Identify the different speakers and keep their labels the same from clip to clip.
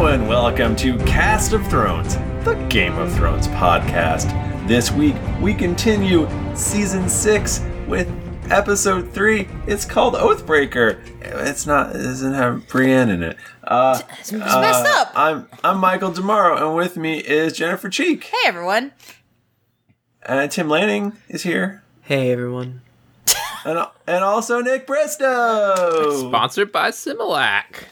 Speaker 1: welcome to Cast of Thrones, the Game of Thrones podcast. This week, we continue season six with episode three. It's called Oathbreaker. It's not, it doesn't have Brienne in it. Uh,
Speaker 2: It's messed
Speaker 1: uh,
Speaker 2: up.
Speaker 1: I'm, I'm Michael DeMauro, and with me is Jennifer Cheek.
Speaker 2: Hey everyone.
Speaker 1: And Tim Lanning is here.
Speaker 3: Hey everyone.
Speaker 1: And, and also Nick Bristow.
Speaker 4: Sponsored by Similac.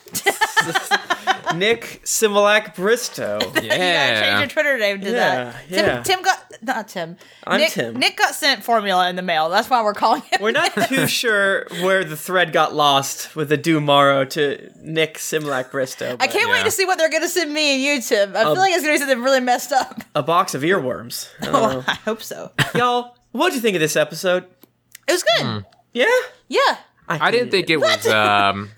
Speaker 3: Nick Similac Bristow.
Speaker 2: You gotta change your
Speaker 4: Yeah.
Speaker 2: Twitter name to
Speaker 3: Yeah,
Speaker 2: that. Tim,
Speaker 3: yeah.
Speaker 2: Tim got not Tim.
Speaker 3: I'm
Speaker 2: Nick,
Speaker 3: Tim.
Speaker 2: Nick got sent formula in the mail. That's why we're calling him.
Speaker 3: We're not too sure where the thread got lost with the Dumaro to Nick Similac Bristow.
Speaker 2: I
Speaker 3: but
Speaker 2: can't wait
Speaker 4: Yeah.
Speaker 2: to see what they're gonna send me and you, Tim.
Speaker 3: Um,
Speaker 2: I feel like it's gonna be something really messed up.
Speaker 3: a box of earworms. I don't
Speaker 2: Oh,
Speaker 3: know.
Speaker 2: I hope so.
Speaker 3: Y'all, what'd you think of this episode?
Speaker 2: It was
Speaker 3: Hmm.
Speaker 2: good.
Speaker 3: Yeah?
Speaker 2: Yeah.
Speaker 4: I didn't think it was. um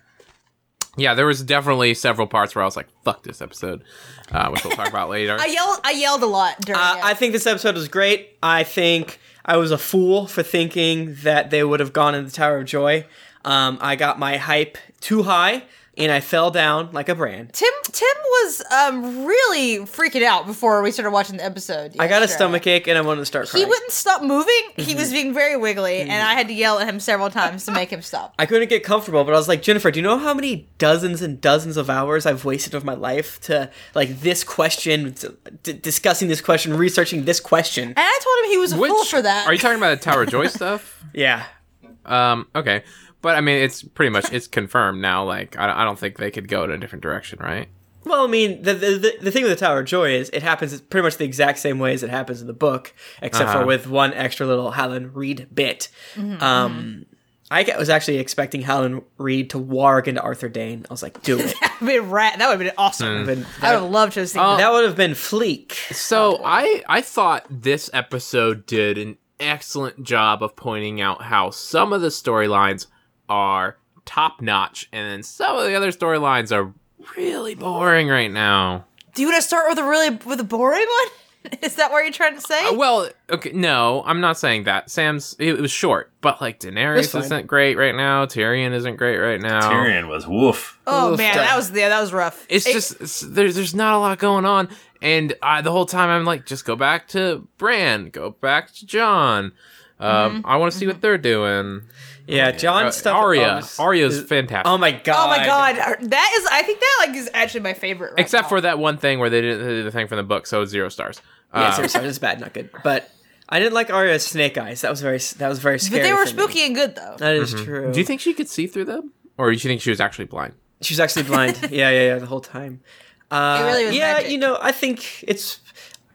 Speaker 4: Yeah, there was definitely several parts where I was like, "Fuck this episode," uh, which we'll talk about later.
Speaker 2: I yelled I yelled a lot during
Speaker 3: Uh,
Speaker 2: it.
Speaker 3: I think this episode was great. I think I was a fool for thinking that they would have gone in the Tower of Joy. Um, I got my hype too high and I fell down like a brand.
Speaker 2: Tim Tim was um really freaking out before we started watching the episode.
Speaker 3: I got a Mm-hmm.
Speaker 2: yesterday.
Speaker 3: stomachache and I wanted to start
Speaker 2: He
Speaker 3: crying.
Speaker 2: wouldn't stop moving. He was being very wiggly, and
Speaker 3: Mm.
Speaker 2: I had to yell at him several times to make him stop.
Speaker 3: I couldn't get comfortable, but I was like, Jennifer, do you know how many dozens and dozens of hours I've wasted of my life to like this question, d- d- discussing this question, researching this question?
Speaker 2: And I told him he was a fool for that.
Speaker 4: Are you talking about the Tower Joy stuff?
Speaker 3: Yeah,
Speaker 4: Um, okay, but I mean, it's pretty much it's confirmed now. Like, I, don't- I don't think they could go in a different direction, right?
Speaker 3: Well, I mean, the, the the the thing with the Tower of Joy is it happens pretty much the exact same way as it happens in the book, except for
Speaker 4: Uh-huh.
Speaker 3: with one extra little Howland Reed bit.
Speaker 2: Mm-hmm.
Speaker 3: Um, I ca- was actually expecting Howland Reed to warg into Arthur Dane. I was like, do it.
Speaker 2: That'd been rat. That would have been awesome.
Speaker 3: But
Speaker 2: I
Speaker 3: that,
Speaker 2: would have loved to have seen that.
Speaker 3: that would have been fleek.
Speaker 4: So I I thought this episode did an excellent job of pointing out how some of the storylines are top notch, and then some of the other storylines are really boring right now.
Speaker 2: Do you want to start with a really with a boring one? Is that what you're trying to say?
Speaker 4: Uh, well, okay, no, I'm not saying that. Sam's it, was short, but like
Speaker 3: That's
Speaker 4: Daenerys
Speaker 3: fine.
Speaker 4: isn't great right now. Tyrion isn't great right now.
Speaker 1: Tyrion was woof.
Speaker 2: oh
Speaker 4: oof,
Speaker 2: man,
Speaker 4: that-
Speaker 2: that was yeah, that was rough.
Speaker 4: It's
Speaker 2: It-
Speaker 4: just it's, there's there's not a lot going on, and I, the whole time I'm like, just go back to Bran, go back to John. Um, I want to see what they're doing.
Speaker 3: Yeah, John
Speaker 4: Uh,
Speaker 3: stuff.
Speaker 4: Arya,
Speaker 3: almost-
Speaker 4: Arya's
Speaker 3: is-
Speaker 4: fantastic.
Speaker 3: Oh my god.
Speaker 2: oh my god, that is. I think that like is actually my favorite. Right
Speaker 4: Except
Speaker 2: now.
Speaker 4: for that one thing where they did the- the thing from the book, so it's zero stars.
Speaker 3: Yeah,
Speaker 4: Uh,
Speaker 3: seriously, it's bad, not good. But I didn't like Arya's snake eyes. That was very that was very
Speaker 2: but
Speaker 3: scary.
Speaker 2: they were
Speaker 3: for me.
Speaker 2: spooky and good though.
Speaker 3: That is true.
Speaker 4: Mm-hmm. do you think she could see through them, or do you think she was actually blind?
Speaker 3: She was actually blind. yeah, yeah, yeah, the whole time. Uh,
Speaker 2: It really was
Speaker 3: yeah,
Speaker 2: magic.
Speaker 3: you know, I think it's.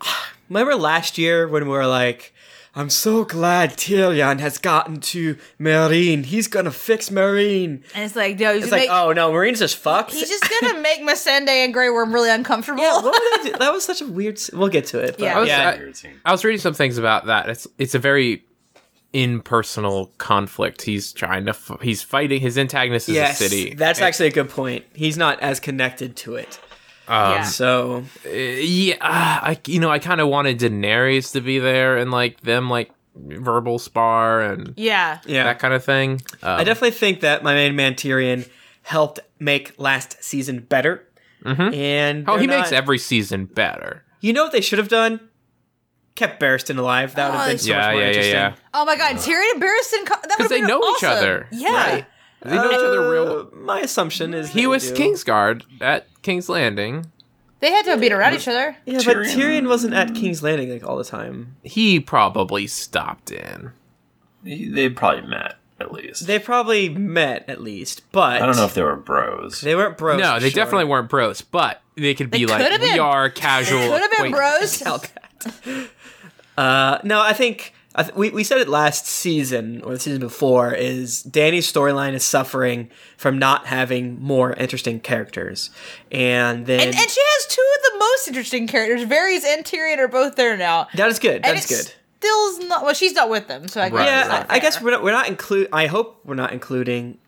Speaker 3: Remember last year when we were like, I'm so glad Tyrion has gotten to Marine. He's gonna fix Marine.
Speaker 2: And it's like, yo, he's,
Speaker 3: It's
Speaker 2: gonna
Speaker 3: like,
Speaker 2: make,
Speaker 3: oh no, Marine's just fucked.
Speaker 2: he's just gonna make Masende and Grey Worm really uncomfortable.
Speaker 3: yeah, what were they do- That was such a weird. s- We'll get to it. But,
Speaker 2: Yeah. I
Speaker 4: was-
Speaker 3: yeah.
Speaker 4: I- I was reading some things about that. It's it's a very impersonal conflict. He's trying to f- he's fighting his antagonist is
Speaker 3: Yes,
Speaker 4: a city.
Speaker 3: that's
Speaker 4: And-
Speaker 3: actually a good point. He's not as connected to it.
Speaker 2: Yeah.
Speaker 3: So
Speaker 4: uh, yeah. ah, I you know I kind of wanted Daenerys to be there and like them like verbal spar and
Speaker 2: yeah.
Speaker 3: yeah,
Speaker 4: that kind of thing. Um,
Speaker 3: I definitely think that my main man Tyrion helped make last season better. And
Speaker 4: oh,
Speaker 3: they're
Speaker 4: he makes
Speaker 3: not-
Speaker 4: every season better.
Speaker 3: You know what they should have done? Kept Barristan alive. That would
Speaker 2: Oh,
Speaker 3: have been
Speaker 2: they
Speaker 3: so
Speaker 4: Uh, yeah,
Speaker 3: much more
Speaker 4: yeah, yeah,
Speaker 3: interesting.
Speaker 4: yeah.
Speaker 2: Oh my god, Tyrion and Barristan. Co- that would've
Speaker 4: Because Uh, they
Speaker 2: been
Speaker 4: know each
Speaker 2: awesome.
Speaker 4: other.
Speaker 2: Yeah.
Speaker 4: Right. They know each other real.
Speaker 3: Uh, My assumption is
Speaker 4: He
Speaker 3: they
Speaker 4: was
Speaker 3: do.
Speaker 4: Kingsguard at King's Landing.
Speaker 2: They had to have been around each other.
Speaker 3: Yeah, but
Speaker 1: Tyrion.
Speaker 3: Tyrion wasn't at King's Landing like all the time.
Speaker 4: He probably stopped in.
Speaker 1: They probably met at least.
Speaker 3: They probably met at least, but
Speaker 1: I don't know if they were bros.
Speaker 3: they weren't bros.
Speaker 4: No, they
Speaker 3: sure.
Speaker 4: definitely weren't bros, but they could be
Speaker 2: coulda
Speaker 4: like we
Speaker 2: been.
Speaker 4: are casual.
Speaker 2: Could have been bros.
Speaker 4: acquaintance."
Speaker 3: Tell that. uh, no, I think I th- we we said it last season or the season before is Danny's storyline is suffering from not having more interesting characters, and then
Speaker 2: And, and she has two of the most interesting characters. Varys and Tyrion are both there now.
Speaker 3: that is good. That is
Speaker 2: it's
Speaker 3: good.
Speaker 2: Still's not well. She's not with them, so I guess.
Speaker 4: Right,
Speaker 3: Yeah,
Speaker 2: it's not
Speaker 3: I,
Speaker 2: fair.
Speaker 3: I guess we're not, we're not include. I hope we're not including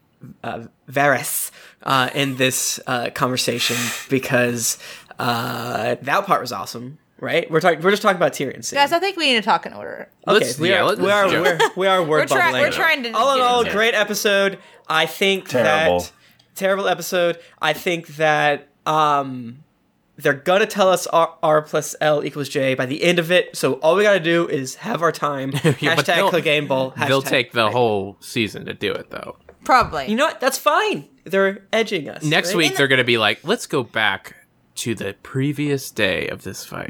Speaker 3: uh, Varys uh, in this uh, conversation because uh, that part was awesome, right? We're talking. We're just talking about Tyrion. Soon.
Speaker 2: guys. I think we need to talk in order.
Speaker 3: okay,
Speaker 4: Let's-
Speaker 3: we
Speaker 4: yeah,
Speaker 3: are
Speaker 4: let's-
Speaker 3: we are
Speaker 4: let's
Speaker 3: we're, we are word
Speaker 2: We're, try-
Speaker 3: bubbling.
Speaker 2: we're trying to.
Speaker 3: all in
Speaker 2: get
Speaker 3: all,
Speaker 2: into it.
Speaker 3: great episode. I think
Speaker 1: Terrible.
Speaker 3: that terrible episode. I think that um They're gonna tell us R, R plus L equals J by the end of it. So all we gotta do is have our time.
Speaker 4: Yeah, but
Speaker 3: hashtag
Speaker 4: they'll-
Speaker 3: click game ball.
Speaker 4: They'll
Speaker 3: hashtag-
Speaker 4: take the whole season to do it, though.
Speaker 2: Probably.
Speaker 3: You know what? That's fine. They're edging us.
Speaker 4: Next
Speaker 3: right?
Speaker 4: week, they're going to be like, let's go back to the previous day of this fight.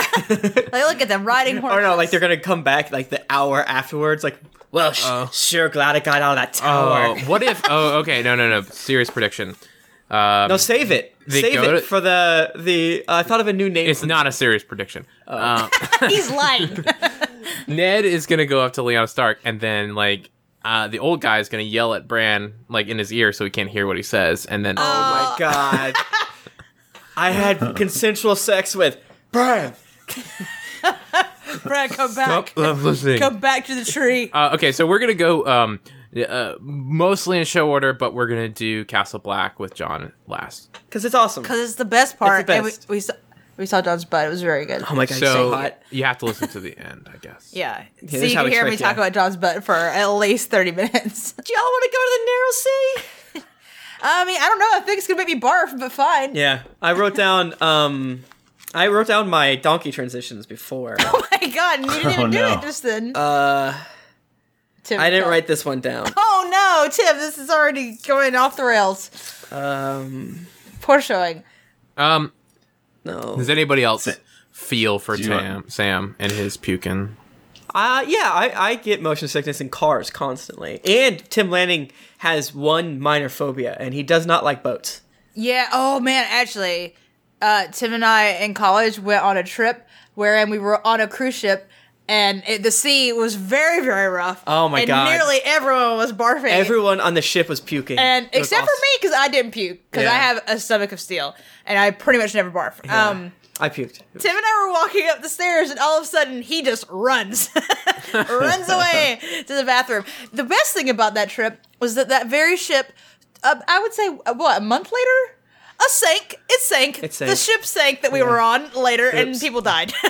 Speaker 2: Like, look at them riding horses.
Speaker 3: or Oh, no, like they're gonna come back like the hour afterwards. Like, well, sh- sure, glad I got out of that tower.
Speaker 4: Oh, what if? Oh, okay. No, no, no. Serious prediction.
Speaker 3: no, Oh, save it.
Speaker 4: They
Speaker 3: Save
Speaker 4: go
Speaker 3: it
Speaker 4: to-
Speaker 3: for the the. Uh, I thought of a new name.
Speaker 4: It's not a serious prediction. Uh,
Speaker 2: He's lying.
Speaker 4: Ned is gonna go up to Lyanna Stark, and then like uh, the old guy is gonna yell at Bran like in his ear so he can't hear what he says, and then
Speaker 3: oh my god! I had consensual sex with Brian.
Speaker 2: Brad, come back.
Speaker 4: I'm listening.
Speaker 2: Come back to the tree.
Speaker 4: Uh, okay, so we're gonna go um, uh, mostly in show order, but we're gonna do Castle Black with John last.
Speaker 3: because it's awesome.
Speaker 2: Because it's the best part.
Speaker 3: the
Speaker 2: and we-
Speaker 3: best.
Speaker 2: we, saw, we saw John's butt. It was very good.
Speaker 3: Oh my god, so,
Speaker 4: so
Speaker 3: hot.
Speaker 4: you have to listen to the end, I guess.
Speaker 2: Yeah. so
Speaker 3: here's
Speaker 2: you
Speaker 3: how
Speaker 2: can
Speaker 3: we
Speaker 2: hear me
Speaker 3: tricked
Speaker 2: talk
Speaker 3: ya.
Speaker 2: about John's butt for at least 30 minutes.
Speaker 3: Do y'all want to go to the narrow sea?
Speaker 2: I mean, I don't know. I think it's going to make me barf, but fine.
Speaker 3: Yeah, I wrote down. um I wrote down my donkey transitions before.
Speaker 2: Oh my God. and You didn't even
Speaker 1: Oh,
Speaker 2: do
Speaker 1: no.
Speaker 2: it just then.
Speaker 3: Uh,
Speaker 2: Tim,
Speaker 3: I didn't
Speaker 2: tell-
Speaker 3: write this one down.
Speaker 2: Oh no, Tim, this is already going off the rails.
Speaker 3: Um,
Speaker 2: Poor showing.
Speaker 4: Um,
Speaker 3: no.
Speaker 4: does anybody else feel for
Speaker 1: Do you
Speaker 4: Sam, Sam and his puking?
Speaker 3: Uh, yeah, I, I get motion sickness in cars constantly. And Tim Lanning has one minor phobia, and he does not like boats.
Speaker 2: Yeah. Oh man, actually, uh, Tim and I in college went on a trip wherein we were on a cruise ship, and it, the sea was very, very rough.
Speaker 3: Oh, my
Speaker 2: and
Speaker 3: God.
Speaker 2: Nearly everyone was barfing.
Speaker 3: Everyone on the ship was puking.
Speaker 2: and
Speaker 3: It was
Speaker 2: except
Speaker 3: awesome.
Speaker 2: for me, because I didn't puke, because I
Speaker 3: Yeah.
Speaker 2: have a stomach of steel, and I pretty much never barf. Um,
Speaker 3: I puked.
Speaker 2: Tim and I were walking up the stairs, and all of a sudden he just runs, runs away to the bathroom. The best thing about that trip was that that very ship, uh, I would say, uh, what a month later, a sank. It sank.
Speaker 3: It sank.
Speaker 2: The ship sank that we were on later, and
Speaker 3: Oops.
Speaker 2: people died.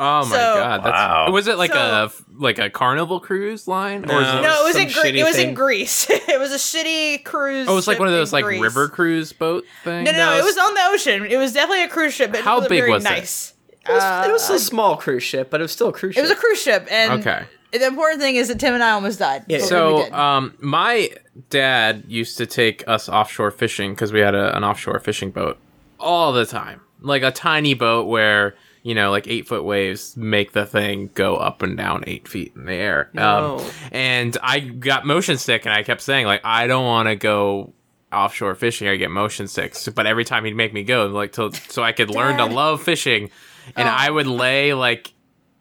Speaker 4: Oh my
Speaker 2: So-
Speaker 4: god! That's,
Speaker 1: Wow.
Speaker 4: Was it like a
Speaker 2: So-
Speaker 4: like a carnival cruise line? Or is
Speaker 3: No.
Speaker 4: it,
Speaker 2: no, it was
Speaker 3: Some
Speaker 2: in Greece.
Speaker 3: shitty
Speaker 2: It was
Speaker 3: thing.
Speaker 2: in Greece. it was a shitty cruise.
Speaker 4: oh, it's like
Speaker 2: ship
Speaker 4: one of
Speaker 2: in
Speaker 4: those like
Speaker 2: Greece.
Speaker 4: river cruise boat things.
Speaker 2: No, no,
Speaker 3: No,
Speaker 2: no,
Speaker 3: it
Speaker 2: it
Speaker 3: was-
Speaker 2: was on the ocean. It was definitely a cruise ship. But
Speaker 4: How
Speaker 2: it wasn't
Speaker 4: big
Speaker 2: very
Speaker 4: was it?
Speaker 2: nice.
Speaker 3: It was, it was a small cruise ship, but it was still a cruise
Speaker 2: Uh, It was
Speaker 3: ship.
Speaker 2: a cruise ship, and
Speaker 4: Okay.
Speaker 2: the important thing is that Tim and I almost died.
Speaker 3: Yeah.
Speaker 2: but we
Speaker 4: So,
Speaker 2: did.
Speaker 4: um, my dad used to take us offshore fishing because we had a, an offshore fishing boat all the time, like a tiny boat where you know, like eight foot waves make the thing go up and down eight feet in the air.
Speaker 3: No.
Speaker 4: Um, and I got motion sick, and I kept saying like, I don't want to go offshore fishing. I get motion sick, so, but every time he'd make me go, like, till, so I could learn to
Speaker 2: Dad. Oh.
Speaker 4: love fishing, and I would lay like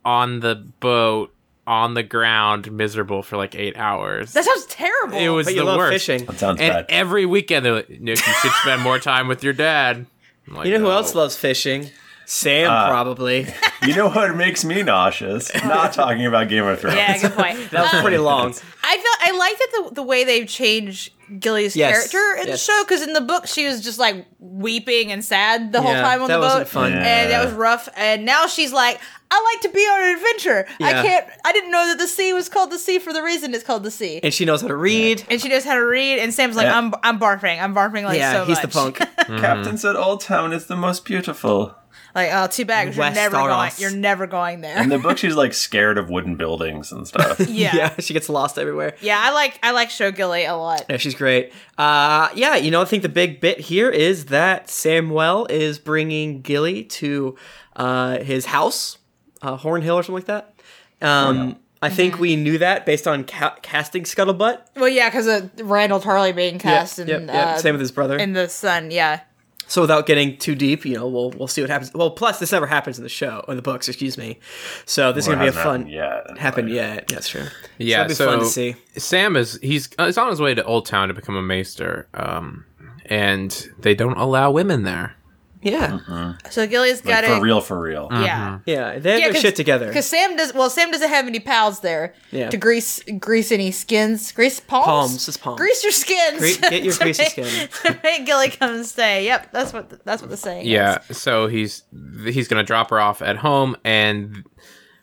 Speaker 4: on the boat on the ground miserable for like eight hours
Speaker 2: That sounds terrible.
Speaker 4: it was
Speaker 3: but
Speaker 4: the
Speaker 3: you love
Speaker 4: worst
Speaker 3: fishing.
Speaker 1: That sounds
Speaker 4: and
Speaker 1: bad.
Speaker 4: every weekend they're like, nick you should spend more time with your dad I'm like,
Speaker 3: You know who
Speaker 4: "No."
Speaker 3: else loves fishing? Sam, probably. That
Speaker 1: you know what makes me nauseous? Not talking about Game of Thrones.
Speaker 2: yeah, good point. Uh,
Speaker 3: was pretty long.
Speaker 2: I felt I liked it the, the way they changed Gilly's
Speaker 3: Yes,
Speaker 2: character in
Speaker 3: yes.
Speaker 2: the show because in the book she was just like weeping and sad the whole
Speaker 3: Yeah,
Speaker 2: time on
Speaker 3: that
Speaker 2: the boat.
Speaker 3: wasn't fun.
Speaker 2: And
Speaker 1: Yeah.
Speaker 2: that was rough. And now she's like, I like to be on an adventure.
Speaker 3: Yeah.
Speaker 2: I can't. I didn't know that the sea was called the sea for the reason it's called the sea.
Speaker 3: And she knows how to read.
Speaker 2: And she knows how to read. And Sam's like,
Speaker 1: Yeah.
Speaker 2: I'm I'm barfing. I'm barfing like
Speaker 3: yeah,
Speaker 2: so
Speaker 3: he's the
Speaker 2: much.
Speaker 3: punk.
Speaker 2: Mm-hmm.
Speaker 1: Captain said Old Town is the most beautiful.
Speaker 2: Like, oh, too bad 'cause you're
Speaker 3: West
Speaker 2: never going.
Speaker 3: Aros.
Speaker 2: You're never going there.
Speaker 1: In the book, she's like scared of wooden buildings and stuff.
Speaker 2: yeah. yeah.
Speaker 3: yeah, she gets lost everywhere.
Speaker 2: I like I like Show Gilly a lot.
Speaker 3: Yeah, she's great. Uh, yeah, you know, I think the big bit here is that Samuel is bringing Gilly to uh, his house, uh, Horn Hill or something like that. Um, I think we knew that based on ca- casting Scuttlebutt.
Speaker 2: Well, yeah, because of Randall Tarley being cast
Speaker 3: Yep,
Speaker 2: in
Speaker 3: yep, yep.
Speaker 2: uh,
Speaker 3: Same with his brother.
Speaker 2: in the sun. Yeah,
Speaker 3: so without getting too deep, you know, we'll we'll see what happens. Well, plus this never happens in the show or the books, excuse me. So this is gonna be a fun
Speaker 1: Yeah.
Speaker 3: happened yet. That's true. so
Speaker 4: yeah
Speaker 3: that'd be
Speaker 4: so
Speaker 3: fun to see.
Speaker 4: sam is he's uh, he's on his way to old town to become a maester um and they don't allow women there
Speaker 3: Yeah,
Speaker 1: Mm-hmm.
Speaker 2: so Gilly's got
Speaker 1: Like,
Speaker 2: it.
Speaker 1: for real, Uh-huh. for real.
Speaker 3: Mm.
Speaker 2: Yeah,
Speaker 3: yeah, they have their shit together.
Speaker 2: Because Sam does. Well, Sam doesn't have any pals there
Speaker 3: Yeah.
Speaker 2: to grease grease any skins, grease palms,
Speaker 3: Palms, it's palms.
Speaker 2: grease your skins.
Speaker 3: Gre- get your
Speaker 2: to
Speaker 3: greasy
Speaker 2: make-
Speaker 3: skin.
Speaker 2: to make Gilly come and stay. Yep, that's what the, that's what the saying.
Speaker 4: Yeah,
Speaker 2: is.
Speaker 4: so he's he's gonna drop her off at home, and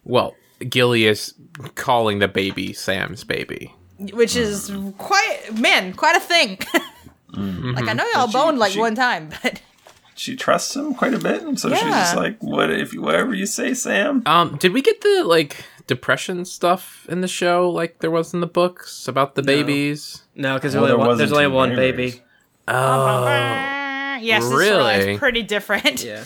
Speaker 4: well, Gilly is calling the baby Sam's baby.
Speaker 2: which is
Speaker 1: Mm-hmm.
Speaker 2: quite man, quite a thing. Like I know y'all boned like
Speaker 1: she-
Speaker 2: one time, but
Speaker 1: she trusts him quite a bit, and so she's
Speaker 2: Yeah.
Speaker 1: just like, "What if whatever you say, Sam?"
Speaker 4: Um, did we get the like depression stuff in the show like there was in the books about the babies?
Speaker 3: No, because
Speaker 1: Well, there
Speaker 3: only one,
Speaker 1: wasn't
Speaker 3: there's
Speaker 1: two
Speaker 3: only one
Speaker 1: neighbors.
Speaker 3: baby.
Speaker 1: Oh.
Speaker 2: yes, this storyline's
Speaker 4: Really?
Speaker 2: pretty different.
Speaker 3: Yeah.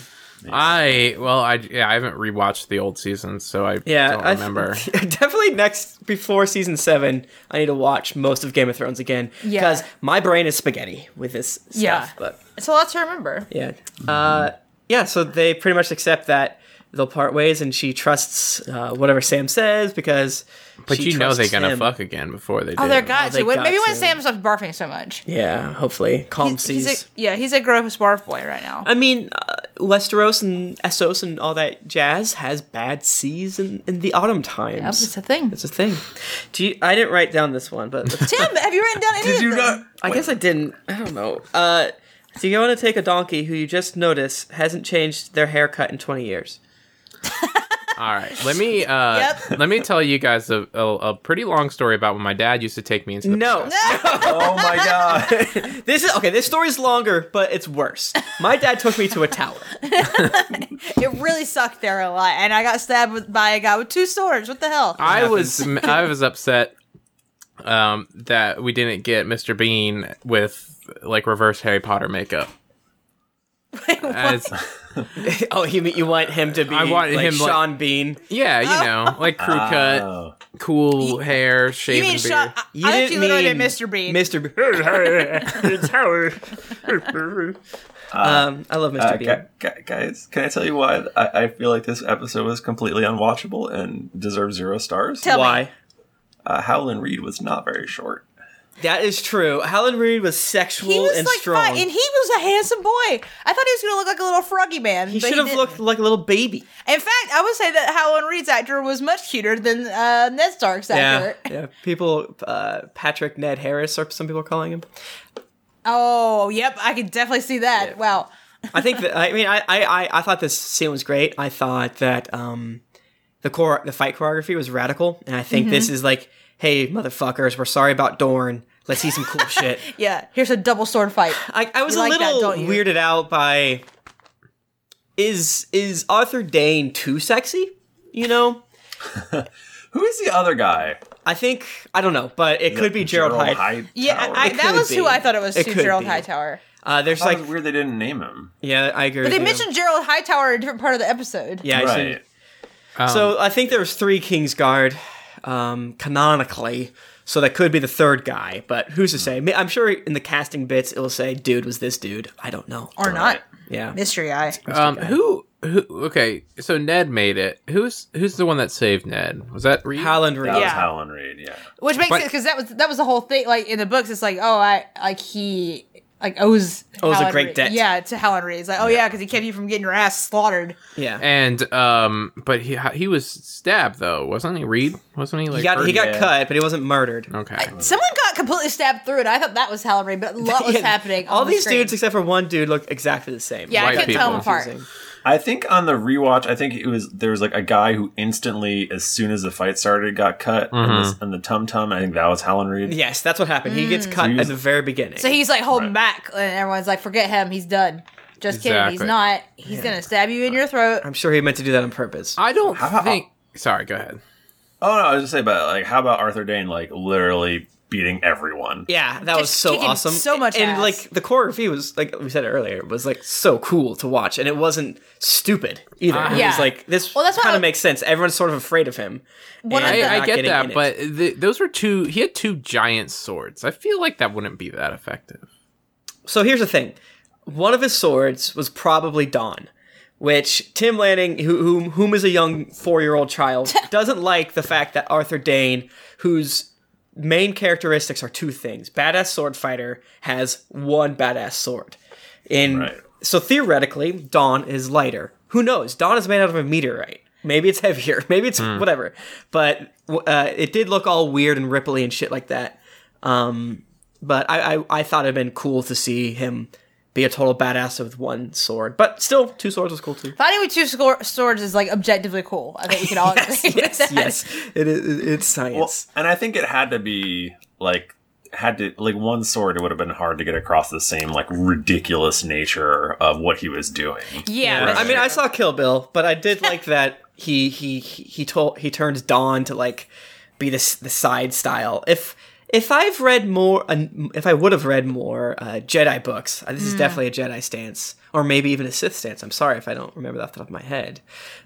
Speaker 4: I well, I yeah, I haven't rewatched the old season, so I
Speaker 3: Yeah,
Speaker 4: don't
Speaker 3: I th-
Speaker 4: remember.
Speaker 3: definitely next before season seven, I need to watch most of Game of Thrones again
Speaker 2: Yeah.
Speaker 3: because my brain is spaghetti with this stuff.
Speaker 2: Yeah.
Speaker 3: but
Speaker 2: It's a lot to remember.
Speaker 3: yeah, uh, yeah. So they pretty much accept that they'll part ways, and she trusts uh, whatever Sam says because.
Speaker 4: but
Speaker 3: she
Speaker 4: you know they're
Speaker 3: trusts
Speaker 4: gonna
Speaker 3: him.
Speaker 4: fuck again before they do.
Speaker 2: Oh, they're got
Speaker 3: Oh, they
Speaker 2: to. When-
Speaker 3: got
Speaker 2: Maybe when
Speaker 3: to.
Speaker 2: Sam stops barfing so much.
Speaker 3: Yeah, hopefully calm
Speaker 2: He's-
Speaker 3: seas.
Speaker 2: he's a- yeah, he's a gross barf boy right now.
Speaker 3: I mean, uh, Westeros and Essos and all that jazz has bad seas in, in the autumn times.
Speaker 2: Yep, it's a thing.
Speaker 3: It's a thing. Do you, I didn't write down this one, but
Speaker 2: Tim, have you written down any
Speaker 1: Did
Speaker 2: of
Speaker 1: you
Speaker 2: them?
Speaker 1: not?
Speaker 3: I guess I didn't. I don't know. Uh, do you want to take a donkey who you just notice hasn't changed their haircut in 20 years?
Speaker 4: All right, let me uh,
Speaker 2: Yep.
Speaker 4: let me tell you guys a, a, a pretty long story about when my dad used to take me into the
Speaker 3: No.
Speaker 1: Oh my god!
Speaker 3: This is okay. This story's longer, but it's worse. My dad took me to a tower.
Speaker 2: It really sucked there a lot, and I got stabbed with, by a guy with two swords. What the hell?
Speaker 4: I was I was upset um, that we didn't get Mr. Bean with like reverse Harry Potter makeup. As-
Speaker 3: Oh, you mean you want him to be
Speaker 4: I wanted
Speaker 3: like
Speaker 4: him, like-
Speaker 3: Sean Bean?
Speaker 4: yeah, you know, like crew cut,
Speaker 1: Oh.
Speaker 4: cool hair,
Speaker 2: Oh. you
Speaker 4: shaven
Speaker 2: mean
Speaker 4: beard.
Speaker 2: Sean? I, I think you literally meant Mr. Bean.
Speaker 3: Mr. Bean. tower. um, I love Mr.
Speaker 1: Uh,
Speaker 3: Bean.
Speaker 1: gu- gu- guys, can I tell you why I-, I feel like this episode was completely unwatchable and deserves zero stars?
Speaker 2: Tell-
Speaker 3: Why?
Speaker 1: Uh, Howlin' Reed was not very short.
Speaker 3: That is true. Helen Reed was sexual
Speaker 2: he was
Speaker 3: and
Speaker 2: like
Speaker 3: strong.
Speaker 2: fine, and he was a handsome boy. I thought he was going to look like a little froggy man.
Speaker 3: he
Speaker 2: but
Speaker 3: should have
Speaker 2: didn't.
Speaker 3: looked like a little baby.
Speaker 2: In fact, I would say that Howland Reed's actor was much cuter than uh, Ned Stark's actor.
Speaker 3: yeah. People, uh, Patrick Ned Harris, or some people are calling him.
Speaker 2: Oh, yep, I could definitely see that. Wow.
Speaker 3: I think that I mean I, I I- I thought this scene was great. I thought that um the core the fight choreography was radical, and I think this is like, hey motherfuckers, we're sorry about Dorn. Let's see some cool shit.
Speaker 2: Yeah, here's a double sword fight.
Speaker 3: I, I was
Speaker 2: You
Speaker 3: a
Speaker 2: like that,
Speaker 3: little
Speaker 2: don't you?
Speaker 3: weirded out by is is Arthur Dane too sexy? You know,
Speaker 1: Who is the other guy?
Speaker 3: I think I don't know, but it could be Gerald, Hyde.
Speaker 2: Yeah, I, I,
Speaker 3: It
Speaker 2: that
Speaker 3: could
Speaker 2: was who
Speaker 3: be.
Speaker 2: I thought it was
Speaker 3: It
Speaker 2: too,
Speaker 3: could
Speaker 2: Gerald
Speaker 3: be.
Speaker 2: Hightower.
Speaker 3: Uh, there's
Speaker 1: like
Speaker 3: like
Speaker 1: weird they didn't name him.
Speaker 3: yeah, I agree.
Speaker 2: But they
Speaker 3: with you.
Speaker 2: mentioned Gerald Hightower in a different part of the episode.
Speaker 3: yeah, I see.
Speaker 1: Right.
Speaker 4: Um,
Speaker 3: So I think there was three Kingsguard, um, canonically. So that could be the third guy, but who's to say? Ma- I'm sure in the casting bits it'll say, "Dude was this dude." I don't know.
Speaker 2: Or not.
Speaker 3: Yeah,
Speaker 2: Mystery Eye.
Speaker 4: um, who who? Okay, so Ned made it. Who's who's the one that saved Ned? Was that Reed?
Speaker 3: Howland Reed.
Speaker 1: That was
Speaker 2: Yeah.
Speaker 1: Howlin' Reed, yeah.
Speaker 2: Which makes
Speaker 4: But-
Speaker 2: sense because that was that was the whole thing. Like in the books, it's like, oh, I like he like owes
Speaker 3: Owes a
Speaker 2: Howland
Speaker 3: great
Speaker 2: Reed-
Speaker 3: debt.
Speaker 2: Yeah, to Helen Reed. It's like, oh yeah, because he kept you from getting your ass slaughtered.
Speaker 3: Yeah,
Speaker 4: And um, but he he was stabbed though, wasn't he? Reed wasn't he? Like
Speaker 3: he got he
Speaker 4: hurt?
Speaker 3: got
Speaker 1: yeah.
Speaker 3: cut, but he wasn't murdered.
Speaker 4: Okay.
Speaker 2: Someone got completely stabbed through it. I thought that was Helen Reed, but a lot was
Speaker 3: Yeah,
Speaker 2: happening.
Speaker 3: All
Speaker 2: on the
Speaker 3: these
Speaker 2: screen.
Speaker 3: dudes, except for one dude, look exactly the same.
Speaker 2: yeah, I
Speaker 4: White
Speaker 2: couldn't tell them
Speaker 4: people.
Speaker 2: apart.
Speaker 3: Confusing.
Speaker 1: I think on the rewatch, I think it was there was like a guy who instantly, as soon as the fight started, got cut and,
Speaker 3: Mm-hmm.
Speaker 1: this, and the tum tum. I think that was Howlin' Reed.
Speaker 3: Yes, that's what happened. He gets cut
Speaker 1: you-
Speaker 3: at the very beginning.
Speaker 2: Mm. So he's like holding back, and everyone's like, "Forget him. He's done." Just kidding. He's
Speaker 4: Exactly.
Speaker 2: not. He's gonna stab you in your throat.
Speaker 3: I'm sure he meant to do that on purpose.
Speaker 4: I don't
Speaker 1: How-
Speaker 4: think. Sorry, go ahead.
Speaker 1: Oh no, I was just saying, but like, how about Arthur Dane? Like literally beating everyone.
Speaker 3: Yeah, that
Speaker 2: Just
Speaker 3: was so
Speaker 2: kicking
Speaker 3: awesome.
Speaker 2: so much
Speaker 3: and
Speaker 2: ass.
Speaker 3: like the core review was like we said earlier was like so cool to watch, and it wasn't stupid either. It
Speaker 2: Yeah.
Speaker 3: was like this
Speaker 2: Ah. Well, that's why
Speaker 3: kind
Speaker 2: I-
Speaker 3: of makes sense. Everyone's sort of afraid of him.
Speaker 2: One of
Speaker 3: and
Speaker 2: the-
Speaker 3: they're
Speaker 4: I, I
Speaker 3: not
Speaker 4: get
Speaker 3: getting in
Speaker 4: that,
Speaker 3: it.
Speaker 4: but th those were two. He had two giant swords. I feel like that wouldn't be that effective.
Speaker 3: so here's the thing: one of his swords was probably Dawn, which Tim Lanning, who, whom whom is a young four year old child, doesn't like the fact that Arthur Dane, whose main characteristics are two things: badass sword fighter has one badass sword. In
Speaker 1: Right.
Speaker 3: so theoretically, Dawn is lighter. Who knows? Dawn is made out of a meteorite. Maybe it's heavier. Maybe it's whatever. But uh, it did look all weird and ripply and shit like that. Um, but I, I, I thought it'd been cool to see him be a total badass with one sword. But still, two swords was cool too.
Speaker 2: Fighting with two scor- swords is like objectively cool. I think we can all agree with that.
Speaker 3: yes, it is. It's science.
Speaker 1: And I think it had to be like had to like one sword it would have been hard to get across the same like ridiculous nature of what he was doing
Speaker 2: Yeah,
Speaker 3: I
Speaker 2: that's
Speaker 3: mean, I
Speaker 2: true.
Speaker 3: saw Kill Bill, but I did like that he he he he told he turned Dawn to like be this the side style. If if I've read more, an- if I would have read more uh, Jedi books, uh, this
Speaker 2: Mm.
Speaker 3: is definitely a Jedi stance, or maybe even a Sith stance. I'm sorry if I don't remember that off the top of my head,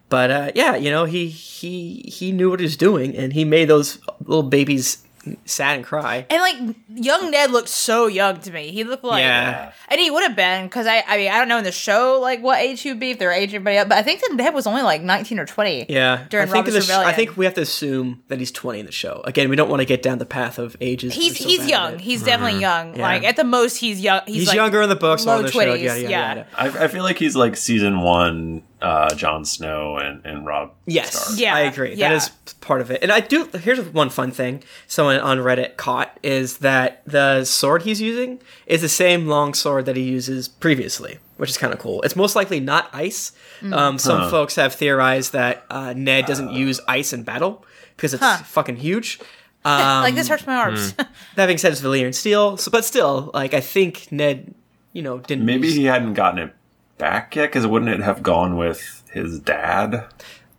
Speaker 3: but uh, yeah, you know, he he he knew what he was doing, and he made those little babies sad and cry.
Speaker 2: And like young Ned looked so young to me. He looked like
Speaker 3: Yeah.
Speaker 2: and he would have been because I I mean I don't know in the show like what age he would be if they're aging anybody up, but I think that Ned was only like nineteen or twenty.
Speaker 3: Yeah,
Speaker 2: during
Speaker 3: I think in
Speaker 2: Robert's
Speaker 3: the sh- I
Speaker 2: Rebellion.
Speaker 3: think we have to assume that he's 20 in the show. Again, we don't want to get down the path of ages. 'cause
Speaker 2: he's
Speaker 3: we're so bad
Speaker 2: he's
Speaker 3: at
Speaker 2: young.
Speaker 3: it.
Speaker 2: He's
Speaker 1: Mm-hmm.
Speaker 2: definitely young. Like at the most he's young. He's,
Speaker 3: He's
Speaker 2: like,
Speaker 3: younger in the books,
Speaker 2: low
Speaker 3: on the show,
Speaker 2: 20s,
Speaker 3: yada, yada,
Speaker 2: yeah.
Speaker 3: yada.
Speaker 1: I, I feel like he's like season one uh Jon Snow and and Rob
Speaker 3: Yes,
Speaker 2: Yeah,
Speaker 3: I agree.
Speaker 2: yeah.
Speaker 3: That is part of it. And I do. Here's one fun thing someone on Reddit caught is that the sword he's using is the same long sword that he uses previously, which is kind of cool. It's most likely not ice.
Speaker 2: Mm.
Speaker 3: Um, some folks have theorized that uh, Ned doesn't use ice in battle because it's fucking huge. Um,
Speaker 2: like this hurts my
Speaker 1: Mm-hmm.
Speaker 2: arms.
Speaker 3: That being said, it's Valyrian steel, so, but still, like I think Ned, you know, didn't
Speaker 1: maybe
Speaker 3: use-
Speaker 1: he hadn't gotten it back yet because wouldn't it have gone with his dad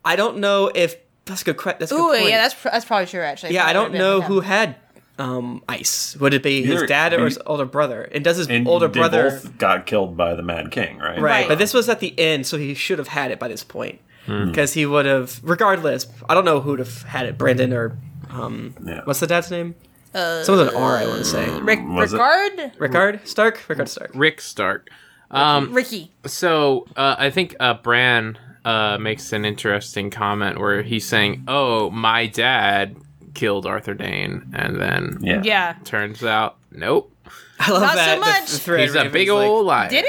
Speaker 3: I don't know if that's a good. que- That's a
Speaker 2: Ooh
Speaker 3: good point.
Speaker 2: yeah, that's pr- that's probably true actually.
Speaker 3: Yeah, I
Speaker 2: Probably
Speaker 3: don't
Speaker 2: would've been
Speaker 3: know
Speaker 2: him.
Speaker 3: who had um, ice. Would it be his
Speaker 1: Either-
Speaker 3: dad or his
Speaker 1: maybe-
Speaker 3: older brother? And does his
Speaker 1: and
Speaker 3: older
Speaker 1: they
Speaker 3: brother
Speaker 1: both got killed by the Mad King right
Speaker 3: right,
Speaker 2: Right.
Speaker 3: But this was at the end, so he should have had it by this point
Speaker 1: Hmm.
Speaker 3: because he would have. Regardless, I don't know who'd have had it. Brandon or um,
Speaker 1: Yeah.
Speaker 3: what's the dad's name? Uh, Someone's an R. I want to say
Speaker 2: Rick
Speaker 1: Was it-
Speaker 2: Rickard
Speaker 3: Rickard Stark. Rickard Stark.
Speaker 4: Rick Stark.
Speaker 2: Ricky.
Speaker 4: So uh, I think uh, Bran uh, makes an interesting comment where he's saying, "Oh, my dad killed Arthur Dane," and then
Speaker 1: yeah
Speaker 2: Yeah.
Speaker 4: turns out, nope,
Speaker 3: I love
Speaker 2: Not so
Speaker 3: that. the-
Speaker 2: much.
Speaker 3: the thread
Speaker 4: he's a
Speaker 3: Raven's
Speaker 4: big
Speaker 3: like,
Speaker 4: old liar.
Speaker 2: Did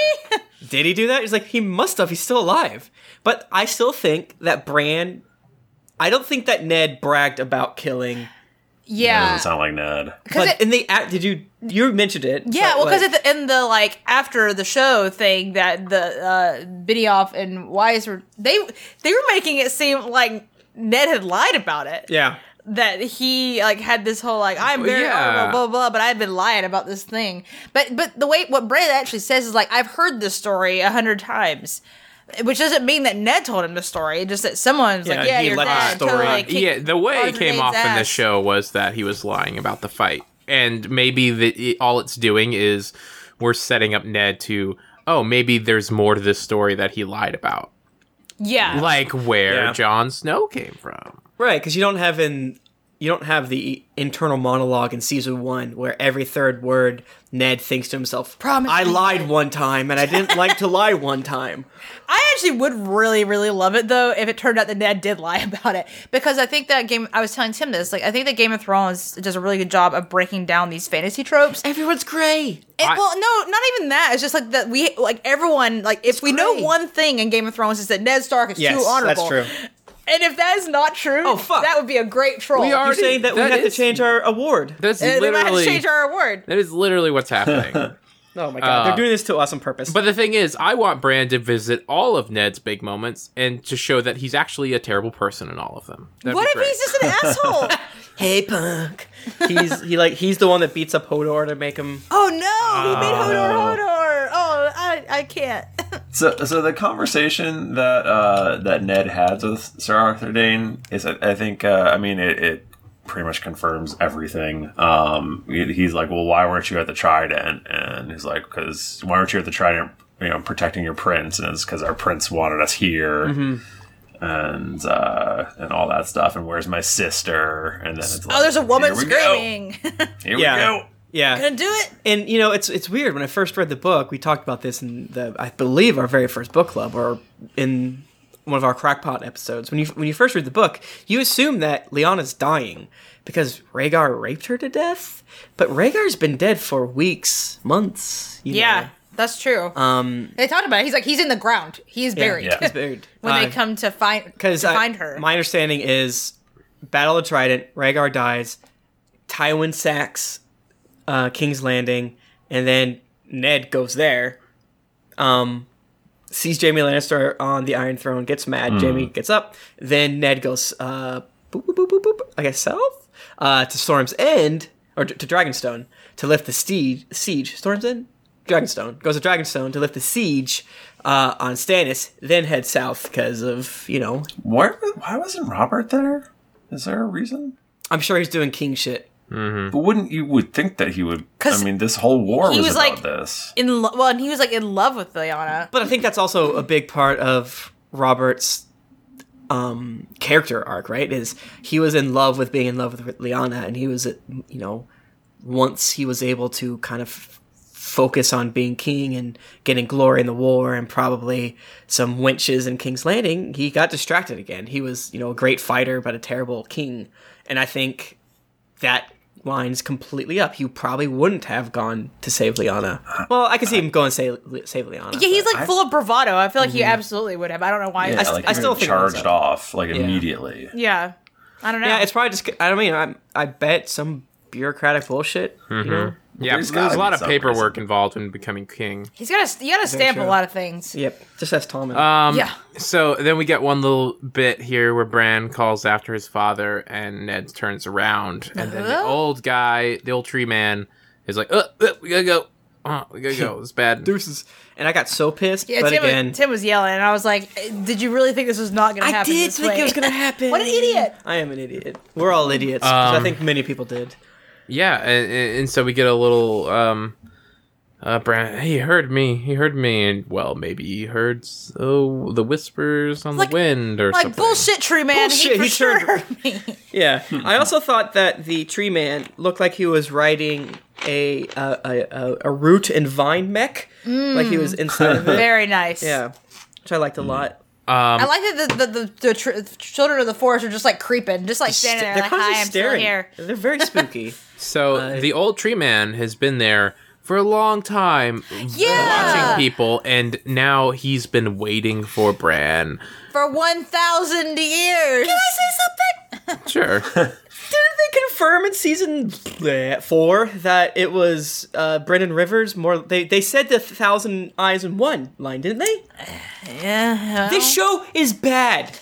Speaker 2: he?
Speaker 3: Did he do that? He's like, he must have. He's still alive. But I still think that Bran. I don't think that Ned bragged about killing
Speaker 1: It
Speaker 2: yeah.
Speaker 1: doesn't sound like Ned
Speaker 2: Because
Speaker 3: like in the act did you you mentioned it
Speaker 2: Yeah,
Speaker 3: but,
Speaker 2: well, because
Speaker 3: like,
Speaker 2: at the in the like after the show thing that the uh, Bidioff and Wise were they they were making it seem like Ned had lied about it.
Speaker 3: yeah
Speaker 2: That he like had this whole like I'm very
Speaker 4: Yeah.
Speaker 2: honorable, blah, blah blah, but I've been lying about this thing. But but the way what Brad actually says is like I've heard this story a hundred times. Which doesn't mean that Ned told him the story, just that someone's
Speaker 3: Yeah,
Speaker 2: like, "Yeah,
Speaker 3: he
Speaker 2: your
Speaker 3: let the
Speaker 2: dad
Speaker 3: story-
Speaker 2: totally kicked
Speaker 4: yeah, the way it
Speaker 2: Arthur
Speaker 4: came
Speaker 2: Dane's
Speaker 4: off in the
Speaker 2: ass."
Speaker 4: show was that he was lying about the fight, and maybe the, it, all it's doing is we're setting up Ned to, oh, maybe there's more to this story that he lied about,
Speaker 2: Yeah,
Speaker 4: like where
Speaker 3: Yeah.
Speaker 4: Jon Snow came from.
Speaker 3: right because you don't have in you don't have the internal monologue in season one where every third word Ned thinks to himself
Speaker 2: Promise
Speaker 3: I
Speaker 2: me,
Speaker 3: lied one time and I didn't like to lie one time
Speaker 2: I actually would really, really love it though if it turned out that Ned did lie about it because I think that game. I was telling Tim this. Like, I think that Game of Thrones does a really good job of breaking down these fantasy tropes. And,
Speaker 3: everyone's gray
Speaker 4: I-
Speaker 2: well, no, not even that. It's just like that we like everyone. Like, if we know
Speaker 3: great.
Speaker 2: one thing in Game of Thrones is that Ned Stark is
Speaker 3: yes
Speaker 2: too honorable.
Speaker 3: that's true
Speaker 2: And if that is not true,
Speaker 3: Oh, fuck.
Speaker 2: that would be a great troll.
Speaker 4: We
Speaker 3: you're
Speaker 4: already-
Speaker 3: saying that,
Speaker 4: that
Speaker 3: we have
Speaker 4: is-
Speaker 3: to change our award
Speaker 4: That's
Speaker 2: And they might have to
Speaker 4: literally
Speaker 2: change our award.
Speaker 4: that is literally what's happening.
Speaker 3: oh my god they're doing this to us on purpose
Speaker 4: uh, But the thing is, I want Bran to visit all of Ned's big moments and to show that he's actually a terrible person in all of them. That'd
Speaker 2: What
Speaker 4: be
Speaker 2: if
Speaker 4: great.
Speaker 2: he's just an asshole?
Speaker 3: hey punk he's he like he's the one that beats up Hodor to make him
Speaker 2: Oh no, he made Hodor Hodor. Oh, I, I can't.
Speaker 1: So, so the conversation that uh, that Ned has with Sir Arthur Dane is, I, I think, uh, I mean, it, it pretty much confirms everything. Um, he- he's like, "Well, why weren't you at the Trident?" And he's like, "Because why weren't you at the Trident? You know, protecting your prince, and it's because our prince wanted us here." And uh, and all that stuff, and where's my sister? And then it's like,
Speaker 2: Oh, there's a woman
Speaker 1: "Here we go.
Speaker 2: screaming.
Speaker 1: Here
Speaker 3: Yeah.
Speaker 1: we go.
Speaker 3: yeah
Speaker 2: Gonna do it.
Speaker 3: and you know it's it's weird when i first read the book we talked about this in the i believe our very first book club or in one of our crackpot episodes when you when you first read the book you assume that liana's dying because Rhaegar raped her to death but Rhaegar's been dead for weeks months you
Speaker 2: Yeah,
Speaker 3: know.
Speaker 2: that's true. Um, they talked about it. He's like, he's in the ground. He is buried.
Speaker 1: Yeah.
Speaker 3: He's buried.
Speaker 2: when
Speaker 3: Uh,
Speaker 2: they come to find to
Speaker 3: 'cause I-
Speaker 2: find her,
Speaker 3: my understanding is battle of the trident Rhaegar dies Tywin sacks uh, King's Landing and then Ned goes there um sees Jamie Lannister on the Iron Throne gets mad Jamie gets up then Ned goes uh boop boop boop boop, boop I guess south uh to Storm's End or to, to Dragonstone to lift the siege. Siege storms in Dragonstone goes to Dragonstone to lift the siege uh, on Stannis, then heads south because of you know
Speaker 1: Why, why wasn't Robert there? Is there a reason?
Speaker 3: I'm sure he's doing king shit.
Speaker 1: But wouldn't you would think that he would?
Speaker 2: 'Cause
Speaker 1: I mean, this whole war
Speaker 2: he
Speaker 1: was,
Speaker 2: was,
Speaker 1: about
Speaker 2: like-
Speaker 1: this.
Speaker 2: in lo- well, and he was like in love with Lyanna.
Speaker 3: But I think that's also a big part of Robert's um, character arc, right? Is he was in love with being in love with Liana, and he was, you know, once he was able to kind of f- focus on being king and getting glory in the war and probably some winches in King's Landing, he got distracted again. He was, you know, a great fighter but a terrible king, and I think that lines completely up. You probably wouldn't have gone to save Liana. Well, I could see him going save save Liana.
Speaker 2: Yeah, he's like
Speaker 1: I-
Speaker 2: full of bravado. I feel like he
Speaker 3: Mm-hmm.
Speaker 2: absolutely would have. I don't know why.
Speaker 1: Yeah,
Speaker 2: I s-
Speaker 3: st-
Speaker 1: like
Speaker 3: I
Speaker 1: I still
Speaker 3: still think it was
Speaker 1: charged
Speaker 3: up.
Speaker 1: off like immediately.
Speaker 2: yeah. I don't know.
Speaker 3: Yeah, it's probably just. I don't mean, I, I bet some bureaucratic bullshit. You know?
Speaker 4: Yeah,
Speaker 1: There's
Speaker 4: there's,
Speaker 1: gotta
Speaker 4: there's a lot
Speaker 1: be
Speaker 4: of
Speaker 1: some
Speaker 4: paperwork
Speaker 1: reason.
Speaker 4: involved in becoming king.
Speaker 2: He's got to you got to stamp a
Speaker 3: true.
Speaker 2: lot of things.
Speaker 3: Yep. Just ask Tommen.
Speaker 4: Um,
Speaker 2: Yeah.
Speaker 4: So then we get one little bit here where Bran calls after his father, and Ned turns around, and then the
Speaker 2: Uh-huh.
Speaker 4: old guy, the old tree man, is like, uh, uh, "We gotta go. Uh, we gotta go. It's bad."
Speaker 3: Deuces. And I got so pissed.
Speaker 2: Yeah,
Speaker 3: but
Speaker 2: Tim,
Speaker 3: again,
Speaker 2: Tim was yelling, and I was like, "Eh, "Did you really think this was not going to
Speaker 3: I
Speaker 2: happen?"
Speaker 3: did
Speaker 2: this
Speaker 3: think
Speaker 2: way?
Speaker 3: it was gonna happen.
Speaker 2: what an idiot!
Speaker 3: I am an idiot. We're all idiots. 'cause I
Speaker 4: Um,
Speaker 3: think many people did.
Speaker 4: Yeah, and, and and so we get a little. Um, uh, Bran, he heard me. He heard me, and well, maybe he heard so the whispers on
Speaker 2: Like-
Speaker 4: the wind or
Speaker 2: Like
Speaker 4: something.
Speaker 2: bullshit, tree man.
Speaker 3: Bullshit,
Speaker 2: he for
Speaker 3: he
Speaker 2: sure
Speaker 3: turned-
Speaker 2: heard me.
Speaker 3: Yeah. Hmm. I also thought that the tree man looked like he was riding a a, a, a, a root and vine mech.
Speaker 2: Mm.
Speaker 3: Like he was inside of it.
Speaker 2: Very nice.
Speaker 3: Yeah. Which I liked a lot.
Speaker 2: I like that the the, the, the tr- children of the forest are just like creeping, just like standing there,
Speaker 3: They're
Speaker 2: like,
Speaker 3: constantly
Speaker 2: "Hi, I'm still
Speaker 3: staring.
Speaker 2: here."
Speaker 3: They're very spooky.
Speaker 4: So the old tree man has been there for a long time,
Speaker 2: Yeah, Uh.
Speaker 4: watching people, and now he's been waiting for Bran.
Speaker 2: for one thousand years. Can I say something?
Speaker 4: Sure.
Speaker 3: Didn't they confirm in season bleh, four that it was uh, Brendan Rivers? More they they said the thousand eyes in one line, didn't they?
Speaker 2: Yeah.
Speaker 3: This show is bad.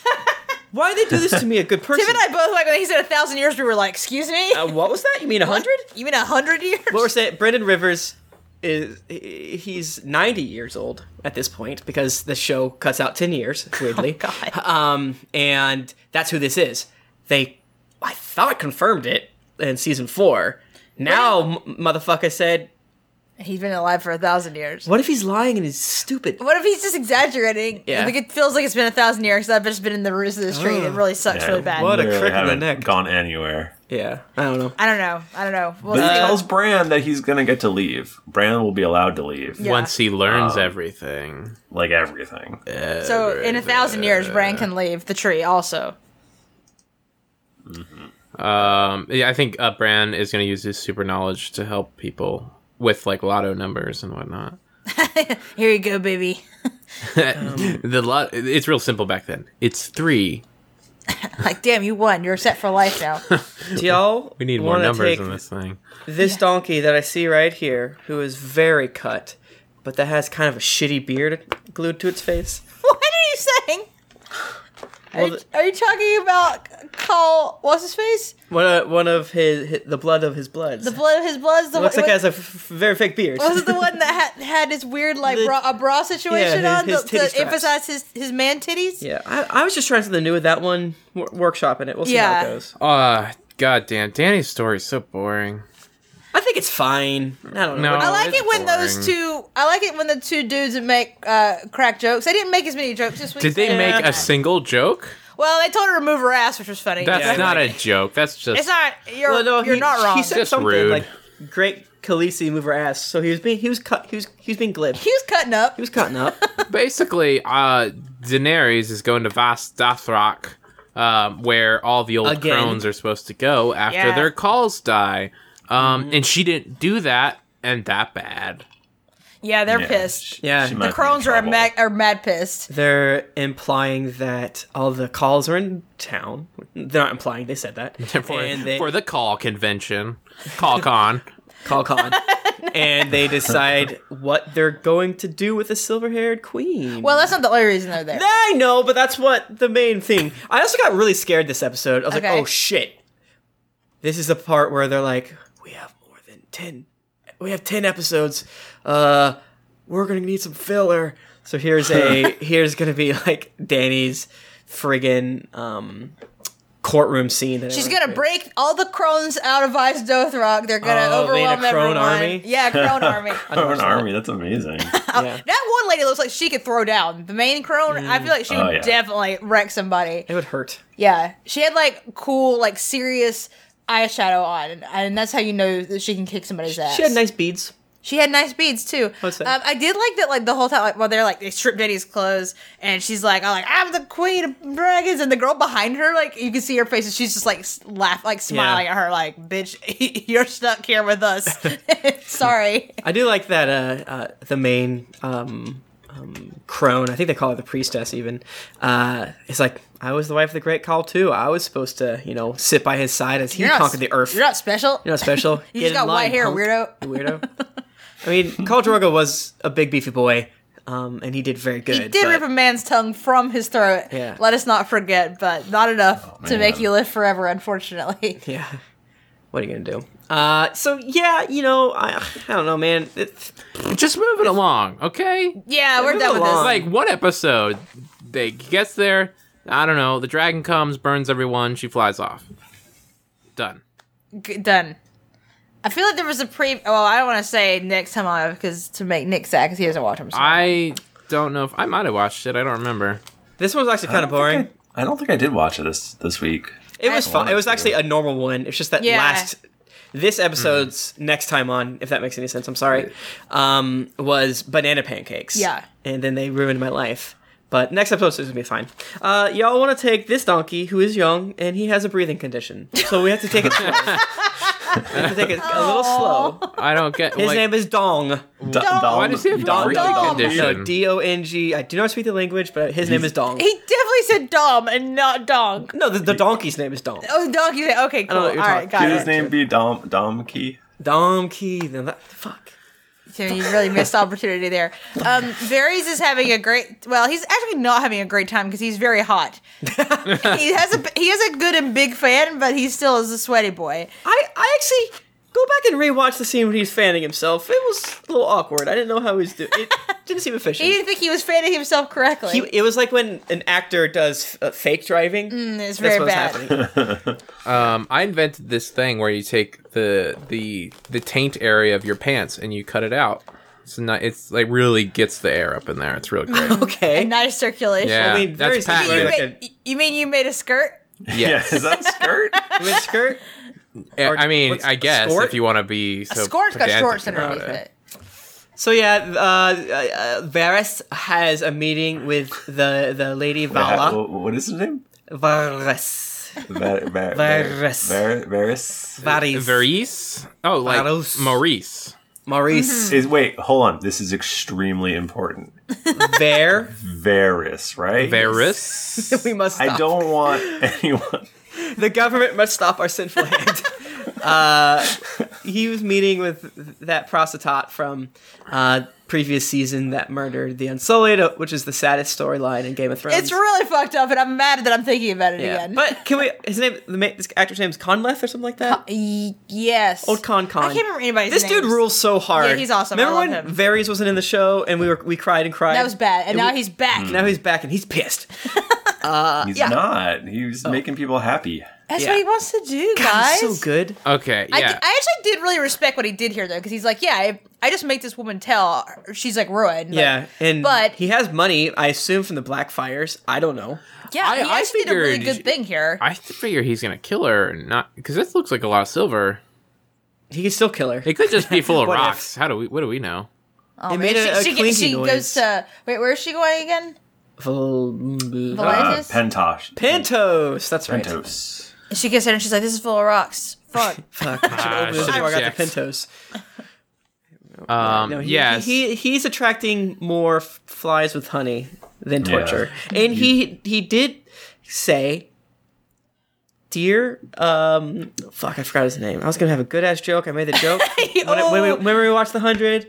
Speaker 3: Why do they do this to me, a good person?
Speaker 2: Tim and I both like when he said a thousand years, we were like, "Excuse me,
Speaker 3: uh, what was that? You mean a hundred?
Speaker 2: you mean a hundred years?"
Speaker 3: What we're saying, Brendan Rivers is he- he's ninety years old at this point because the show cuts out ten years weirdly.
Speaker 2: Oh, God.
Speaker 3: Um, and that's who this is. They, I thought confirmed it in season four. Now, m- motherfucker said
Speaker 2: He's been alive for a thousand years.
Speaker 3: What if he's lying and he's stupid?
Speaker 2: What if he's just exaggerating?
Speaker 3: Yeah.
Speaker 2: Like it feels like it's been a thousand years. 'cause I've just been in the roots of this tree. and It really sucks
Speaker 1: Yeah,
Speaker 2: really bad.
Speaker 3: what a
Speaker 1: Literally
Speaker 3: crick in the
Speaker 1: haven't
Speaker 3: neck.
Speaker 1: Gone anywhere.
Speaker 3: Yeah, I don't know.
Speaker 2: I don't know. I don't know. We'll uh,
Speaker 1: But he
Speaker 2: see.
Speaker 1: tells Bran that he's gonna get to leave. Bran will be allowed to leave.
Speaker 2: Yeah.
Speaker 4: Once he learns everything.
Speaker 1: Like everything.
Speaker 2: so in a thousand years, Bran can leave the tree. Also,
Speaker 4: Um, yeah, I think uh, Bran is going to use his super knowledge to help people with like lotto numbers and whatnot.
Speaker 2: here you go, baby.
Speaker 3: Um,
Speaker 4: the lot, it's real simple back then. It's three.
Speaker 2: Like, damn, you won. You're set for life now.
Speaker 3: Do y'all
Speaker 4: We need more numbers
Speaker 3: take
Speaker 4: in this thing.
Speaker 3: this donkey that I see right here, who is very cut, but that has kind of a shitty beard glued to its face?
Speaker 2: what are you saying? Are,
Speaker 3: Well,
Speaker 2: you,
Speaker 3: the-
Speaker 2: are you talking about Call? What's his face?
Speaker 3: One, uh, one of his, hi the blood of his bloods.
Speaker 2: The blood of his blood's the
Speaker 3: looks
Speaker 2: one.
Speaker 3: like it has a f- f- very fake beard.
Speaker 2: was it the one that had, had his weird like
Speaker 3: The-
Speaker 2: bra, a bra situation
Speaker 3: his-
Speaker 2: on
Speaker 3: his
Speaker 2: to-
Speaker 3: titty
Speaker 2: to,
Speaker 3: straps.
Speaker 2: emphasize his, his man titties?
Speaker 3: yeah, I, I was just trying something new with that one. W- workshopping it. We'll see how
Speaker 2: Yeah.
Speaker 3: it goes.
Speaker 4: Ah, god damn, Danny's story is so boring.
Speaker 3: I think it's fine. I don't know.
Speaker 4: No.
Speaker 2: I like
Speaker 4: it's
Speaker 2: it when those
Speaker 4: boring.
Speaker 2: two. I like it when the two dudes that make uh, crack jokes. They didn't make as many jokes this week.
Speaker 4: Did they make
Speaker 3: Yeah.
Speaker 4: a single joke?
Speaker 2: Well, they told her to move her ass, which was funny.
Speaker 4: That's
Speaker 3: Yeah,
Speaker 4: not
Speaker 3: right.
Speaker 4: a joke. That's just
Speaker 2: It's not. You're,
Speaker 3: Well, no,
Speaker 2: you're
Speaker 3: he-
Speaker 2: not wrong.
Speaker 3: He said
Speaker 4: Just
Speaker 3: something
Speaker 4: rude.
Speaker 3: like, "Great Khaleesi, move her ass." So he was being he was cut he was he was being glib.
Speaker 2: he was cutting up.
Speaker 3: He was cutting up.
Speaker 4: basically, uh, Daenerys is going to Vas Dothrak, um, where all the old
Speaker 3: Again.
Speaker 4: crones are supposed to go after
Speaker 2: Yeah.
Speaker 4: their calls die. Um,
Speaker 3: Mm-hmm.
Speaker 4: And she didn't do that, and that bad.
Speaker 2: Yeah, they're
Speaker 1: Yeah.
Speaker 2: pissed.
Speaker 3: Yeah.
Speaker 1: she
Speaker 3: The
Speaker 1: might be
Speaker 2: The
Speaker 1: in
Speaker 2: crones are
Speaker 1: trouble.
Speaker 2: mad, are mad pissed.
Speaker 3: They're implying that all the calls are in town. They're not implying; they said that.
Speaker 4: For,
Speaker 3: and they
Speaker 4: for the call convention, call con.
Speaker 3: call con, and they decide what they're going to do with the silver-haired queen.
Speaker 2: Well, that's not the only reason they're there.
Speaker 3: I know, but that's what the main thing. I also got really scared this episode. I was
Speaker 2: Okay.
Speaker 3: like, "Oh shit!" This is the part where they're like, we have more than 10 we have 10 episodes uh we're gonna need some filler so here's a here's gonna be like danny's friggin um courtroom scene that
Speaker 2: She's
Speaker 3: everyone
Speaker 2: gonna
Speaker 3: created.
Speaker 2: break all the crones out of Ice Dothrock. They're gonna
Speaker 3: Oh, made a
Speaker 2: overwhelm
Speaker 3: crone
Speaker 2: everyone.
Speaker 3: army?
Speaker 2: Yeah, crone army.
Speaker 1: Oh, an army. That's amazing.
Speaker 3: Yeah.
Speaker 2: That one lady looks like she could throw down. The main crone, I feel
Speaker 3: Mm.
Speaker 2: like she
Speaker 1: Oh,
Speaker 2: would
Speaker 1: yeah.
Speaker 2: definitely wreck somebody.
Speaker 3: it would hurt
Speaker 2: Yeah, she had like cool, like serious eyeshadow on, and, and that's how you know that she can kick somebody's ass.
Speaker 3: she had nice beads
Speaker 2: She had nice beads too.
Speaker 3: What's that?
Speaker 2: Um, I did like that, like the whole time, like while they're like they strip Danny's clothes, and she's like, "I'm like I'm the queen of dragons," and the girl behind her, like you can see her face, and she's just like s- laugh, like smiling
Speaker 3: Yeah.
Speaker 2: at her, like "Bitch, you're stuck here with us." Sorry.
Speaker 3: I do like that uh, uh, the main um, um, crone, I think they call her the priestess even, uh, is like, I was the wife of the great Khal too. I was supposed to, you know, sit by his side as he
Speaker 2: You're not
Speaker 3: conquered
Speaker 2: s-
Speaker 3: the earth.
Speaker 2: You're not special.
Speaker 3: You're not special.
Speaker 2: You just
Speaker 3: Get in
Speaker 2: got
Speaker 3: line,
Speaker 2: white hair,
Speaker 3: punk,
Speaker 2: weirdo.
Speaker 3: you Weirdo. I mean, Khal Drogo was a big beefy boy, um, and he did very good.
Speaker 2: He did
Speaker 3: but-
Speaker 2: rip a man's tongue from his throat.
Speaker 3: Yeah.
Speaker 2: Let us not forget, but not enough
Speaker 1: Oh,
Speaker 2: to make
Speaker 1: man.
Speaker 2: you live forever, unfortunately.
Speaker 3: Yeah. What are you gonna do? Uh, so yeah, you know, I, I don't know, man. It,
Speaker 4: Just move it along, okay?
Speaker 2: Yeah, we're
Speaker 3: move
Speaker 2: done with
Speaker 3: along.
Speaker 2: this.
Speaker 4: Like one episode, they gets there. I don't know. The dragon comes, burns everyone. She flies off. Done.
Speaker 2: G- done. I feel like there was a pre. Well, I don't want to say Nick's time on because to make Nick sad because he doesn't watch himself.
Speaker 4: I don't know if I might have watched it. I don't remember.
Speaker 3: this one was actually kind of boring.
Speaker 1: I don't think I did watch it this this week.
Speaker 2: Mm-hmm.
Speaker 3: It was fun. It was
Speaker 1: wanted to.
Speaker 3: actually a normal one. It's just that
Speaker 2: Yeah.
Speaker 3: last this episode's next time on, if that makes any sense. I'm sorry. Um, was banana pancakes.
Speaker 2: Yeah.
Speaker 3: and then they ruined my life. But next episode's gonna be fine. Uh, y'all want to take this donkey who is young and he has a breathing condition, so we have to take it slow. we have to take it a little slow.
Speaker 4: I don't get
Speaker 3: His
Speaker 4: like,
Speaker 3: name is Dong.
Speaker 1: D-
Speaker 2: Dom-
Speaker 4: Why does he have
Speaker 1: Dom-
Speaker 4: a
Speaker 2: Dom-
Speaker 4: dog
Speaker 3: No,
Speaker 4: condition?
Speaker 3: D O N G. I do not speak the language, but his name is Dong.
Speaker 2: he definitely said Dom and not Dong.
Speaker 3: No, the, the donkey's name is Dong.
Speaker 2: Oh, Dong, you okay? Cool.
Speaker 3: know
Speaker 2: All
Speaker 3: what you're
Speaker 2: right,
Speaker 3: talking-
Speaker 2: got
Speaker 1: Could his
Speaker 2: it.
Speaker 1: name be Dom Domkey?
Speaker 3: Donkey. Then that fuck.
Speaker 2: So you really missed opportunity there. Um, Varys is having a great. Well, he's actually not having a great time because he's very hot. he has a he has a good and big fan, but he still is a sweaty boy.
Speaker 3: I, I actually go back and rewatch the scene when he's fanning himself. It was a little awkward. I didn't know how he was doing. It didn't seem
Speaker 2: He
Speaker 3: efficient.
Speaker 2: didn't think he was fanning himself correctly.
Speaker 3: He, it was like when an actor does uh, fake driving.
Speaker 2: it's
Speaker 3: That's
Speaker 2: Mm, very
Speaker 3: what was
Speaker 2: bad.
Speaker 3: happening.
Speaker 4: Um, I invented this thing where you take the the the taint area of your pants and you cut it out. It's not. It's like really gets the air up in there. It's really great.
Speaker 2: A
Speaker 3: Okay.
Speaker 2: nice circulation.
Speaker 4: Yeah,
Speaker 3: mean, very
Speaker 4: that's
Speaker 3: similar
Speaker 2: You,
Speaker 3: Like
Speaker 4: patented.
Speaker 2: made- you mean you made a skirt?
Speaker 4: Yes.
Speaker 1: Yeah, is that a skirt?
Speaker 3: With skirt?
Speaker 4: Uh, I mean,
Speaker 3: what's-
Speaker 4: I guess
Speaker 3: skort?
Speaker 4: if you want to be so
Speaker 2: Skort's got
Speaker 4: pedantic
Speaker 2: shorts
Speaker 4: about
Speaker 2: underneath it.
Speaker 3: So yeah, uh, uh, Varys has a meeting with the the lady Vala.
Speaker 1: Wha- what is his name?
Speaker 3: Varys.
Speaker 1: Var- Var-
Speaker 3: Varys.
Speaker 1: Var- Varys.
Speaker 3: Varys.
Speaker 4: Varese? Oh, like
Speaker 3: Varos.
Speaker 4: Maurice.
Speaker 3: Maurice.
Speaker 1: Is wait, hold on. This is extremely important.
Speaker 2: Mm-hmm.
Speaker 3: Var.
Speaker 1: Varys, right?
Speaker 4: Varys.
Speaker 3: we must. Stop.
Speaker 1: I don't want anyone.
Speaker 3: The government must stop our sinful hand. uh, he was meeting with that prostitute from uh, previous season that murdered the Unsullied, uh, which is the saddest storyline in Game of Thrones.
Speaker 2: It's really fucked up, and I'm mad that I'm thinking about it
Speaker 3: Yeah.
Speaker 2: again.
Speaker 3: But can we? His name, the ma- this actor's name is Conleth or something like that.
Speaker 2: Y- yes,
Speaker 3: Old Con Con.
Speaker 2: I can't remember anybody's
Speaker 3: This dude
Speaker 2: names.
Speaker 3: rules so hard.
Speaker 2: Yeah, he's awesome. I
Speaker 3: Remember
Speaker 2: love
Speaker 3: when
Speaker 2: him.
Speaker 3: Varys wasn't in the show and we were we cried and cried.
Speaker 2: That was bad, and, now
Speaker 3: we-
Speaker 2: he's back.
Speaker 3: Now he's back and he's pissed. Uh,
Speaker 1: He's not.
Speaker 3: Oh.
Speaker 1: He's making people happy.
Speaker 2: That's
Speaker 3: yeah.
Speaker 2: what he wants to do,
Speaker 3: God,
Speaker 2: guys.
Speaker 3: he's so good.
Speaker 4: Okay,
Speaker 2: I,
Speaker 4: yeah.
Speaker 2: I actually did really respect what he did here, though, because he's like, yeah, I, I just make this woman tell she's like ruined. Like,
Speaker 3: Yeah, and
Speaker 2: but-
Speaker 3: he has money. I assume from the Blackfires. I don't know.
Speaker 2: yeah,
Speaker 4: I-
Speaker 2: he
Speaker 4: I
Speaker 2: actually did a really
Speaker 4: figured-
Speaker 2: good thing here.
Speaker 4: I, figure he's gonna kill her, and not because this looks like a lot of silver.
Speaker 3: He can still kill her.
Speaker 4: It could just be full of
Speaker 3: What if?
Speaker 4: rocks. How do we? What do we know?
Speaker 2: Oh,
Speaker 3: it
Speaker 2: man,
Speaker 3: made a- a
Speaker 2: she, she,
Speaker 3: clinky
Speaker 2: she
Speaker 3: noise.
Speaker 2: goes to wait. Where is she going again?
Speaker 3: Vol-
Speaker 1: Uh,
Speaker 2: Volantis.
Speaker 1: Pentosh.
Speaker 3: Pentos. That's right.
Speaker 1: Pentos.
Speaker 2: she gets there and she's like, "This is full of rocks. Fuck."
Speaker 3: Fuck. I should've
Speaker 4: Ah,
Speaker 3: opened it
Speaker 4: should've
Speaker 3: before I got the
Speaker 4: checked.
Speaker 3: Pentos.
Speaker 4: Um,
Speaker 3: No, he,
Speaker 4: yes.
Speaker 3: he, he- he's attracting more f- flies with honey than
Speaker 1: Yeah.
Speaker 3: torture, and he he did say, "Dear, um, fuck, I forgot his name. I was gonna have a good ass joke. I made the joke when, it- when we,
Speaker 2: Oh.
Speaker 3: when we watched the hundred.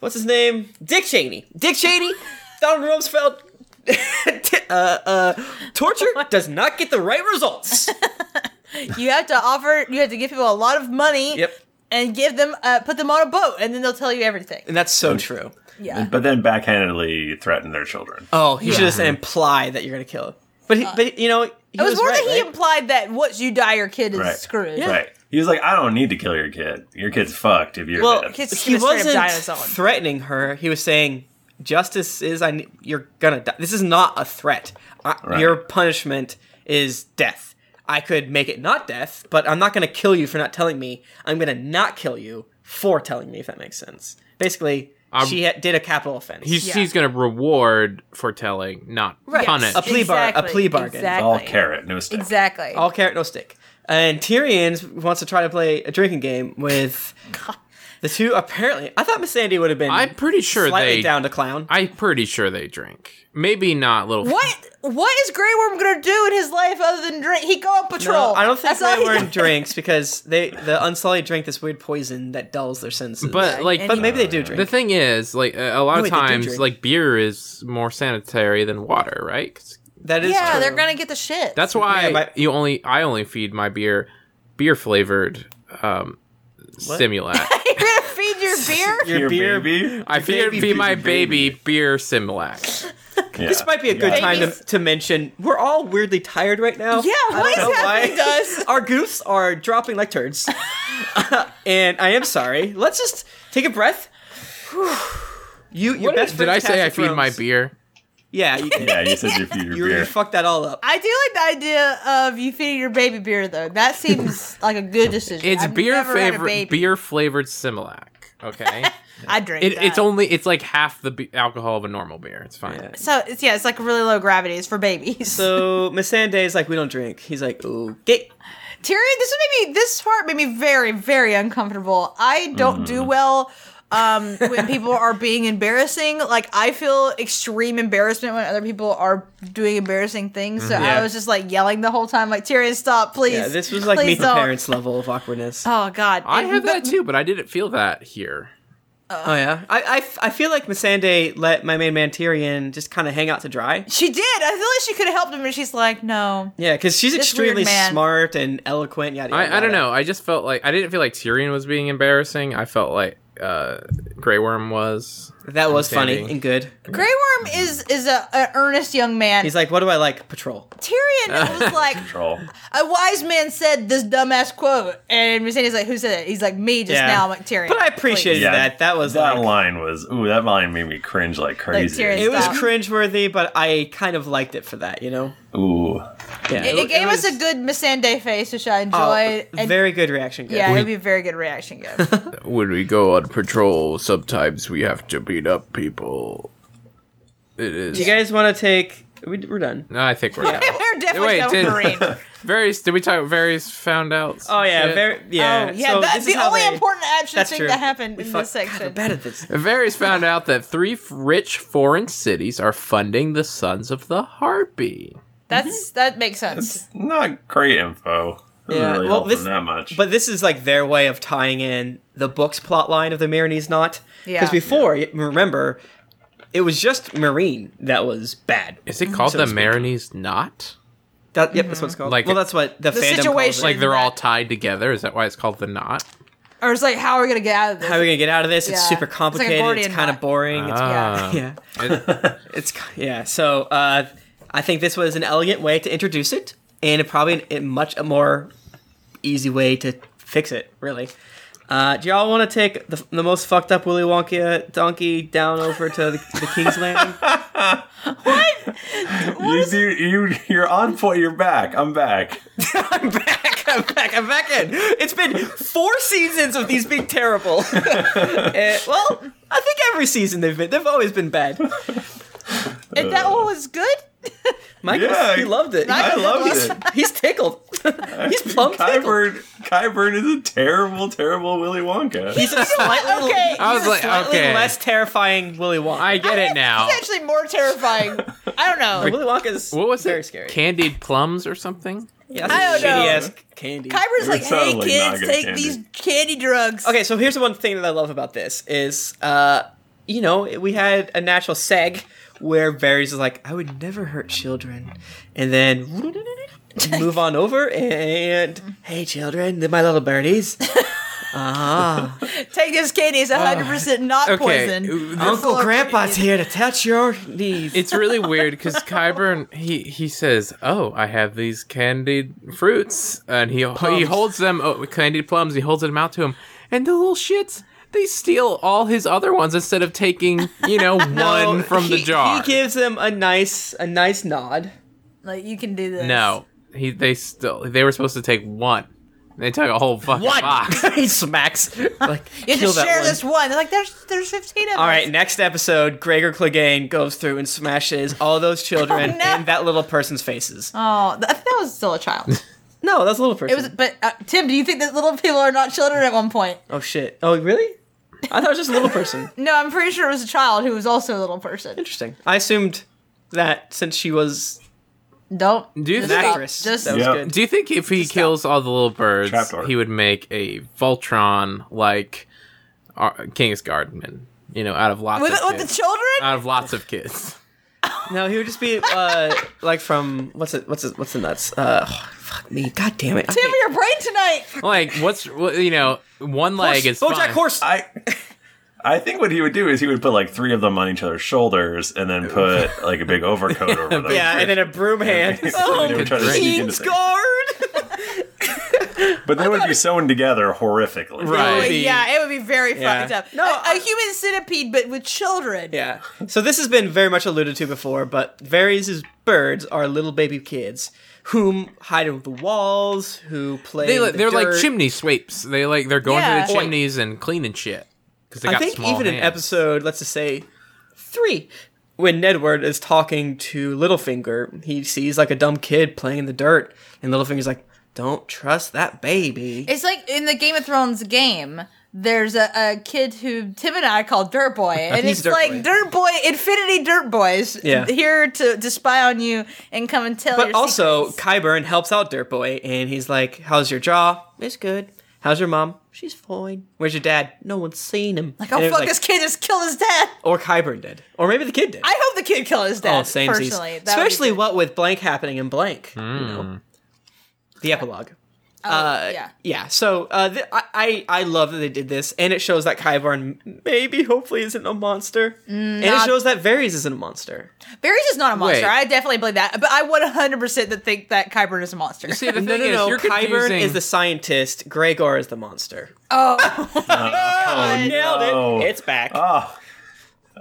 Speaker 3: What's his name? Dick Cheney. Dick Cheney. Donald Rumsfeld." t- uh, uh, torture does not get the right results.
Speaker 2: You have to offer. You have to give people a lot of money.
Speaker 3: Yep.
Speaker 2: and give them uh, put them on a boat, and then they'll tell you everything.
Speaker 3: And that's so true.
Speaker 2: Yeah.
Speaker 1: But then backhandedly threaten their children.
Speaker 3: Oh, he should just imply that you're gonna kill him. But he, but you know, he
Speaker 2: Uh, It was, more
Speaker 3: right,
Speaker 2: that he
Speaker 3: right?
Speaker 2: implied that once you die, your kid is
Speaker 3: Oh,
Speaker 1: Right.
Speaker 2: screwed.
Speaker 1: Right. He was like, I don't need to kill your kid. Your kid's fucked if you're
Speaker 3: Well,
Speaker 1: dead.
Speaker 2: Kid's just
Speaker 3: he
Speaker 2: gonna straight up die on its
Speaker 3: wasn't
Speaker 2: own.
Speaker 3: threatening her. He was saying, "Justice is I. ne- You're gonna. Die. This is not a threat. I,
Speaker 1: Right.
Speaker 3: Your punishment is death. I could make it not death, but I'm not gonna kill you for not telling me. I'm gonna not kill you for telling me. If that makes sense. Basically, she ha- did a capital offense.
Speaker 4: He's,
Speaker 2: Yeah.
Speaker 4: he's going to reward for telling, not
Speaker 2: Right.
Speaker 4: punish.
Speaker 3: A plea bar- a
Speaker 2: Exactly.
Speaker 3: plea bargain.
Speaker 2: Exactly.
Speaker 1: All carrot, no stick.
Speaker 2: Exactly.
Speaker 3: all carrot, no stick. And Tyrion wants to try to play a drinking game with the two. Apparently, I thought Miss Sandy would have been.
Speaker 4: I'm pretty sure
Speaker 3: slightly
Speaker 4: they-
Speaker 3: down to clown.
Speaker 4: I'm pretty sure they drink. Maybe not little.
Speaker 2: What what is Grey Worm gonna do in his life other than drink? He go on patrol.
Speaker 3: No, I don't think
Speaker 2: That's all
Speaker 3: they
Speaker 2: he-
Speaker 3: were in drinks because they the Unsullied drink this weird poison that dulls their senses.
Speaker 4: But like,
Speaker 3: but maybe they do drink.
Speaker 4: the thing is, like a a lot
Speaker 3: No,
Speaker 4: of
Speaker 3: wait, they do
Speaker 4: times,
Speaker 3: drink.
Speaker 4: like beer is more sanitary than water, right? 'Cause
Speaker 3: that is
Speaker 2: Yeah,
Speaker 3: true.
Speaker 2: they're gonna get the shit.
Speaker 4: That's why
Speaker 3: Yeah, but-
Speaker 4: you only I only feed my beer beer flavored um, Similac.
Speaker 2: You're gonna feed your beer.
Speaker 3: your, beer.
Speaker 1: baby.
Speaker 4: I feed,
Speaker 3: baby
Speaker 4: feed my
Speaker 1: feed your
Speaker 4: baby, beer Similac.
Speaker 1: Yeah.
Speaker 3: This might be a good
Speaker 1: Yeah.
Speaker 3: time to, to mention we're all weirdly tired right now.
Speaker 2: Yeah,
Speaker 3: I
Speaker 2: what
Speaker 3: don't
Speaker 2: is
Speaker 3: know why.
Speaker 2: happening to us?
Speaker 3: Our goofs are dropping like turds, and I am sorry. Let's just take a breath. You, your best
Speaker 4: Did I say I
Speaker 3: Fantastic
Speaker 4: feed my
Speaker 3: Thrones-
Speaker 4: beer?
Speaker 3: Yeah, you,
Speaker 1: Yeah, you said you feed your
Speaker 3: you, you
Speaker 1: beer.
Speaker 3: fucked that all up.
Speaker 2: I do like the idea of you feeding your baby beer though. That seems like a good decision.
Speaker 4: It's
Speaker 2: I've
Speaker 4: beer
Speaker 2: never had a
Speaker 4: favorite
Speaker 2: baby.
Speaker 4: beer flavored Similac. Okay,
Speaker 2: I drink.
Speaker 4: it, it's
Speaker 2: that.
Speaker 4: only it's like half the be- alcohol of a normal beer. It's fine.
Speaker 3: Yeah.
Speaker 2: so it's yeah. It's like really low gravity. It's for babies.
Speaker 3: So Missandei is like, we don't drink. He's like, okay.
Speaker 2: Tyrion, this made me. This part made me very, very uncomfortable. I don't
Speaker 3: Mm.
Speaker 2: do well um, when people are being embarrassing. Like I feel extreme embarrassment when other people are doing embarrassing things. So
Speaker 3: Mm-hmm. Yeah.
Speaker 2: I was just like yelling the whole time, like Tyrion, stop, please.
Speaker 3: Yeah, this was like
Speaker 2: please
Speaker 3: meet the
Speaker 2: don't."
Speaker 3: parents level of awkwardness.
Speaker 2: Oh God,
Speaker 4: I
Speaker 2: It-
Speaker 4: have that too, but I didn't feel that here.
Speaker 3: Oh yeah, I, I f- I feel like Missandei let my main man Tyrion just kind of hang out to dry.
Speaker 2: She did. I feel like she could have helped him, and she's like, no.
Speaker 3: Yeah, because she's
Speaker 2: This weird
Speaker 3: extremely
Speaker 2: man.
Speaker 3: smart and eloquent. Yada, yada
Speaker 4: I, I don't
Speaker 3: yada.
Speaker 4: know. I just felt like I didn't feel like Tyrion was being embarrassing. I felt like uh, Grey Worm was.
Speaker 3: That was funny
Speaker 4: Understanding.
Speaker 3: and good.
Speaker 2: Grey Worm is is a, an earnest young man.
Speaker 3: He's like, what do I like? Patrol.
Speaker 2: Tyrion was like,
Speaker 1: Control.
Speaker 2: a wise man said this dumbass quote, and Mercedes like, who said it? He's like, me just
Speaker 3: Yeah.
Speaker 2: now. I'm like Tyrion.
Speaker 3: But I appreciated
Speaker 1: Yeah,
Speaker 3: that. That was
Speaker 1: That
Speaker 3: like,
Speaker 1: line was ooh, that line made me cringe like crazy.
Speaker 2: Tyrion.
Speaker 3: it was
Speaker 2: Stop.
Speaker 3: cringeworthy, but I kind of liked it for that. You know.
Speaker 1: ooh.
Speaker 3: Yeah.
Speaker 2: It, it gave
Speaker 3: was-
Speaker 2: us a good Missandei face, which I
Speaker 3: oh,
Speaker 2: enjoyed. and
Speaker 3: very good reaction. Good.
Speaker 2: yeah, it'd be a very good reaction game.
Speaker 4: When we go on patrol, sometimes we have to beat up people. It is.
Speaker 3: You guys want to take? We, we're done.
Speaker 4: No, I think we're. done.
Speaker 2: They're definitely
Speaker 4: Wait,
Speaker 2: no
Speaker 4: did-
Speaker 2: Marine.
Speaker 4: Varys, did we talk? Varys found out. some
Speaker 3: Oh yeah,
Speaker 4: shit?
Speaker 3: very yeah.
Speaker 2: oh, yeah,
Speaker 3: so
Speaker 2: that's
Speaker 3: this is
Speaker 2: the
Speaker 3: how
Speaker 2: only
Speaker 3: they-
Speaker 2: important action
Speaker 3: That's
Speaker 2: thing
Speaker 3: true.
Speaker 2: that happened
Speaker 3: We
Speaker 2: in
Speaker 3: fuck-
Speaker 2: this
Speaker 3: God, we're
Speaker 2: section.
Speaker 3: bad at this.
Speaker 4: Varys found out that three f- rich foreign cities are funding the Sons of the Harpy.
Speaker 2: That's that makes sense.
Speaker 1: Not great info. Doesn't
Speaker 3: Yeah,
Speaker 1: really
Speaker 3: well,
Speaker 1: help
Speaker 3: this-
Speaker 1: them that much.
Speaker 3: But this is like their way of tying in the book's plot line of the Marini's knot.
Speaker 2: Yeah.
Speaker 3: Because before, y- remember, it was just Marine that was bad.
Speaker 4: Is it called
Speaker 3: So
Speaker 4: the
Speaker 3: to speak.
Speaker 4: Marinese Knot?
Speaker 3: That, yep, that's what it's called.
Speaker 4: Mm-hmm. Like-
Speaker 3: well, that's what the, fandom calls
Speaker 2: situation-
Speaker 3: it.
Speaker 4: Like they're
Speaker 2: That-
Speaker 4: all tied together. Is that why it's called the Knot?
Speaker 2: Or it's like, how are we gonna get out of this?
Speaker 3: How are we gonna get out of this? It's
Speaker 2: Yeah.
Speaker 3: super
Speaker 2: It's like a
Speaker 3: complicated. It's,
Speaker 2: Gordian
Speaker 3: kind of
Speaker 2: knot.
Speaker 3: boring.
Speaker 4: Ah.
Speaker 3: it's yeah,
Speaker 4: It-
Speaker 3: it's yeah. So uh, I think this was an elegant way to introduce it, and it probably a much a more easy way to fix it. Really. Uh, do y'all want to take the, the most fucked up Willy Wonka donkey down over to the, the King's Landing?
Speaker 1: you, do, you you're on point. You're back. I'm back.
Speaker 3: I'm back. I'm back. I'm back in. It's been four seasons of these being terrible. Eh, well, I think every season they've been. They've always been bad.
Speaker 2: If that one was good,
Speaker 3: Michael,
Speaker 1: Yeah,
Speaker 3: he loved it.
Speaker 1: I loved
Speaker 3: he's,
Speaker 1: it.
Speaker 3: He's tickled. he's plumb tickled.
Speaker 1: Kyburn Kyburn is a terrible, terrible Willy Wonka.
Speaker 3: He's a slightly,
Speaker 2: Okay.
Speaker 4: I was
Speaker 3: he's a
Speaker 4: like,
Speaker 3: slightly
Speaker 4: okay.
Speaker 3: less terrifying Willy Wonka.
Speaker 4: I get it now.
Speaker 2: it's actually more terrifying. I don't know.
Speaker 3: Willy Wonka's
Speaker 4: What was
Speaker 3: very
Speaker 4: it?
Speaker 3: scary.
Speaker 4: Candied plums or something?
Speaker 3: yeah,
Speaker 2: I don't know.
Speaker 3: shitty-ass candy.
Speaker 2: Kyber's like, hey
Speaker 1: Totally not
Speaker 2: kids,
Speaker 1: good
Speaker 2: take
Speaker 1: candy.
Speaker 2: these candy drugs.
Speaker 3: Okay, so here's the one thing that I love about this is, uh, you know, we had a natural seg where Varys is like, "I would never hurt children," and then move on over and, "Hey, children, they're my little birdies."
Speaker 2: Take this kidney; it's
Speaker 3: Uh,
Speaker 2: hundred percent not
Speaker 4: okay.
Speaker 2: poison.
Speaker 3: Uncle
Speaker 2: Full
Speaker 3: Grandpa's
Speaker 2: kidney.
Speaker 3: here to touch your knees.
Speaker 4: It's really weird because Kyburn he he says, "Oh, I have these candied fruits," and he he
Speaker 3: Plums.
Speaker 4: holds them oh, candied plums. He holds them out to him, and the little shits they steal all his other ones instead of taking you know
Speaker 3: No,
Speaker 4: one from the
Speaker 3: he-
Speaker 4: jar.
Speaker 3: He gives him a nice, a nice nod.
Speaker 2: Like you can do this.
Speaker 4: no, he they still they were supposed to take one. They took a whole fucking box.
Speaker 3: he smacks. Like,
Speaker 2: you have
Speaker 3: kill
Speaker 2: to
Speaker 3: that
Speaker 2: share
Speaker 3: one.
Speaker 2: this one. They're like, there's there's fifteen of
Speaker 3: All
Speaker 2: us.
Speaker 3: right, next episode, Gregor Clegane goes through and smashes all those children
Speaker 2: Oh, no.
Speaker 3: and that little person's faces.
Speaker 2: Oh, th- I think that was still a child.
Speaker 3: No, that's a little person.
Speaker 2: It was, but uh, Tim, do you think that little people are not children at one point?
Speaker 3: oh shit. Oh really? I thought it was just a little person.
Speaker 2: No, I'm pretty sure it was a child who was also a little person.
Speaker 3: Interesting. I assumed that since she was
Speaker 2: Don't
Speaker 4: Do you
Speaker 2: just
Speaker 3: an
Speaker 4: think-
Speaker 2: stop.
Speaker 3: actress,
Speaker 2: Just
Speaker 3: that was
Speaker 1: Yeah.
Speaker 3: good.
Speaker 4: Do you think if he kills all the little birds,
Speaker 1: Trapdoor.
Speaker 4: he would make a Voltron like uh, Kingsguardman? You know, out of lots
Speaker 2: with
Speaker 4: of
Speaker 2: with
Speaker 4: kids.
Speaker 2: the children.
Speaker 3: Uh,
Speaker 4: out of lots of kids.
Speaker 3: No, he would just be uh, like from what's it? What's it? What's the nuts? Uh, fuck me. God damn it. I
Speaker 2: Tim,
Speaker 3: can't-
Speaker 2: your brain tonight.
Speaker 4: Like, what's what- you know, one leg is
Speaker 3: Horse-
Speaker 4: fine.
Speaker 3: BoJack Oh, Horse.
Speaker 1: I I think what he would do is he would put like three of them on each other's shoulders and then put like a big overcoat over them.
Speaker 3: yeah, and then a broom hand.
Speaker 1: Oh, they would try to sneak into
Speaker 3: King's
Speaker 1: things.
Speaker 3: guard.
Speaker 1: But they would be sewn together horrifically.
Speaker 4: Right.
Speaker 2: It would-
Speaker 4: Maybe.
Speaker 2: yeah, it would be very
Speaker 3: Yeah.
Speaker 2: fucked up.
Speaker 3: No,
Speaker 2: No, a,
Speaker 3: I-
Speaker 2: a human centipede, but with children.
Speaker 3: Yeah. So this has been very much alluded to before, but Varys' birds are little baby kids whom hide in the walls, who play.
Speaker 4: They,
Speaker 3: in the
Speaker 4: they're like
Speaker 3: dirt.
Speaker 4: chimney sweeps. They like they're going
Speaker 2: Yeah.
Speaker 4: to the chimneys and cleaning shit because they
Speaker 3: I
Speaker 4: got
Speaker 3: think
Speaker 4: small
Speaker 3: even in
Speaker 4: hands.
Speaker 3: episode, let's just say three, when Nedward is talking to Littlefinger, he sees like a dumb kid playing in the dirt, and Littlefinger's like, "Don't trust that baby."
Speaker 2: It's like in the Game of Thrones game. There's a, a kid who Tim and I call Dirt Boy, and
Speaker 3: He's
Speaker 2: it's
Speaker 3: Dirt
Speaker 2: like
Speaker 3: Boy.
Speaker 2: Dirt Boy, Infinity Dirt Boys,
Speaker 3: Yeah.
Speaker 2: here to, to spy on you and come and tell.
Speaker 3: But
Speaker 2: your
Speaker 3: also,
Speaker 2: secrets.
Speaker 3: Kyburn helps out Dirtboy, and he's like, "How's your jaw? It's good. How's your mom? She's fine. Where's your dad? No one's seen him."
Speaker 2: like, oh fuck, this kid just killed his dad.
Speaker 3: Or Kyburn did, or maybe the kid did.
Speaker 2: I hope the kid killed his dad.
Speaker 3: oh, same
Speaker 2: personally, That would be
Speaker 3: Especially what with blank happening in blank. You
Speaker 4: Hmm.
Speaker 3: know, the epilogue.
Speaker 2: Uh, yeah.
Speaker 3: Yeah, so uh, th- I, I I love that they did this, and it shows that Kyvarn maybe hopefully isn't a monster, and it shows that Varys isn't a monster.
Speaker 2: Varys is not a monster.
Speaker 4: Wait.
Speaker 2: I definitely believe that. But I 100% that think that Kyburn is a monster.
Speaker 4: See, the
Speaker 3: No,
Speaker 4: thing
Speaker 3: no,
Speaker 4: is,
Speaker 3: no.
Speaker 4: you're
Speaker 3: Kyburn
Speaker 4: confusing.
Speaker 3: is the scientist. Gregor is the monster.
Speaker 2: oh.
Speaker 1: Oh, no.
Speaker 3: It's back.
Speaker 1: Oh,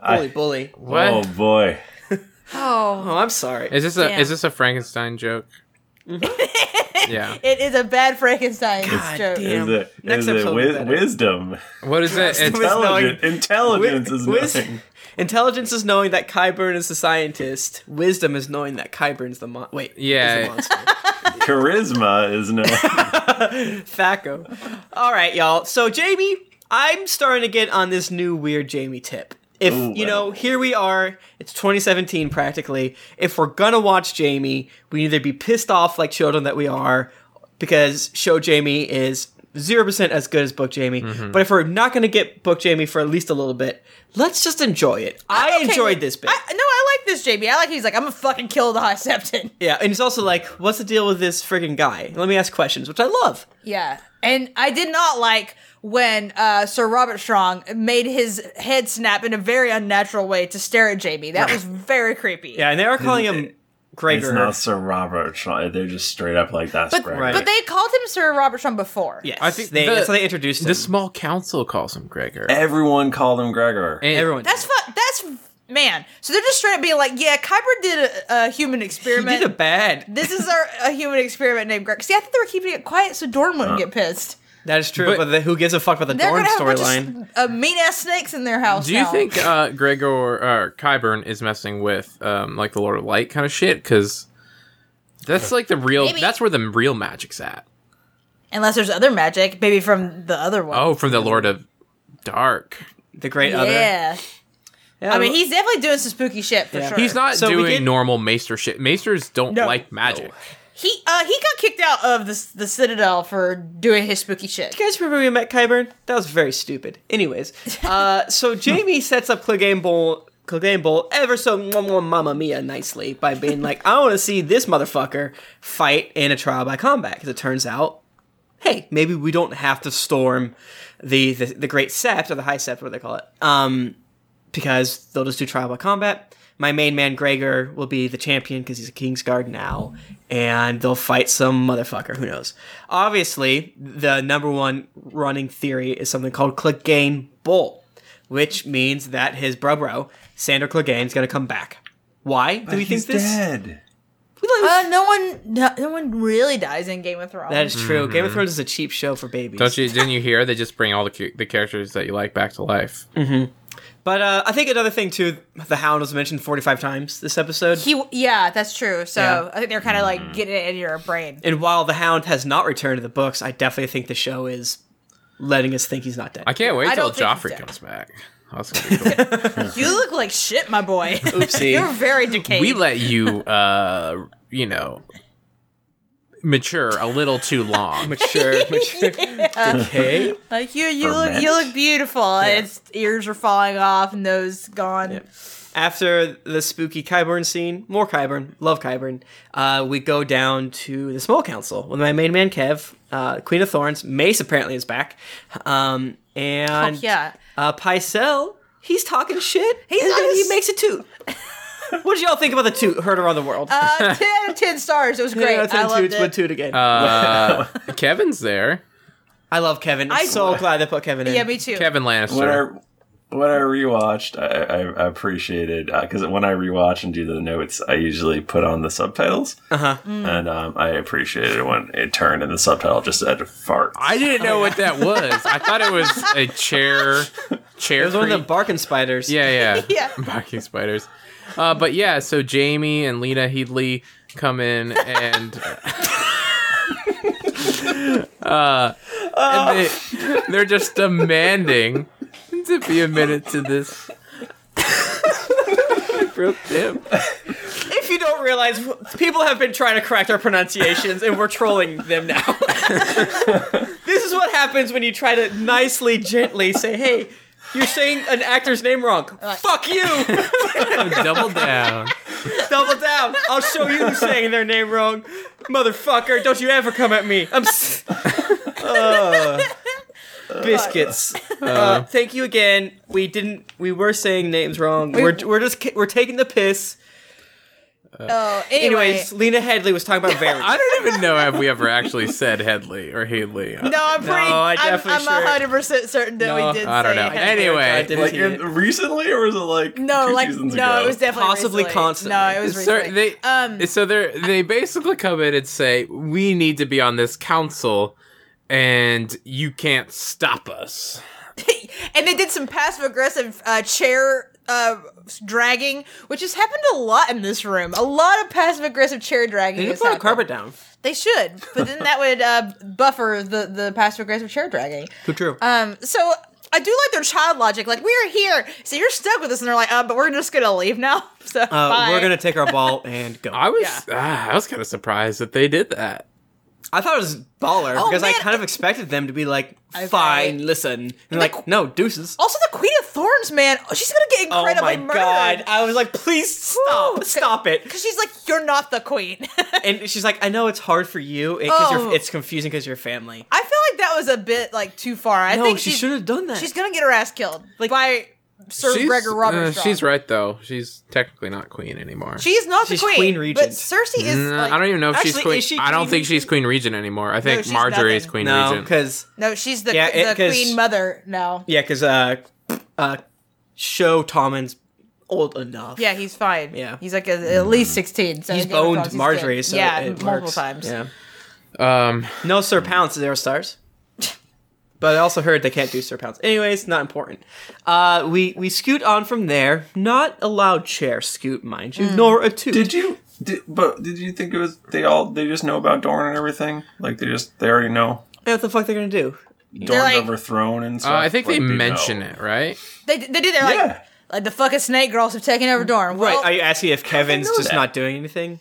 Speaker 3: bully, bully.
Speaker 4: what?
Speaker 1: oh boy.
Speaker 2: Oh.
Speaker 3: Oh, I'm sorry.
Speaker 4: Is this a
Speaker 2: Damn.
Speaker 4: is this a Frankenstein joke? yeah.
Speaker 2: It is a bad Frankenstein
Speaker 3: God
Speaker 2: joke.
Speaker 3: damn.
Speaker 1: Is it,
Speaker 3: Next
Speaker 1: is it
Speaker 3: episode will be
Speaker 1: wi-
Speaker 3: better.
Speaker 1: wisdom?
Speaker 4: What is it? It's,
Speaker 3: It's knowing-
Speaker 1: Intelligent, intelligence is
Speaker 3: Wis-
Speaker 1: nothing.
Speaker 3: Intelligence is knowing that Kyburn is the scientist. Wisdom is knowing that Kyburn's the mon. Wait,
Speaker 4: Yeah.
Speaker 3: is the monster.
Speaker 1: Charisma is no.
Speaker 3: Thaco. All right, y'all. So Jamie, I'm starting to get on this new weird Jamie tip. If
Speaker 1: Ooh,
Speaker 3: you
Speaker 1: I
Speaker 3: know,
Speaker 1: don't-
Speaker 3: here we are. It's 2017 practically. If we're gonna watch Jamie, we either be pissed off like children that we are, because show Jamie is zero percent as good as book Jamie. But if we're not gonna get book Jamie for at least a little bit, let's just enjoy it. I
Speaker 2: Okay,
Speaker 3: enjoyed this bit.
Speaker 2: I, no, I like this, Jamie. I like he's like, I'm gonna fucking kill the High Septon.
Speaker 3: yeah, and it's also like, what's the deal with this friggin' guy? Let me ask questions, which I love.
Speaker 2: Yeah. And I did not like when uh, Sir Robert Strong made his head snap in a very unnatural way to stare at Jamie. That was very creepy.
Speaker 3: Yeah, and they are calling him Gregor.
Speaker 1: It's not Sir Robert. Shaw. They're just straight up like that's
Speaker 2: But,
Speaker 1: Greg.
Speaker 3: Right.
Speaker 2: but they called him Sir Robert Strong before.
Speaker 3: Yes,
Speaker 4: I think
Speaker 3: they,
Speaker 4: the-
Speaker 3: that's how they introduced him.
Speaker 4: the small council calls him Gregor.
Speaker 1: Everyone called him Gregor.
Speaker 4: And-
Speaker 3: Everyone,
Speaker 2: That's fu- That's man. So they're just straight up being like, yeah, Kuiper did a, a human
Speaker 3: he
Speaker 2: experiment.
Speaker 3: did a bad.
Speaker 2: this is our a human experiment named Greg. See, I think they were keeping it quiet so Dorn
Speaker 3: Uh,
Speaker 2: wouldn't get pissed.
Speaker 3: That is true,
Speaker 4: But-
Speaker 3: but, the, who gives a fuck about the
Speaker 2: They're
Speaker 3: Dorn
Speaker 2: gonna have a
Speaker 3: storyline?
Speaker 2: bunch of uh, mean ass snakes in their house.
Speaker 4: Do you
Speaker 2: now.
Speaker 4: think uh, Gregor uh, Kyburn is messing with um, like the Lord of Light kind of shit? Because that's like the real.
Speaker 2: Maybe.
Speaker 4: That's where the real magic's at.
Speaker 2: Unless there's other magic, maybe from the other one.
Speaker 4: Oh, from the Lord of Dark.
Speaker 3: The great other.
Speaker 2: yeah.
Speaker 3: Yeah,
Speaker 2: I mean, he's definitely doing some spooky shit for
Speaker 3: Yeah.
Speaker 2: sure.
Speaker 4: He's not
Speaker 3: So we
Speaker 4: doing
Speaker 3: get-
Speaker 4: normal Maester shit. Maesters don't
Speaker 2: No.
Speaker 4: like magic.
Speaker 2: He uh he got kicked out of the the Citadel for doing his spooky shit.
Speaker 3: You guys remember we met Kyburn? That was very stupid. Anyways, uh, so Jamie sets up Clegane Bowl, Clegane Bowl ever so mwah, mwah, mamma mia nicely by being like, I want to see this motherfucker fight in a trial by combat because it turns out hey, maybe we don't have to storm the the, the Great Sept or the High Sept, what they call it, um, because they'll just do trial by combat. My main man Gregor will be the champion because he's a Kingsguard now, and they'll fight some motherfucker. Who knows? Obviously, the number one running theory is something called Clegane Bull, which means that his bro bro Sander Clegane is going to come back. Why do we think
Speaker 1: he's
Speaker 3: this?
Speaker 1: dead.
Speaker 2: Uh, no one, no, no one really dies in Game of Thrones.
Speaker 3: That is true. Game of Thrones is a cheap show for babies.
Speaker 4: Mm-hmm. Don't you? Didn't you hear? They just bring all the cu- the characters that you like back to life.
Speaker 3: But uh, I think another thing too, the Hound was mentioned 45 times this episode.
Speaker 2: he, yeah, that's true. So
Speaker 3: Yeah.
Speaker 2: I think they're kind of
Speaker 3: Mm.
Speaker 2: like getting it in your brain.
Speaker 3: and while the Hound has not returned to the books, I definitely think the show is letting us think he's not dead.
Speaker 4: I can't wait
Speaker 2: I
Speaker 4: till
Speaker 2: don't think he's
Speaker 4: Joffrey
Speaker 2: dead.
Speaker 4: comes back. That's gonna be cool.
Speaker 2: You look like shit, my boy.
Speaker 3: Oopsie.
Speaker 2: You're very decayed.
Speaker 4: we let you, uh, you know, mature a little too long.
Speaker 3: mature, mature. Okay.
Speaker 2: like you, you look,
Speaker 1: Ferment.
Speaker 2: you look beautiful. And its ears are falling off, nose gone.
Speaker 3: After the spooky Kyburn scene, more Kyburn, love Kyburn, uh, we go down to the small council with my main man Kev, uh, Queen of Thorns. Mace apparently is back. Um, and
Speaker 2: Oh, yeah.
Speaker 3: uh, Pycelle, he's talking shit. He's
Speaker 2: nice.
Speaker 3: He makes a toot. what did y'all think about the toot heard around the world?
Speaker 2: Uh, ten out of ten stars. It was great.
Speaker 3: Yeah,
Speaker 2: I
Speaker 3: ten
Speaker 2: loved
Speaker 3: toots, one
Speaker 2: it.
Speaker 3: toot again.
Speaker 4: Uh, Kevin's there.
Speaker 3: I love Kevin. I'm
Speaker 2: I-
Speaker 3: so glad they put Kevin in.
Speaker 2: Yeah, me too.
Speaker 4: Kevin Lannister.
Speaker 1: What I what I rewatched, I, I, I appreciated because when I rewatch and do the notes, I usually put on the subtitles,
Speaker 3: Uh-huh.
Speaker 1: and um, I appreciated when it turned and the subtitle just said "fart."
Speaker 4: I didn't know what that was. I thought it was a chair, chair.
Speaker 3: It was one of
Speaker 4: creep.
Speaker 3: the barking spiders.
Speaker 4: Yeah, yeah.
Speaker 2: Yeah.
Speaker 4: Barking spiders. Uh, but yeah, so Jamie and Lena Headley come in and. uh, and they, they're just demanding to be admitted to this. Group dip.
Speaker 3: If you don't realize, people have been trying to correct our pronunciations, and we're trolling them now. this is what happens when you try to nicely, gently say, "Hey, you're saying an actor's name wrong. Fuck you!
Speaker 4: Double down.
Speaker 3: Double down. I'll show you who's saying their name wrong, motherfucker. Don't you ever come at me. I'm." S- Uh, biscuits. Uh, thank you again. We didn't. We were saying names wrong. We're we're just ki- we're taking the piss.
Speaker 2: Oh, anyway.
Speaker 3: Anyways, Lena Headley was talking about Varys.
Speaker 4: I don't even know if we ever actually said Headley or Headley.
Speaker 2: No, I'm pretty.
Speaker 3: I
Speaker 2: I
Speaker 3: definitely
Speaker 2: am
Speaker 3: sure-
Speaker 2: I'm 100 percent certain that
Speaker 3: No,
Speaker 2: we did.
Speaker 4: Oh, I don't
Speaker 2: say
Speaker 4: know.
Speaker 2: Henry.
Speaker 4: Anyway,
Speaker 3: didn't
Speaker 1: like
Speaker 3: see
Speaker 1: in,
Speaker 3: it.
Speaker 1: recently, or was it like
Speaker 2: No,
Speaker 1: two
Speaker 2: like no,
Speaker 1: seasons ago?
Speaker 2: it was definitely
Speaker 3: Possibly
Speaker 2: recently.
Speaker 3: constantly.
Speaker 2: No, it was
Speaker 4: So
Speaker 2: recently.
Speaker 4: they
Speaker 2: um,
Speaker 4: so they they basically come in and say we need to be on this council, and you can't stop us.
Speaker 2: and they did some passive aggressive uh, chair uh, dragging, which has happened a lot in this room. A lot of passive aggressive chair dragging.
Speaker 3: They
Speaker 2: has
Speaker 3: put a
Speaker 2: happened.
Speaker 3: carpet down.
Speaker 2: They should, but then that would uh, buffer the the passive aggressive chair dragging.
Speaker 3: true.
Speaker 2: Um, so I do like their child logic. Like we're here, so you're stuck with us, and they're like, uh, but we're just gonna leave now. So
Speaker 3: uh,
Speaker 2: bye.
Speaker 3: we're gonna take our ball and go. I,
Speaker 4: I was ah, I was kind of surprised that they did that.
Speaker 3: thought it was baller
Speaker 2: Oh,
Speaker 3: because I
Speaker 2: man.
Speaker 3: kind of expected them to be like,
Speaker 2: Okay. oh,
Speaker 3: fine, listen, and like, no, deuces.
Speaker 2: Also, the Queen of Thorns, man, oh, she's gonna get
Speaker 3: Oh
Speaker 2: incredibly
Speaker 3: my god!
Speaker 2: murdered.
Speaker 3: I was like, please stop,
Speaker 2: Woo.
Speaker 3: stop it.
Speaker 2: Because she's like, you're not the queen.
Speaker 3: And she's like, I know it's hard for you because
Speaker 2: Oh.
Speaker 3: you're it's confusing because you're family.
Speaker 2: I feel like that was a bit like too far. I
Speaker 3: no,
Speaker 2: think
Speaker 3: she
Speaker 2: she's-
Speaker 3: should have done that.
Speaker 2: She's gonna get her ass killed by Sir
Speaker 4: She's-
Speaker 2: Gregor
Speaker 4: uh,
Speaker 2: Robertson.
Speaker 4: she's right though. She's technically not queen anymore.
Speaker 2: She's not
Speaker 3: She's
Speaker 2: the queen.
Speaker 3: queen regent. Mm,
Speaker 2: But Cersei is.
Speaker 4: Nah,
Speaker 2: like-
Speaker 4: I don't even know if she's
Speaker 3: Actually,
Speaker 4: queen.
Speaker 3: is she
Speaker 4: I don't
Speaker 3: queen
Speaker 4: think she's
Speaker 3: regent?
Speaker 4: queen regent anymore. I think
Speaker 2: she's
Speaker 4: Marjorie is
Speaker 2: nothing.
Speaker 4: queen
Speaker 3: no,
Speaker 4: regent.
Speaker 3: because
Speaker 2: No, she's the
Speaker 3: Yeah,
Speaker 2: the
Speaker 3: it- 'cause-
Speaker 2: queen mother now.
Speaker 3: yeah, because uh, uh, show Tommen's old enough.
Speaker 2: Yeah, he's fine.
Speaker 3: Yeah. Mm.
Speaker 2: he's like a, at least sixteen. So
Speaker 3: he's
Speaker 2: in Game of Thrones,
Speaker 3: boned
Speaker 2: he's
Speaker 3: Marjorie,
Speaker 2: good.
Speaker 3: so
Speaker 2: yeah,
Speaker 3: it
Speaker 2: multiple
Speaker 3: works.
Speaker 2: times.
Speaker 3: Yeah.
Speaker 4: Um,
Speaker 3: No Sir Pounce, zero stars. But I also heard they can't do Sir Pounce. Anyways, not important. Uh, we we scoot on from there. Not a loud chair scoot, mind you, nor a toot.
Speaker 1: Mm. Did you? Did, but did you think it was they all? They just know about Dorne and everything. Like they just they already know
Speaker 3: what the fuck they're gonna do?
Speaker 1: Dorne's
Speaker 2: like-
Speaker 1: overthrown and
Speaker 4: uh,
Speaker 1: stuff.
Speaker 4: I think they,
Speaker 1: like,
Speaker 4: mention
Speaker 1: know.
Speaker 4: it right.
Speaker 2: They they did. They're like
Speaker 1: Yeah.
Speaker 2: like the fucking snake girls have taken over Dorne.
Speaker 3: Right?
Speaker 2: Well,
Speaker 3: Are you asking if Kevin's
Speaker 1: know
Speaker 3: just
Speaker 1: that.
Speaker 3: not doing anything?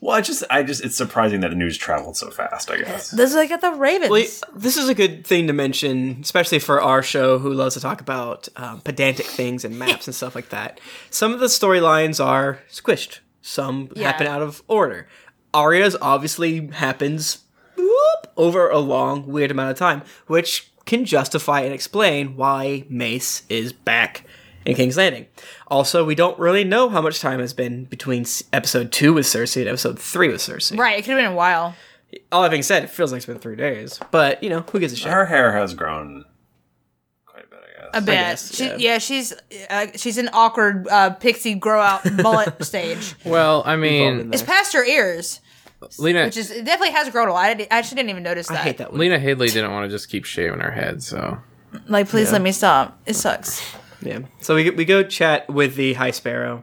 Speaker 1: Well, I just, I just, it's surprising that the news traveled so fast. I guess.
Speaker 2: this is like at the Ravens.
Speaker 3: Well, this is a good thing to mention, especially for our show, who loves to talk about um, pedantic things and maps and stuff like that. Some of the storylines are squished. Some
Speaker 2: Yeah.
Speaker 3: happen out of order. Arya's obviously happens whoop, over a long, weird amount of time, which can justify and explain why Mace is back in King's Landing. Also, we don't really know how much time has been between s- episode two with Cersei and episode three with Cersei.
Speaker 2: Right, it could have been a while.
Speaker 3: All that being said, it feels like it's been three days, but you know, who gives a shit?
Speaker 1: Her hair has grown quite a bit, I guess.
Speaker 2: A bit.
Speaker 3: guess,
Speaker 2: she,
Speaker 3: yeah.
Speaker 2: yeah. she's uh, she's an awkward uh, pixie grow out mullet stage.
Speaker 4: Well, I mean,
Speaker 2: It's past her ears,
Speaker 4: Lena
Speaker 2: which is it definitely has grown a lot. I, did, I actually didn't even notice
Speaker 3: I
Speaker 2: that.
Speaker 3: hate that one.
Speaker 4: Lena Headley didn't want to just keep shaving her head, so
Speaker 2: Like, please let me stop. It sucks.
Speaker 3: Yeah. So we, we go chat with the High Sparrow,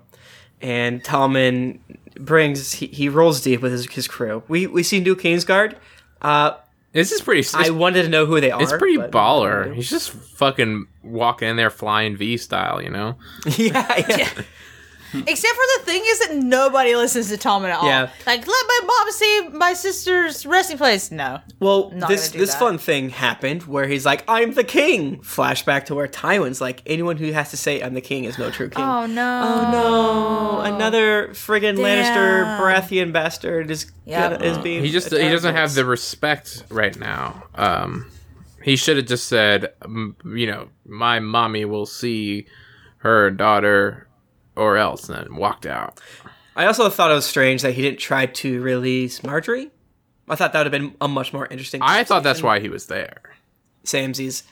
Speaker 3: and Talman brings he, he rolls deep with his, his crew. We we see new Kingsguard. Uh,
Speaker 4: this is pretty. It's,
Speaker 3: I wanted to know who they are.
Speaker 4: it's pretty
Speaker 3: but-
Speaker 4: baller. He's just fucking walking in there flying V style, you know.
Speaker 3: yeah, yeah.
Speaker 2: Except for the thing is that nobody listens to Tom at all.
Speaker 3: Yeah.
Speaker 2: Like, let my mom see my sister's resting place. No.
Speaker 3: Well,
Speaker 2: Not
Speaker 3: this
Speaker 2: gonna do
Speaker 3: this
Speaker 2: that.
Speaker 3: fun thing happened where he's like, "I'm the king." Flashback to where Tywin's like, "Anyone who has to say I'm the king is no true king."
Speaker 2: no.
Speaker 3: Oh, another friggin' Lannister
Speaker 2: Damn.
Speaker 3: Baratheon bastard is
Speaker 2: Yep.
Speaker 3: gonna- is being.
Speaker 4: He just he doesn't have the respect right now. Um, he should have just said, "M- you know, my mommy will see her daughter or else, and then walked out.
Speaker 3: I also thought it was strange that he didn't try to release Marjorie. I thought that would have been a much more interesting.
Speaker 4: I thought that's why he was there.
Speaker 3: Samsies.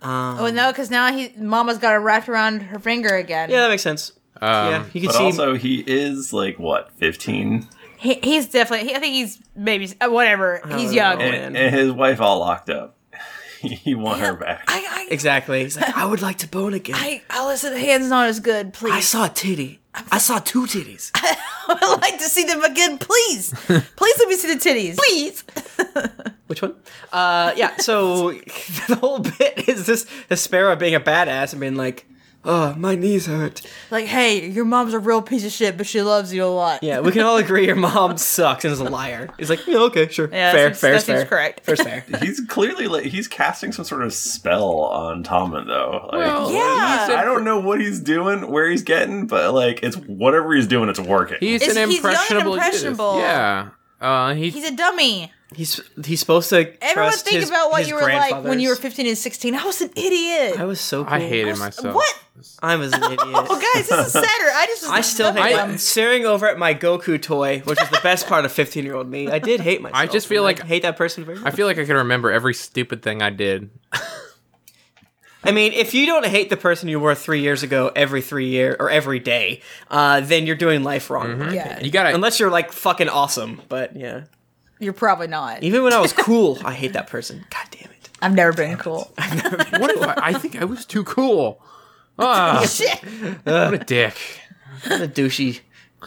Speaker 2: Oh no, because now he Mama's got it wrapped around her finger again.
Speaker 3: Yeah, that makes sense.
Speaker 4: Um,
Speaker 3: yeah, you can
Speaker 1: Um, But
Speaker 3: see.
Speaker 1: also, he is like, what, 15?
Speaker 2: He, he's definitely. He, I think he's maybe uh, whatever. He's young.
Speaker 3: know.
Speaker 2: I,
Speaker 1: And, and his wife all locked up. he want her back.
Speaker 2: I,
Speaker 3: exactly. He's like, I would like to bone again. I,
Speaker 2: I, I listen. Hands not as good, please.
Speaker 3: saw a titty. I saw two titties.
Speaker 2: I would like to see them again, please. please let me see the titties, please.
Speaker 3: Which one? Uh, yeah. So the whole bit is this: the sparrow being a badass and being like, "Oh, my knees hurt."
Speaker 2: Like, hey, your mom's a real piece of shit, but she loves you a lot.
Speaker 3: Yeah, we can all agree your mom sucks and is a liar. He's like, "Yeah, okay, sure,
Speaker 2: Yeah, that
Speaker 3: fair,
Speaker 2: seems-
Speaker 3: fair,
Speaker 2: that
Speaker 3: fair,
Speaker 2: seems correct."
Speaker 3: fair's fair."
Speaker 1: He's clearly like he's casting some sort of spell on Tommen though. Like,
Speaker 4: Well,
Speaker 2: Yeah.
Speaker 4: he's an-
Speaker 1: I don't know what he's doing, where he's getting, but like it's whatever he's doing, it's working.
Speaker 4: He's
Speaker 2: Is-
Speaker 4: an
Speaker 2: he's young and
Speaker 4: impressionable. youth.
Speaker 2: impressionable.
Speaker 4: Yeah. Uh, he,
Speaker 2: He's a dummy.
Speaker 3: He's he's supposed to
Speaker 2: Everyone
Speaker 3: trust
Speaker 2: think
Speaker 3: his-
Speaker 2: about what
Speaker 3: his
Speaker 2: you were like when you were
Speaker 3: grandfathers.
Speaker 2: 15 and 16. I was an idiot.
Speaker 3: I was so. Cool.
Speaker 4: I hated myself.
Speaker 2: What?
Speaker 3: I was an idiot.
Speaker 2: Oh, guys, this is sadder. I just was
Speaker 3: I still hate.
Speaker 4: I-
Speaker 3: I'm staring over at my Goku toy, which is the best part of 15 year old me. I did hate myself.
Speaker 4: I just feel
Speaker 3: and
Speaker 4: like-
Speaker 3: I hate that person very
Speaker 4: I
Speaker 3: much.
Speaker 4: feel like I can remember every stupid thing I did.
Speaker 3: I mean, if you don't hate the person you were three years ago every three year or every day, uh, then you're doing life wrong.
Speaker 2: Yeah,
Speaker 4: You gotta.
Speaker 3: Unless you're like fucking awesome, but yeah.
Speaker 2: you're probably not.
Speaker 3: Even when I was cool, I hate that person. God damn it.
Speaker 2: I've never been cool.
Speaker 4: what if I, I think I was too cool? Ah,
Speaker 2: Shit.
Speaker 4: what a dick.
Speaker 3: a douchey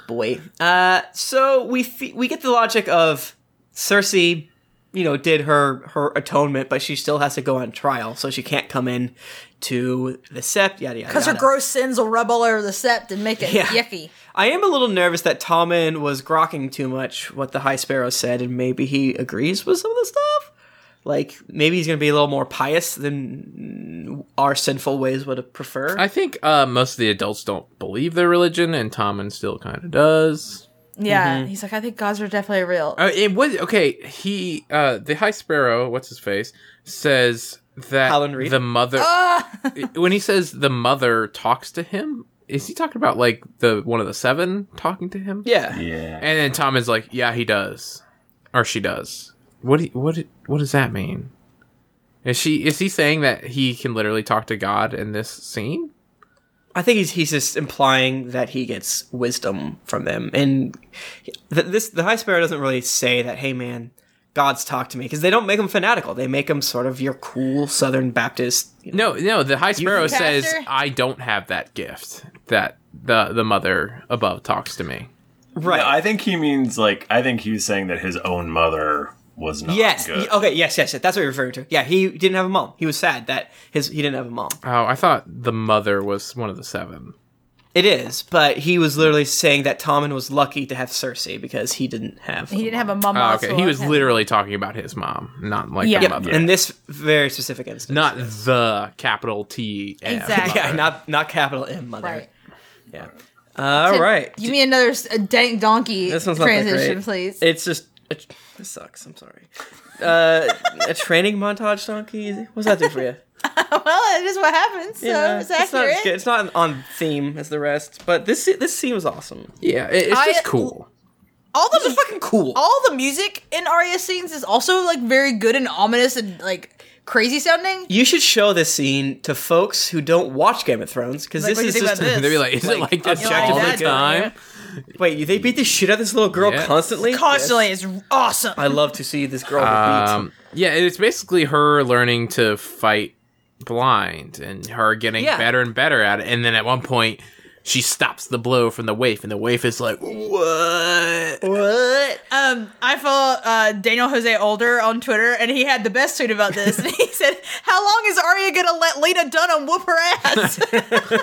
Speaker 3: boy. Uh, so we fe we get the logic of Cersei, you know, did her her atonement, but she still has to go on trial, so she can't come in to the Sept. Yada yada.
Speaker 2: Because her
Speaker 3: yada.
Speaker 2: gross sins will rub all over the sept and make it
Speaker 3: Yeah.
Speaker 2: yucky.
Speaker 3: I am a little nervous that Tommen was grokking too much what the High Sparrow said, and maybe he agrees with some of the stuff. Like maybe he's gonna be a little more pious than our sinful ways would have preferred.
Speaker 4: I think uh, most of the adults don't believe their religion, and Tommen still kind of does.
Speaker 2: Yeah.
Speaker 3: Mm-hmm.
Speaker 2: He's like, I think gods are definitely real.
Speaker 4: Uh, it was okay. He, uh, the High Sparrow, what's his face, says that
Speaker 3: Alan Reed?
Speaker 4: the mother.
Speaker 2: Ah!
Speaker 4: when he says the mother talks to him, is he talking about like the one of the seven talking to him?
Speaker 3: yeah.
Speaker 1: yeah.
Speaker 4: And then Tom is like, "Yeah, he does, or she does." What? Do you- what? do- What does that mean? Is she? Is he saying that he can literally talk to God in this scene?
Speaker 3: I think he's he's just implying that he gets wisdom from them, and th- this the High Sparrow doesn't really say that. Hey, man, God's talk to me because they don't make him fanatical. They make him sort of your cool Southern Baptist. you know.
Speaker 4: No, no. The High Sparrow
Speaker 2: Pastor?
Speaker 4: says, "I don't have that gift that the the mother above talks to me."
Speaker 3: right?
Speaker 1: I think he means like I think he was saying that his own mother was not
Speaker 3: yes.
Speaker 1: good.
Speaker 3: He- oh, okay. Yes. Yes. yes. That's what you're referring to. Yeah. He didn't have a mom. He was sad that his he didn't have a mom.
Speaker 4: Oh, I thought the mother was one of the seven.
Speaker 3: It is, but he was literally saying that Tommen was lucky to have Cersei because he didn't have.
Speaker 2: he didn't have a mama.
Speaker 4: Oh,
Speaker 2: so
Speaker 4: okay, he was
Speaker 2: okay.
Speaker 4: literally talking about his mom, not like
Speaker 2: Yeah.
Speaker 4: the
Speaker 2: Yeah.
Speaker 4: mother,
Speaker 3: in this very specific instance.
Speaker 4: not the capital T. M
Speaker 2: Exactly.
Speaker 3: Yeah.
Speaker 4: mother.
Speaker 3: Not not capital M mother.
Speaker 2: Right.
Speaker 3: Yeah. All right.
Speaker 2: Give me another s- a dank donkey
Speaker 3: This one's not that
Speaker 2: transition,
Speaker 3: great.
Speaker 2: please.
Speaker 3: It's just a tr- this sucks. I'm sorry. Uh, a training montage, Donkey. What's that do for you?
Speaker 2: well, it is what happens. So it's
Speaker 3: it's not
Speaker 2: accurate.
Speaker 3: as good. It's not on theme as the rest, but this this scene was awesome.
Speaker 4: Yeah, it, it's
Speaker 2: I-
Speaker 4: just cool.
Speaker 2: all the
Speaker 3: Fucking cool.
Speaker 2: all the music in Arya's scenes is also like very good and ominous and like crazy sounding.
Speaker 3: You should show this scene to folks who don't watch Game of Thrones because
Speaker 2: Like,
Speaker 3: this
Speaker 2: what do
Speaker 3: is
Speaker 2: you think
Speaker 3: just
Speaker 2: about
Speaker 4: They'd be like, is it
Speaker 3: Like,
Speaker 4: like this
Speaker 3: objectively
Speaker 4: all the
Speaker 3: good,
Speaker 4: time?
Speaker 3: wait. They beat the shit out of this little girl
Speaker 4: Yeah.
Speaker 3: constantly.
Speaker 2: Constantly is awesome.
Speaker 3: I love to see this girl get beat.
Speaker 4: Um, yeah, it's basically her learning to fight blind and her getting
Speaker 3: Yeah.
Speaker 4: better and better at it. And then at one point, she stops the blow from the waif, and the waif is like, "What?"
Speaker 3: what?
Speaker 2: Um, I follow uh, Daniel Jose Older on Twitter, and he had the best tweet about this. And he said, "How long is Arya gonna let Lena Dunham whoop her ass?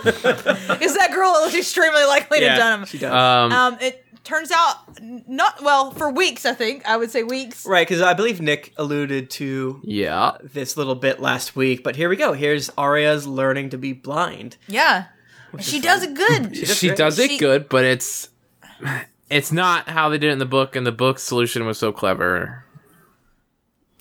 Speaker 2: Because that girl looks extremely like Lena Dunham."
Speaker 3: she does.
Speaker 4: Um,
Speaker 2: Um, it turns out n- not well for weeks. I think I would say weeks.
Speaker 3: right, because I believe Nick alluded to
Speaker 4: yeah,
Speaker 3: this little bit last week, but here we go. Here's Arya's learning to be blind.
Speaker 2: Yeah, she does it good.
Speaker 3: does
Speaker 4: she
Speaker 3: great.
Speaker 4: does it
Speaker 2: She-
Speaker 4: good, but it's it's not how they did it in the book, and the book's solution was so clever.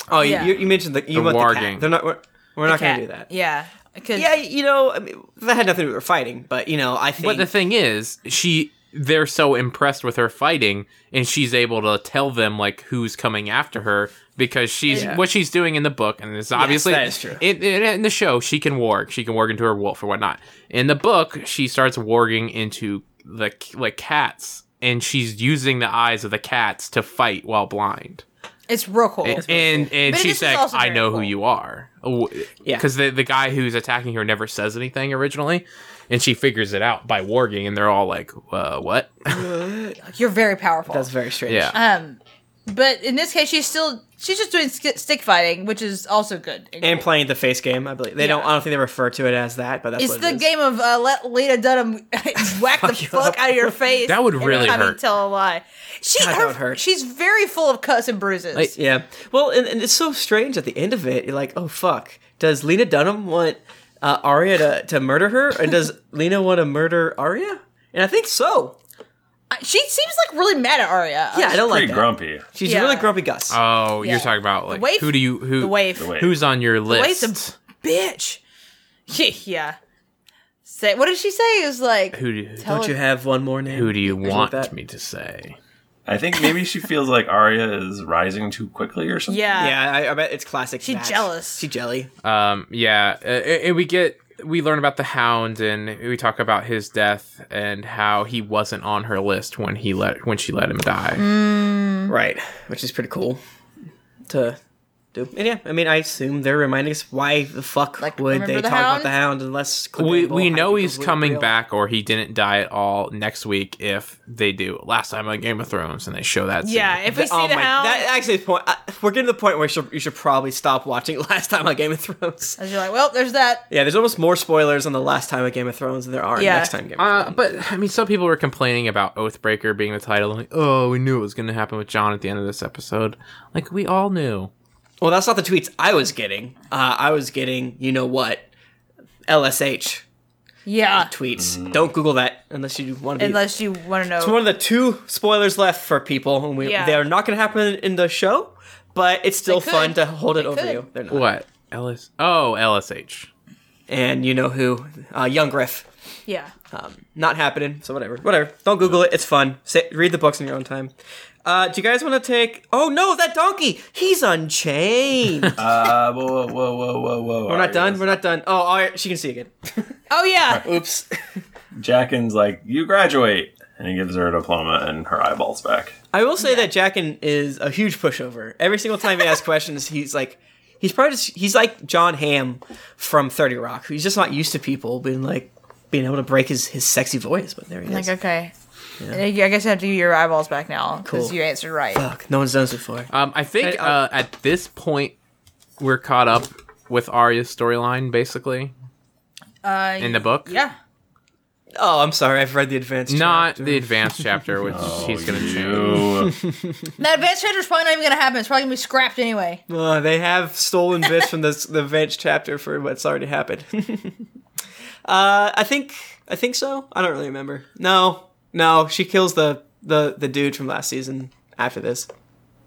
Speaker 3: Oh, you-
Speaker 2: Yeah.
Speaker 3: you, you mentioned the you
Speaker 4: The
Speaker 3: want
Speaker 4: war
Speaker 3: the cat.
Speaker 4: game.
Speaker 3: They're not. We're, we're not going
Speaker 2: Cat.
Speaker 3: to do that.
Speaker 2: Yeah, because
Speaker 3: Yeah, you know, I mean, that had nothing to do with fighting, but you know, I think.
Speaker 4: But the thing is, she they're so impressed with her fighting, and she's able to tell them like who's coming after her because she's
Speaker 3: Yeah.
Speaker 4: what she's doing in the book, and it's obviously
Speaker 3: that is true.
Speaker 4: In, in, in the show, she can warg, she can warg into her wolf or whatnot. In the book, she starts warging into the c- like cats, and she's using the eyes of the cats to fight while blind.
Speaker 2: it's real cool.
Speaker 4: and and
Speaker 2: But
Speaker 4: she
Speaker 2: this is
Speaker 4: said,
Speaker 2: also
Speaker 4: "I
Speaker 2: very
Speaker 4: know
Speaker 2: cool.
Speaker 4: who you are."
Speaker 3: Yeah.
Speaker 4: because the the guy who's attacking her never says anything originally, and she figures it out by warging, and they're all like, uh, "What?"
Speaker 2: Like, You're very powerful.
Speaker 3: that's very strange.
Speaker 4: yeah,
Speaker 2: Um, but in this case, she's still she's just doing sk- stick fighting, which is also good.
Speaker 3: And playing the face game, I believe they don't. I don't think they refer to it as that, but that's
Speaker 2: it's
Speaker 3: what
Speaker 2: the
Speaker 3: it is.
Speaker 2: game of uh, let Lena Dunham whack the
Speaker 3: you
Speaker 2: fuck
Speaker 3: up.
Speaker 2: out of your face.
Speaker 4: That would
Speaker 2: every
Speaker 4: really
Speaker 2: time You
Speaker 4: hurt.
Speaker 2: tell a lie. She
Speaker 3: God, that
Speaker 2: her-
Speaker 3: would hurt.
Speaker 2: She's very full of cuts and bruises.
Speaker 3: Yeah. Well, and, and it's so strange at the end of it. You're like, oh fuck. Does Lena Dunham want uh, Arya to, to murder her, and does Lena want to murder Arya? And I think so.
Speaker 2: Uh, she seems like really mad at Arya.
Speaker 3: Yeah, I don't like
Speaker 1: Pretty
Speaker 3: that.
Speaker 1: grumpy.
Speaker 3: She's
Speaker 2: Yeah.
Speaker 3: really grumpy, Gus.
Speaker 4: Oh,
Speaker 2: Yeah.
Speaker 4: you're talking about like
Speaker 2: waif-
Speaker 4: who do you who
Speaker 2: the waif.
Speaker 1: The waif.
Speaker 4: who's on your
Speaker 2: Waif's
Speaker 4: list?
Speaker 2: a bitch. Yeah, yeah. Say what did she say? It was like
Speaker 4: who do
Speaker 2: tell
Speaker 3: don't
Speaker 2: her-
Speaker 3: you have one more name?
Speaker 4: who do you want
Speaker 3: that.
Speaker 4: me to say?
Speaker 1: I think maybe she feels like Arya is rising too quickly or something.
Speaker 2: yeah.
Speaker 3: Yeah, I, I bet it's classic.
Speaker 2: She
Speaker 3: that.
Speaker 2: jealous.
Speaker 3: She jelly.
Speaker 4: Um, yeah, uh, and we get we learn about the hound, and we talk about his death and how he wasn't on her list when he let when she let him
Speaker 2: Mm.
Speaker 4: die.
Speaker 3: Right, which is pretty cool to do. And yeah, I mean, I assume they're reminding us why the fuck
Speaker 2: Like,
Speaker 3: would
Speaker 2: remember
Speaker 3: they
Speaker 2: the
Speaker 3: talk
Speaker 2: Hound?
Speaker 3: about the hound unless
Speaker 4: we
Speaker 3: Clickable
Speaker 4: we know
Speaker 3: hype
Speaker 4: he's
Speaker 3: was
Speaker 4: coming
Speaker 3: real.
Speaker 4: back or he didn't die at all next week if they do last time on Game of Thrones and they show that scene.
Speaker 2: Yeah, if we see
Speaker 3: Oh
Speaker 2: the
Speaker 3: my-
Speaker 2: hound,
Speaker 3: That actually is point. I, we're getting to the point where you should, you should probably stop watching last time on Game of Thrones.
Speaker 2: and you're like, well, there's that.
Speaker 3: Yeah, there's almost more spoilers on the last time of Game of Thrones than there are in
Speaker 2: Yeah.
Speaker 3: next time Game of Thrones.
Speaker 4: Uh, but I mean, some people were complaining about Oathbreaker being the title. Like, oh, we knew it was going to happen with John at the end of this episode. Like, we all knew.
Speaker 3: Well, that's not the tweets I was getting. Uh, I was getting, you know what, LSH
Speaker 2: Yeah,
Speaker 3: tweets. Don't Google that unless you want to be
Speaker 2: Mm. unless you want to know.
Speaker 3: It's one of the two spoilers left for people, and we,
Speaker 2: Yeah.
Speaker 3: they are not going to happen in the show. But it's still
Speaker 2: They could.
Speaker 3: fun to hold it
Speaker 2: They
Speaker 3: over
Speaker 2: could.
Speaker 3: you. They're not.
Speaker 4: What? LS? Oh, LSH.
Speaker 3: And you know who? Uh, Young Griff.
Speaker 2: yeah,
Speaker 3: Um, not happening. So whatever. Whatever. Don't Google it. It's fun. Say, read the books in your own time. Uh, do you guys want to take? Oh no, that donkey. He's unchained.
Speaker 1: Uh, whoa, whoa, whoa, whoa, whoa, whoa.
Speaker 3: We're not done. We're not done. Oh, all right. She can see again.
Speaker 2: oh yeah,
Speaker 3: Oops.
Speaker 1: Jackin's like, you graduate, and he gives her a diploma and her eyeballs back.
Speaker 3: I will say that Jackin is a huge pushover. Every single time he asks questions, he's like, he's probably just, he's like John Hamm from Thirty Rock. He's just not used to people being like being able to break his his sexy voice. But there he
Speaker 2: like
Speaker 3: is.
Speaker 2: okay. And I guess you have to do your eyeballs back now because
Speaker 3: Cool.
Speaker 2: you answered right.
Speaker 3: Fuck, no one's done this before.
Speaker 4: Um, I think
Speaker 3: I- I-
Speaker 4: uh, at this point, we're caught up with Arya's storyline, basically,
Speaker 2: Uh,
Speaker 4: in the book.
Speaker 2: yeah,
Speaker 3: Oh, I'm sorry. I've read the advanced.
Speaker 4: Not
Speaker 3: chapter.
Speaker 4: the advanced chapter, which she's going to change.
Speaker 1: Ew.
Speaker 2: that advanced chapter's probably not even gonna happen. It's probably gonna be scrapped anyway.
Speaker 3: Oh, they have stolen bits from this, the advanced chapter for what's already happened. uh, I think I think so. I don't really remember. No, no, she kills the the the dude from last season. After this,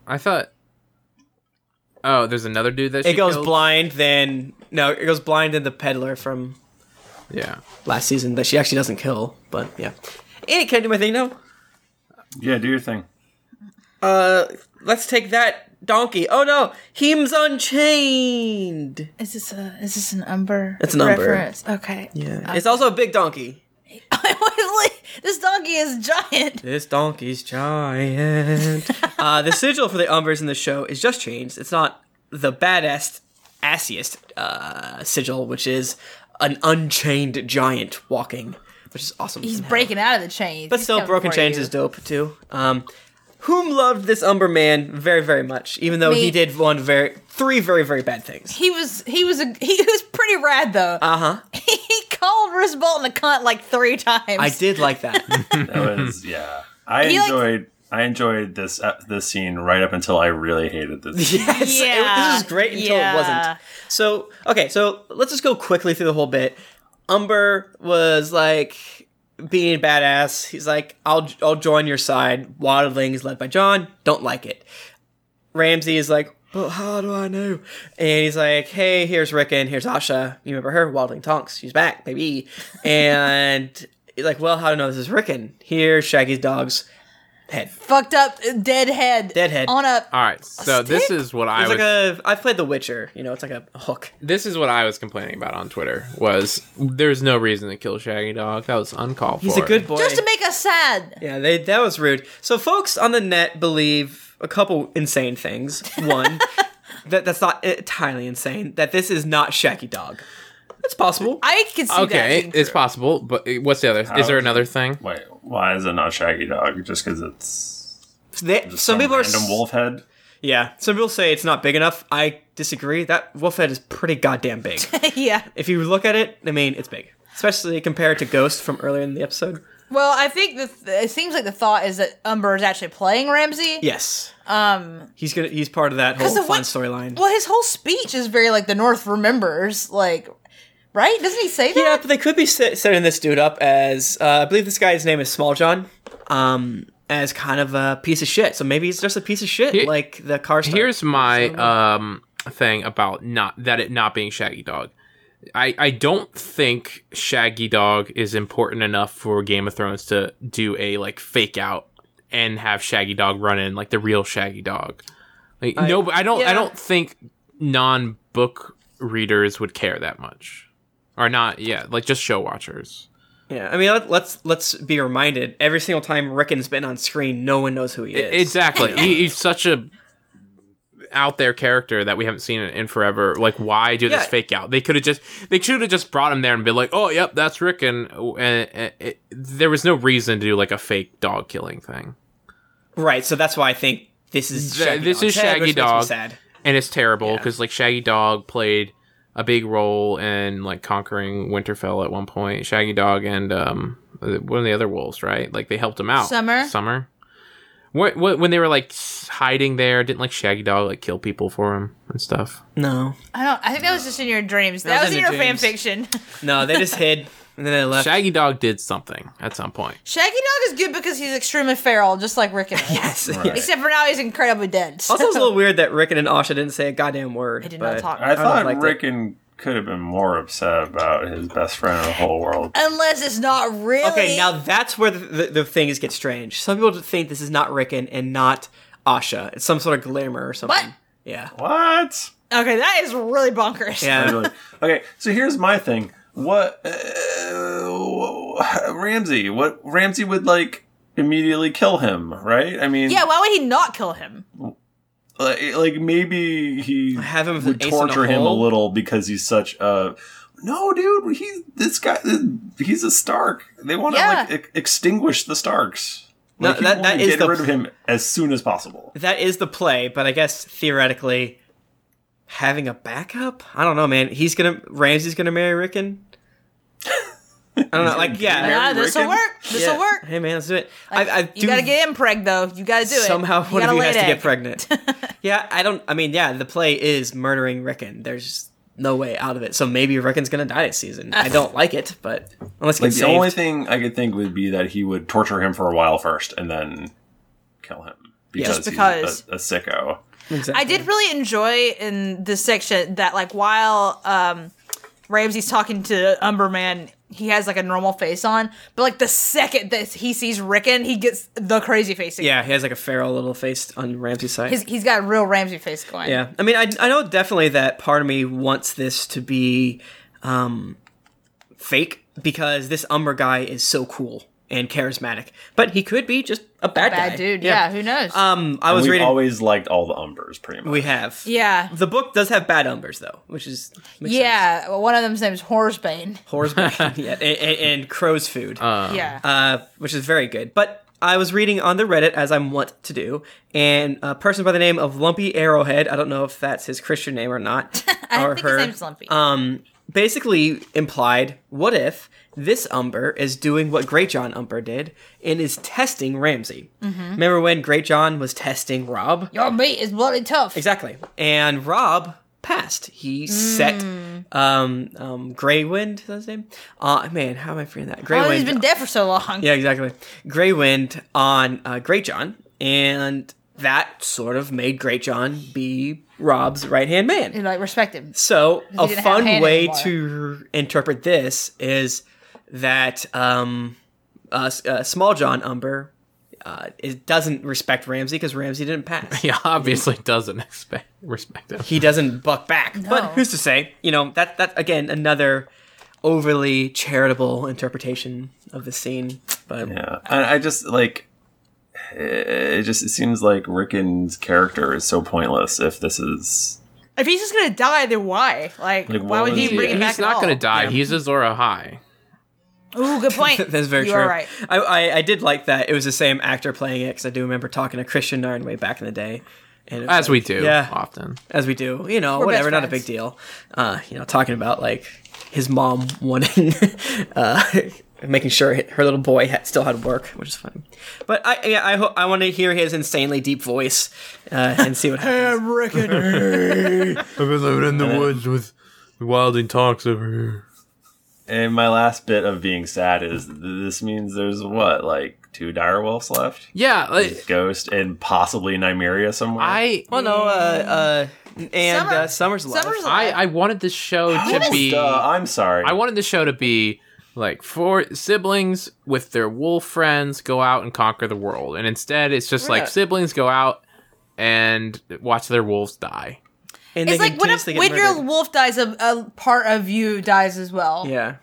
Speaker 4: I thought. Oh, there's another dude that
Speaker 3: It
Speaker 4: she
Speaker 3: goes
Speaker 4: killed?
Speaker 3: blind. Then no, it goes blind in the peddler from
Speaker 4: Yeah.
Speaker 3: last season that she actually doesn't kill. But yeah, and can I do my thing now?
Speaker 1: Yeah, do your thing.
Speaker 3: Uh, let's take that donkey. Oh no, Heem's Unchained.
Speaker 2: Is this a is this an umber?
Speaker 3: It's an Umber.
Speaker 2: reference? Okay.
Speaker 3: Yeah, it's also a big donkey.
Speaker 2: this donkey is giant.
Speaker 3: This donkey's giant. uh, the sigil for the Umbers in the show is just changed. It's not the baddest, assiest uh, sigil, which is an unchained giant walking, which is awesome.
Speaker 2: He's breaking out of the chains.
Speaker 3: But still, Broken Chains is dope too. Um, whom loved this Umber man very, very much, even though he
Speaker 2: Me.
Speaker 3: did one very, three very, very bad things.
Speaker 2: He was he was a he was pretty rad though.
Speaker 3: Uh huh.
Speaker 2: he called Bruce Bolton a cunt like three times.
Speaker 3: I did like that.
Speaker 1: That was yeah. I
Speaker 2: He, like-
Speaker 1: enjoyed. I enjoyed this uh, this scene right up until I really hated this.
Speaker 3: yes, it-
Speaker 2: Yeah,
Speaker 3: this is great until it
Speaker 2: yeah.
Speaker 3: wasn't. So okay, so let's just go quickly through the whole bit. Umber was like being badass. He's like, "I'll I'll join your side." Waddling is led by John. Don't like it. Ramsey is like, "But how do I know?" And he's like, "Hey, here's Rickon. Here's Asha. You remember her? Waddling Tonks. She's back, baby." And he's like, "Well, how do I know this is Rickon? Here's Shaggy's dog's head.
Speaker 2: Fucked up dead head.
Speaker 3: Dead head.
Speaker 2: On up.
Speaker 4: All right. So this
Speaker 2: stick?
Speaker 4: is what I
Speaker 3: It's
Speaker 4: was.
Speaker 3: like a. I've played The Witcher. You know, it's like a hook."
Speaker 4: this is what I was complaining about on Twitter. Was there's no reason to kill Shaggy Dog? That was uncalled
Speaker 3: He's
Speaker 4: for.
Speaker 3: a good boy.
Speaker 2: Just to make us sad.
Speaker 3: yeah, they, that was rude. So folks on the net believe a couple insane things. One, that that's not entirely insane. That this is not Shaggy Dog. It's possible.
Speaker 2: I could see that.
Speaker 4: Okay,
Speaker 2: being
Speaker 4: it's
Speaker 2: true.
Speaker 4: possible, but uh, what's the other? Is there another thing?
Speaker 1: Wait, why is it not Shaggy Dog? Just because it's
Speaker 3: They-
Speaker 1: just
Speaker 3: some
Speaker 1: some
Speaker 3: people are
Speaker 1: random
Speaker 3: s-
Speaker 1: wolf head.
Speaker 3: Yeah, some people say it's not big enough. I disagree. That wolf head is pretty goddamn big.
Speaker 2: yeah.
Speaker 3: if you look at it, I mean, it's big, especially compared to Ghost from earlier in the episode.
Speaker 2: Well, I think the th- it seems like the thought is that Umber is actually playing Ramsey.
Speaker 3: Yes. Um. He's gonna. He's part of that whole
Speaker 2: 'Cause the
Speaker 3: fun
Speaker 2: what-
Speaker 3: storyline.
Speaker 2: Well, his whole speech is very like the North remembers, like, right? Doesn't he say that?
Speaker 3: Yeah, but they could be set, setting this dude up as uh, I believe this guy's name is Small John, um, as kind of a piece of shit. So maybe he's just a piece of shit,
Speaker 4: Here-
Speaker 3: like the car. Star.
Speaker 4: Here's my um thing about not that it not being Shaggy Dog. I I don't think Shaggy Dog is important enough for Game of Thrones to do a like fake out and have Shaggy Dog run in like the real Shaggy Dog. Like no, but I don't
Speaker 3: yeah.
Speaker 4: I don't think non book readers would care that much. Or not, yeah, like just show watchers.
Speaker 3: yeah. I mean, let, let's let's be reminded every single time Rickon's been on screen, no one knows who he is.
Speaker 4: Exactly. he, he's such a out there character that we haven't seen in, in forever. Like, why do
Speaker 3: Yeah.
Speaker 4: this fake out? They could have just they should have just brought him there and been like, oh, yep, that's Rick, and, and, and it, there was no reason to do like a fake dog killing thing,
Speaker 3: right. So that's why I think this is
Speaker 4: Th-
Speaker 3: Shaggy
Speaker 4: this
Speaker 3: Dog's
Speaker 4: is
Speaker 3: head,
Speaker 4: Shaggy
Speaker 3: which makes me
Speaker 4: Dog.
Speaker 3: Sad.
Speaker 4: and it's terrible because like Shaggy Dog played a big role in like conquering Winterfell at one point. Shaggy Dog and um one of the other wolves, right? Like they helped him out.
Speaker 2: Summer.
Speaker 4: Summer. What, what, when they were like s- hiding there, didn't like Shaggy Dog like kill people for him and stuff?
Speaker 3: No,
Speaker 2: I don't. I think that was just in your dreams. That,
Speaker 3: was
Speaker 2: was in
Speaker 3: in
Speaker 2: your
Speaker 3: the
Speaker 2: fan
Speaker 3: dreams.
Speaker 2: fiction.
Speaker 3: no, they just hid and then they left.
Speaker 4: Shaggy Dog did something at some point.
Speaker 2: Shaggy Dog is good because he's extremely feral, just like Rick and
Speaker 3: yes.
Speaker 1: Right.
Speaker 3: yes.
Speaker 2: Except for now, he's incredibly dead. so-
Speaker 3: Also, it's a little weird that Rickon and Asha didn't say a goddamn word.
Speaker 2: They did not
Speaker 3: but-
Speaker 2: talk.
Speaker 1: I thought
Speaker 3: liked it.
Speaker 1: Rickon could have been more upset about his best friend in the whole world.
Speaker 2: Unless it's not really.
Speaker 3: Okay, now that's where the, the, the things get strange. Some people think this is not Rickon and not Asha. It's some sort of glamour or something.
Speaker 2: What?
Speaker 3: Yeah.
Speaker 1: What?
Speaker 2: Okay, that is really bonkers.
Speaker 1: I
Speaker 3: Yeah.
Speaker 1: really- okay, so here's my thing. What uh, Ramsey? What Ramsey would like immediately kill him, right? I mean,
Speaker 2: Yeah, why would he not kill him?
Speaker 1: like, like maybe he
Speaker 3: Have him with
Speaker 1: would
Speaker 3: an ace in a
Speaker 1: torture him a
Speaker 3: hole?
Speaker 1: little because he's such a no, dude. He's this guy. He's a Stark. They want to
Speaker 2: Yeah.
Speaker 1: like ex- extinguish the Starks.
Speaker 3: No,
Speaker 1: Like, he
Speaker 3: that-
Speaker 1: wanna
Speaker 3: that is
Speaker 1: get
Speaker 3: the-
Speaker 1: rid of him as soon as possible.
Speaker 3: That is the play, but I guess theoretically, having a backup? I don't know, man. He's going to, Ramsey's going to marry Rickon? I don't know. Like, yeah.
Speaker 2: Ah, this will
Speaker 1: Rickon?
Speaker 2: work. This will
Speaker 3: Yeah.
Speaker 2: work.
Speaker 3: Hey, man, let's do it. I, I
Speaker 2: you
Speaker 3: do
Speaker 2: gotta get him preg though. You gotta do it.
Speaker 3: somehow
Speaker 2: You
Speaker 3: one of
Speaker 2: gotta
Speaker 3: you
Speaker 2: lay
Speaker 3: has
Speaker 2: an
Speaker 3: to get
Speaker 2: egg.
Speaker 3: pregnant. yeah, I don't. I mean, yeah, the play is murdering Rickon. There's no way out of it. So maybe Rickon's gonna die this season. I don't like it, but unless
Speaker 1: Like
Speaker 3: it's
Speaker 1: the only thing I could think would be that he would torture him for a while first and then kill him. because,
Speaker 2: Just because.
Speaker 1: he's a, a sicko.
Speaker 3: Exactly.
Speaker 2: I did really enjoy in this section that like while um Ramsey's talking to Umberman, he has like a normal face on, but like the second that he sees Rickon, he gets the crazy face. Again.
Speaker 3: Yeah, he has like a feral little face on Ramsey's side.
Speaker 2: He's, he's got a real Ramsey face going.
Speaker 3: yeah, I mean, I, I know definitely that part of me wants this to be um, fake because this Umber guy is so cool and charismatic, but he could be just a bad,
Speaker 2: Bad
Speaker 3: guy.
Speaker 2: dude. Yeah. Who knows?
Speaker 3: Um, I
Speaker 1: And
Speaker 3: was
Speaker 1: We've
Speaker 3: reading.
Speaker 1: always liked all the Umbers, pretty much.
Speaker 3: we have.
Speaker 2: yeah.
Speaker 3: The book does have bad Umbers though, which is makes sense.
Speaker 2: Yeah. One of them's name is Horsebane.
Speaker 3: Horsebane, yeah, and, and, and crow's food.
Speaker 2: yeah.
Speaker 3: uh, which is very good. But I was reading on the Reddit, as I'm wont to do, and a person by the name of Lumpy Arrowhead, I don't know if that's his Christian name or not,
Speaker 2: I
Speaker 3: or
Speaker 2: think his name's Lumpy.
Speaker 3: um, basically implied what if this Umber is doing what Great John Umber did and is testing Ramsey?
Speaker 2: Mm-hmm.
Speaker 3: Remember when Great John was testing Rob?
Speaker 2: Your meat is bloody tough.
Speaker 3: Exactly. And Rob passed. He set
Speaker 2: Mm.
Speaker 3: um, um, Greywind, is that his name? Uh, man, how am I forgetting that? Greywind.
Speaker 2: Oh, he's been dead for so long.
Speaker 3: Yeah, exactly. Grey Wind on uh, Great John, and that sort of made Great John be Rob's right hand
Speaker 2: You
Speaker 3: man.
Speaker 2: know, like respect him.
Speaker 3: So a
Speaker 2: didn't have a
Speaker 3: fun
Speaker 2: hand
Speaker 3: way
Speaker 2: anymore.
Speaker 3: to interpret this is that um, uh, S- uh, Small John Umber uh, it doesn't respect Ramsey because Ramsey didn't pass.
Speaker 4: He obviously doesn't expect respect him.
Speaker 3: He doesn't buck back.
Speaker 2: No.
Speaker 3: But who's to say? You know that that again another overly charitable interpretation of the scene. But
Speaker 1: Yeah, I, I just like it. Just it seems like Rickon's character is so pointless if this is
Speaker 2: If he's just gonna die, then why? Like,
Speaker 1: Like,
Speaker 2: why
Speaker 1: what
Speaker 2: would you
Speaker 1: was he-
Speaker 2: bring him back?
Speaker 4: He's not going to die.
Speaker 3: Yeah.
Speaker 4: He's a Zora High.
Speaker 2: Ooh, good point.
Speaker 3: That's very
Speaker 2: you
Speaker 3: true.
Speaker 2: Are right.
Speaker 3: I, I I did like that. It was the same actor playing it because I do remember talking to Christian Narn way back in the day. And it was
Speaker 4: As
Speaker 3: like-
Speaker 4: we do
Speaker 3: yeah,
Speaker 4: often.
Speaker 3: as we do. You know,
Speaker 2: We're best
Speaker 3: whatever, not a
Speaker 2: friends.
Speaker 3: big deal. Uh, you know, talking about like his mom wanting, uh, making sure her little boy had, still had work, which is funny. But I yeah, I ho- I want to hear his insanely deep voice uh, and see what happens.
Speaker 4: I've been living in the woods with wilding talks over here.
Speaker 1: And my last bit of being sad is th- this means there's what like two direwolves left,
Speaker 4: Yeah, like,
Speaker 1: Ghost and possibly Nymeria somewhere.
Speaker 4: I,
Speaker 3: well, no, uh, uh, and
Speaker 2: Summer-
Speaker 3: uh, Summer's alive.
Speaker 2: Summer's alive.
Speaker 4: I, I wanted this show to
Speaker 1: Duh,
Speaker 4: be.
Speaker 1: I'm sorry.
Speaker 4: I wanted the show to be like four siblings with their wolf friends go out and conquer the world, and instead it's just like
Speaker 3: Yeah.
Speaker 4: siblings go out and watch their wolves die.
Speaker 3: and
Speaker 2: It's
Speaker 3: they
Speaker 2: like when, a,
Speaker 3: continuously get
Speaker 2: when your
Speaker 3: murdered.
Speaker 2: wolf dies, a, a part of you dies as well.
Speaker 3: Yeah.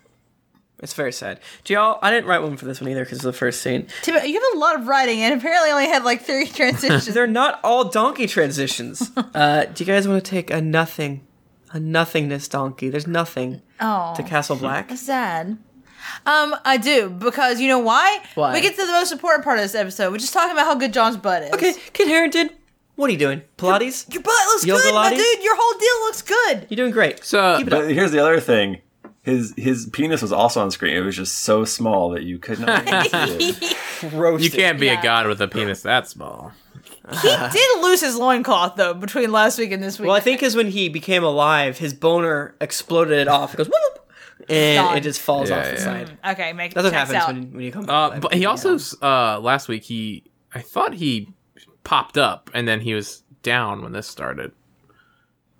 Speaker 3: It's very sad. Do y'all? I didn't write one for this one either because of the first scene.
Speaker 2: Tim, you have a lot of writing, and apparently only had like three transitions.
Speaker 3: They're not all donkey transitions. uh, do you guys want to take a nothing, a nothingness donkey? There's nothing
Speaker 2: oh,
Speaker 3: to Castle Black.
Speaker 2: sad. Um, I do because you know why?
Speaker 3: Why?
Speaker 2: We get to the most important part of this eepisode, which is talking about how good John's butt is.
Speaker 3: Okay, Kid Harrington, what are you doing? Pilates?
Speaker 2: your butt looks
Speaker 3: Yoga
Speaker 2: good, my
Speaker 3: Lattes?
Speaker 2: dude. Your whole deal looks good.
Speaker 3: You're doing great.
Speaker 4: So
Speaker 3: Keep it up.
Speaker 1: but here's the other thing: his his penis was also on screen. It was just so small that you could not. see it.
Speaker 4: you
Speaker 3: Roasted.
Speaker 4: can't be
Speaker 2: Yeah.
Speaker 4: a god with a penis that small.
Speaker 2: He did lose his loincloth though between last week and this week.
Speaker 3: Well, I think is when he became alive, his boner exploded it off. It goes whoop, and
Speaker 2: Gone.
Speaker 3: it just falls
Speaker 4: Yeah,
Speaker 3: off the
Speaker 4: yeah.
Speaker 3: side.
Speaker 2: okay, make
Speaker 3: That's what
Speaker 2: checks
Speaker 3: happens
Speaker 2: out.
Speaker 3: when, when you come.
Speaker 4: Uh,
Speaker 3: back.
Speaker 4: but he also uh, last week he I thought he popped up and then he was down when this started.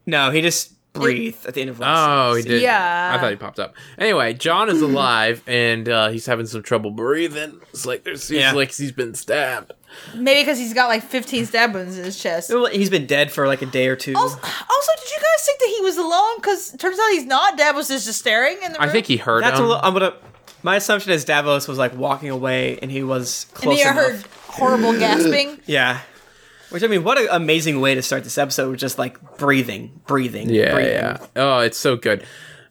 Speaker 3: no, he just breathed at the end of last.
Speaker 4: Oh, he did.
Speaker 2: Yeah.
Speaker 4: I thought he popped up. Anyway, John is alive and uh, he's having some trouble breathing. It's like there's he's
Speaker 3: Yeah.
Speaker 4: like he's been stabbed.
Speaker 2: Maybe because he's got like 15 stab wounds in his chest.
Speaker 3: Well, He's been dead for like a day or two.
Speaker 2: Also, also, did you guys think that he was alone? Because turns out he's not. Dad was just, just staring in the room.
Speaker 4: I think he heard
Speaker 3: That's
Speaker 4: him.
Speaker 3: what I'm gonna. My assumption is Davos was like walking away, and he was
Speaker 2: And
Speaker 3: close
Speaker 2: then I
Speaker 3: enough.
Speaker 2: heard horrible gasping.
Speaker 3: Yeah. Which I mean, what an amazing way to start this episode with just like breathing, breathing,
Speaker 4: yeah,
Speaker 3: breathing.
Speaker 4: yeah. Oh, it's so good.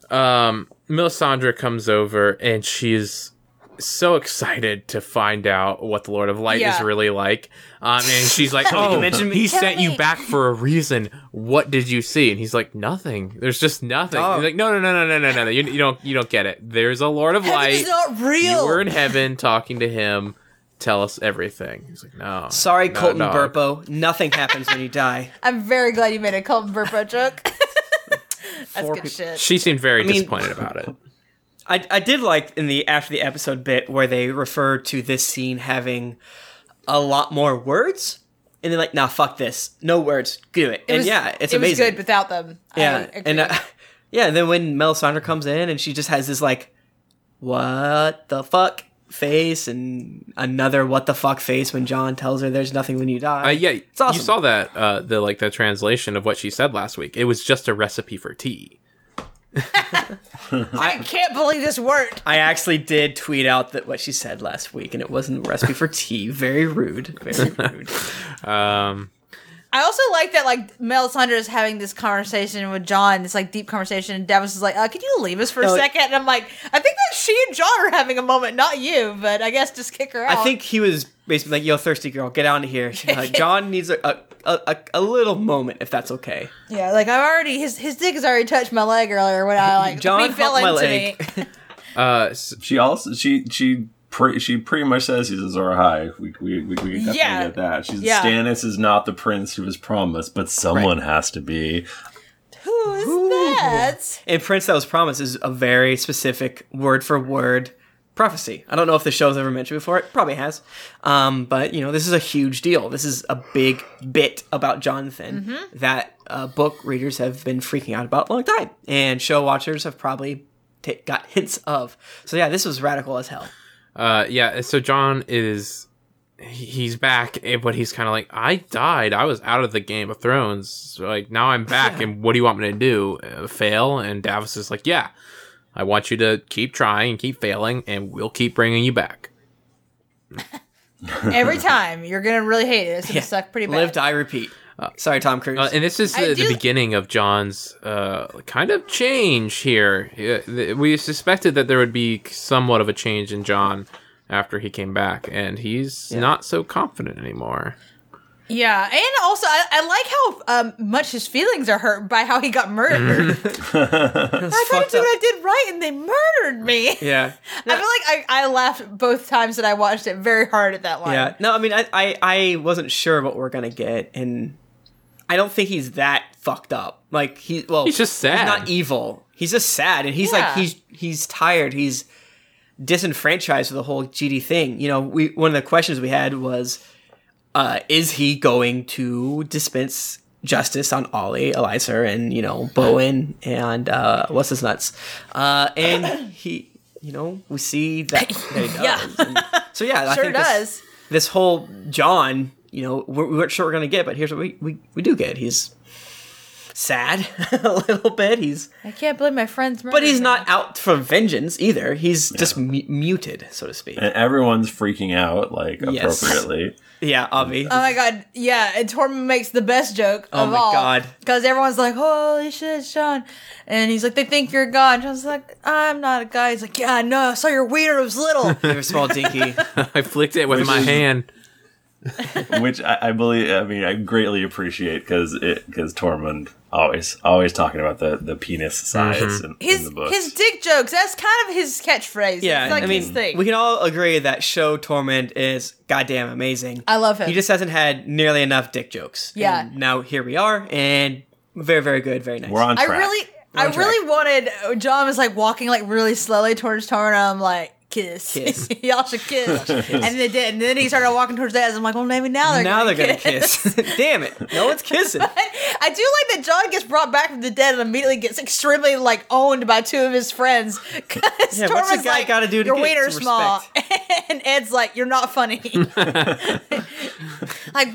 Speaker 4: Um, Melisandre comes over and she's so excited to find out what the Lord of Light
Speaker 2: Yeah.
Speaker 4: is really like. Um, and she's like,
Speaker 3: you
Speaker 4: "Oh,
Speaker 3: mention me?
Speaker 4: he
Speaker 2: Tell
Speaker 4: sent
Speaker 2: me."
Speaker 4: you back for a reason. What did you see?" And he's like, "Nothing. There's just nothing."
Speaker 3: Oh.
Speaker 4: He's like, "No, no, no, no, no, no, no, no. You, you don't, you don't get it. There's a Lord of
Speaker 2: Heaven
Speaker 4: Light.
Speaker 2: is not real.
Speaker 4: You were in heaven talking to him. Tell us everything." He's like, "No."
Speaker 3: Sorry,
Speaker 4: no,
Speaker 3: Colton
Speaker 4: no."
Speaker 3: Burpo. Nothing happens when you die.
Speaker 2: I'm very glad you made a Colton Burpo joke. That's
Speaker 3: Four
Speaker 2: good
Speaker 3: people-
Speaker 2: shit.
Speaker 4: She seemed very
Speaker 3: mean-
Speaker 4: disappointed about it.
Speaker 3: I, I did like in the after the episode bit where they referred to this scene having a lot more words and then like, nah, fuck this, no words, do it. and
Speaker 2: was-
Speaker 3: yeah, it's
Speaker 2: it was
Speaker 3: amazing.
Speaker 2: good without them. I
Speaker 3: yeah, and
Speaker 2: agree.
Speaker 3: uh, yeah, and then when Melisandre comes in and she just has this like, what the fuck face, and another what the fuck face when John tells her there's nothing when you die.
Speaker 4: Uh, yeah,
Speaker 3: awesome.
Speaker 4: you saw that uh, the like the translation of what she said last week. It was just a recipe for tea.
Speaker 2: I can't believe this worked.
Speaker 3: I actually did tweet out that what she said last week, and it wasn't a recipe for tea. Very rude. Very rude.
Speaker 4: Um,
Speaker 2: I also like that like Melisandre is having this conversation with John, this like deep conversation, and Davos is like, uh, could you leave us for a
Speaker 3: No, it-
Speaker 2: second? And I'm like, I think that she and John are having a moment, not you, but I guess just kick her out.
Speaker 3: I think he was basically like, "Yo, thirsty girl, get out of here." Uh, John needs a, a, a a little moment, if that's okay.
Speaker 2: Yeah, like I've already his his dick has already touched my leg earlier when I like
Speaker 3: John
Speaker 2: he fell
Speaker 3: humped my
Speaker 2: into
Speaker 3: leg.
Speaker 2: me.
Speaker 4: uh, s-
Speaker 1: She also she she pre, she pretty much says he's a Zora High. We we we, we definitely
Speaker 2: Yeah.
Speaker 1: get that. She's
Speaker 2: Yeah.
Speaker 1: Stannis is not the prince who was promised, but someone has to be.
Speaker 2: Who is that?
Speaker 3: And Prince that was promised is a very specific word for word prophecy. I don't know if the show's ever mentioned before. It probably has. Um, but you know, this is a huge deal. This is a big bit about Jonathan
Speaker 2: Mm-hmm.
Speaker 3: that uh, book readers have been freaking out about a long time, and show watchers have probably ta got hints of. So yeah, this was radical as hell.
Speaker 4: uh, yeah. So John is he- he's back, eh, but he's kind of like, I died. I was out of the Game of Thrones. So, like now I'm back, and what do you want me to do? Uh, fail? And Davos is like, Yeah, I want you to keep trying and keep failing, and we'll keep bringing you back.
Speaker 2: Every time you're gonna really hate it. It's gonna suck pretty bad.
Speaker 3: Live, die, repeat. Sorry, Tom Cruise.
Speaker 4: Uh, and this is
Speaker 2: I
Speaker 4: the, the
Speaker 2: do-
Speaker 4: beginning of John's uh, kind of change here. Yeah, th- We suspected that there would be somewhat of a change in John after he came back, and he's not so confident anymore.
Speaker 2: yeah, and also I, I like how um, much his feelings are hurt by how he got murdered.
Speaker 3: Mm-hmm. It's
Speaker 2: I tried to
Speaker 3: fucked
Speaker 2: do
Speaker 3: up.
Speaker 2: what I did right, and they murdered me.
Speaker 3: yeah.
Speaker 2: I feel like I, I laughed both times that I watched it very hard at that line.
Speaker 3: Yeah. No, I mean, I, I, I wasn't sure what we're gonna get, and I don't think he's that fucked up. Like he, well,
Speaker 4: He's just sad.
Speaker 3: He's not evil. He's just sad, and he's like
Speaker 2: Yeah.
Speaker 3: he's he's tired. He's disenfranchised with the whole GD thing. You know, we one of the questions we had was, uh, is he going to dispense justice on Ollie, Elizer, and you know Bowen and uh, what's his nuts? Uh, and he, you know, we see that, that he does.
Speaker 2: Yeah.
Speaker 3: And so yeah, I
Speaker 2: Sure
Speaker 3: think this-
Speaker 2: does.
Speaker 3: this whole John, you know, we're, we weren't sure we're gonna get, but here's what we we, we do get. He's sad a little bit. He's
Speaker 2: I can't believe my friends murdered
Speaker 3: but he's
Speaker 2: me.
Speaker 3: not out for vengeance either. He's just mu- muted, so to speak.
Speaker 1: And everyone's freaking out, like
Speaker 3: Yes.
Speaker 1: appropriately.
Speaker 3: Yeah, Avi.
Speaker 2: Oh my god, yeah, and Tormund makes the best joke
Speaker 3: Oh
Speaker 2: of
Speaker 3: my
Speaker 2: all.
Speaker 3: God.
Speaker 2: Because everyone's like, holy shit, Sean. And he's like, they think you're God. Sean's like, I'm not a guy. He's like, yeah, I know. I saw your wiener it was little.
Speaker 3: You're a small dinky.
Speaker 4: I flicked it with
Speaker 1: Which
Speaker 4: my
Speaker 1: is-
Speaker 4: hand.
Speaker 1: which I, I believe I mean I greatly appreciate because it because Tormund always always talking about the the penis size in, in
Speaker 2: Mm-hmm. his
Speaker 1: the books.
Speaker 2: his dick jokes, that's kind of his catchphrase.
Speaker 3: Yeah,
Speaker 2: it's like
Speaker 3: I mean,
Speaker 2: his thing.
Speaker 3: we can all agree that show Torment is goddamn amazing.
Speaker 2: I love him.
Speaker 3: He just hasn't had nearly enough dick jokes.
Speaker 2: Yeah.
Speaker 3: And now here we are, and very, very good, very nice.
Speaker 1: We're on
Speaker 2: I
Speaker 1: track.
Speaker 2: really, I
Speaker 3: on
Speaker 2: really wanted, John was like walking like really slowly towards Tormund. And I'm like, kiss.
Speaker 3: Kiss.
Speaker 2: Y'all should kiss. and they did. And then he started walking towards that. And I'm like, well, maybe now they're
Speaker 3: now
Speaker 2: gonna
Speaker 3: they're
Speaker 2: kiss.
Speaker 3: gonna kiss. Damn it! No one's kissing.
Speaker 2: I do like that John gets brought back from the dead and immediately gets extremely like owned by two of his friends. Because
Speaker 3: Yeah, what's a guy
Speaker 2: like,
Speaker 3: gotta do to
Speaker 2: your
Speaker 3: get
Speaker 2: wiener's
Speaker 3: some
Speaker 2: small, and Ed's like, you're not funny. like,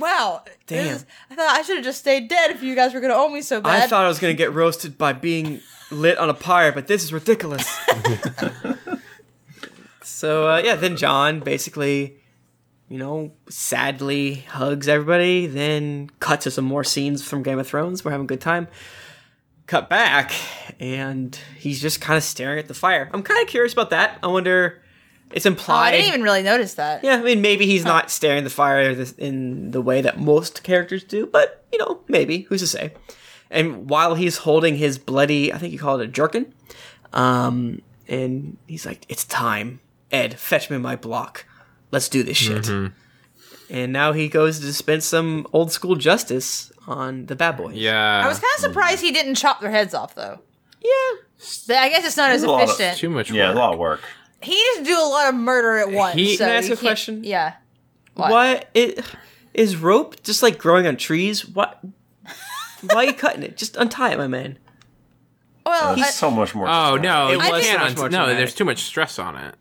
Speaker 2: wow, this
Speaker 3: Damn.
Speaker 2: is- I thought I should have just stayed dead if you guys were gonna own me so bad.
Speaker 3: I thought I was gonna get roasted by being lit on a pyre, but this is ridiculous. so uh, yeah, then John basically, you know, sadly hugs everybody. Then cut to some more scenes from Game of Thrones. We're having a good time. Cut back, and he's just kind of staring at the fire. I'm kind of curious about that. I wonder. It's
Speaker 2: Oh,
Speaker 3: implied.
Speaker 2: I didn't even really notice that.
Speaker 3: Yeah, I mean, maybe he's not staring the fire this- in the way that most characters do, but you know, maybe who's to say? And while he's holding his bloody, I think you call it a jerkin, um, and he's like, "It's time, Ed, fetch me my block. Let's do this shit." And now he goes to dispense some old school justice on the bad boys.
Speaker 4: Yeah,
Speaker 2: I was kind of surprised he didn't chop their heads off though.
Speaker 3: yeah.
Speaker 2: But I guess it's not as
Speaker 1: There's a lot of-
Speaker 2: efficient.
Speaker 4: too much.
Speaker 1: yeah,
Speaker 4: work.
Speaker 1: a lot of work.
Speaker 2: he just do a lot of murder at once.
Speaker 4: He-
Speaker 2: so
Speaker 3: Can I ask
Speaker 2: you
Speaker 3: a
Speaker 2: can't-
Speaker 3: question?
Speaker 2: Yeah.
Speaker 3: What? it? is rope just like growing on trees? What? Why are you cutting it? Just untie it, my man.
Speaker 2: Well,
Speaker 1: That's
Speaker 2: I-
Speaker 1: so much more.
Speaker 4: Oh no,
Speaker 3: It
Speaker 4: you
Speaker 3: was
Speaker 4: can't
Speaker 3: so much
Speaker 4: uns-
Speaker 3: more
Speaker 4: no,
Speaker 3: traumatic.
Speaker 4: there's too much stress on it.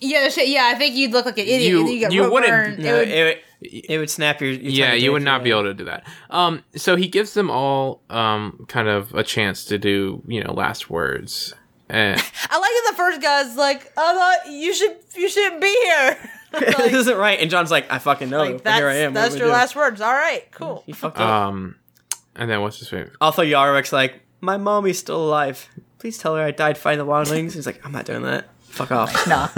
Speaker 2: yeah, shit, yeah. I think you'd look like an idiot.
Speaker 4: You-
Speaker 2: and then you got
Speaker 4: you
Speaker 2: rope
Speaker 4: wouldn't-
Speaker 2: burn. It
Speaker 3: No,
Speaker 2: would-
Speaker 3: it, would, it would snap your. your
Speaker 4: yeah,
Speaker 3: tiny dick,
Speaker 4: you would not be
Speaker 3: yeah.
Speaker 4: able to do that. Um, so he gives them all um kind of a chance to do you know last words. Eh,
Speaker 2: I like that the first guy's like, "I thought you should you shouldn't be here."
Speaker 3: this
Speaker 2: like,
Speaker 3: isn't right. And John's like, I fucking know.
Speaker 2: like,
Speaker 3: but here I
Speaker 2: that's
Speaker 3: am. what
Speaker 2: that's
Speaker 3: do we
Speaker 2: your
Speaker 3: do?
Speaker 2: last words. All right, cool.
Speaker 3: He fucked up.
Speaker 4: um, and then what's his name?
Speaker 3: Also, Yarwick's like, my mommy's still alive. Please tell her I died fighting the wildlings. He's like, I'm not doing that. Fuck off.
Speaker 2: Nah,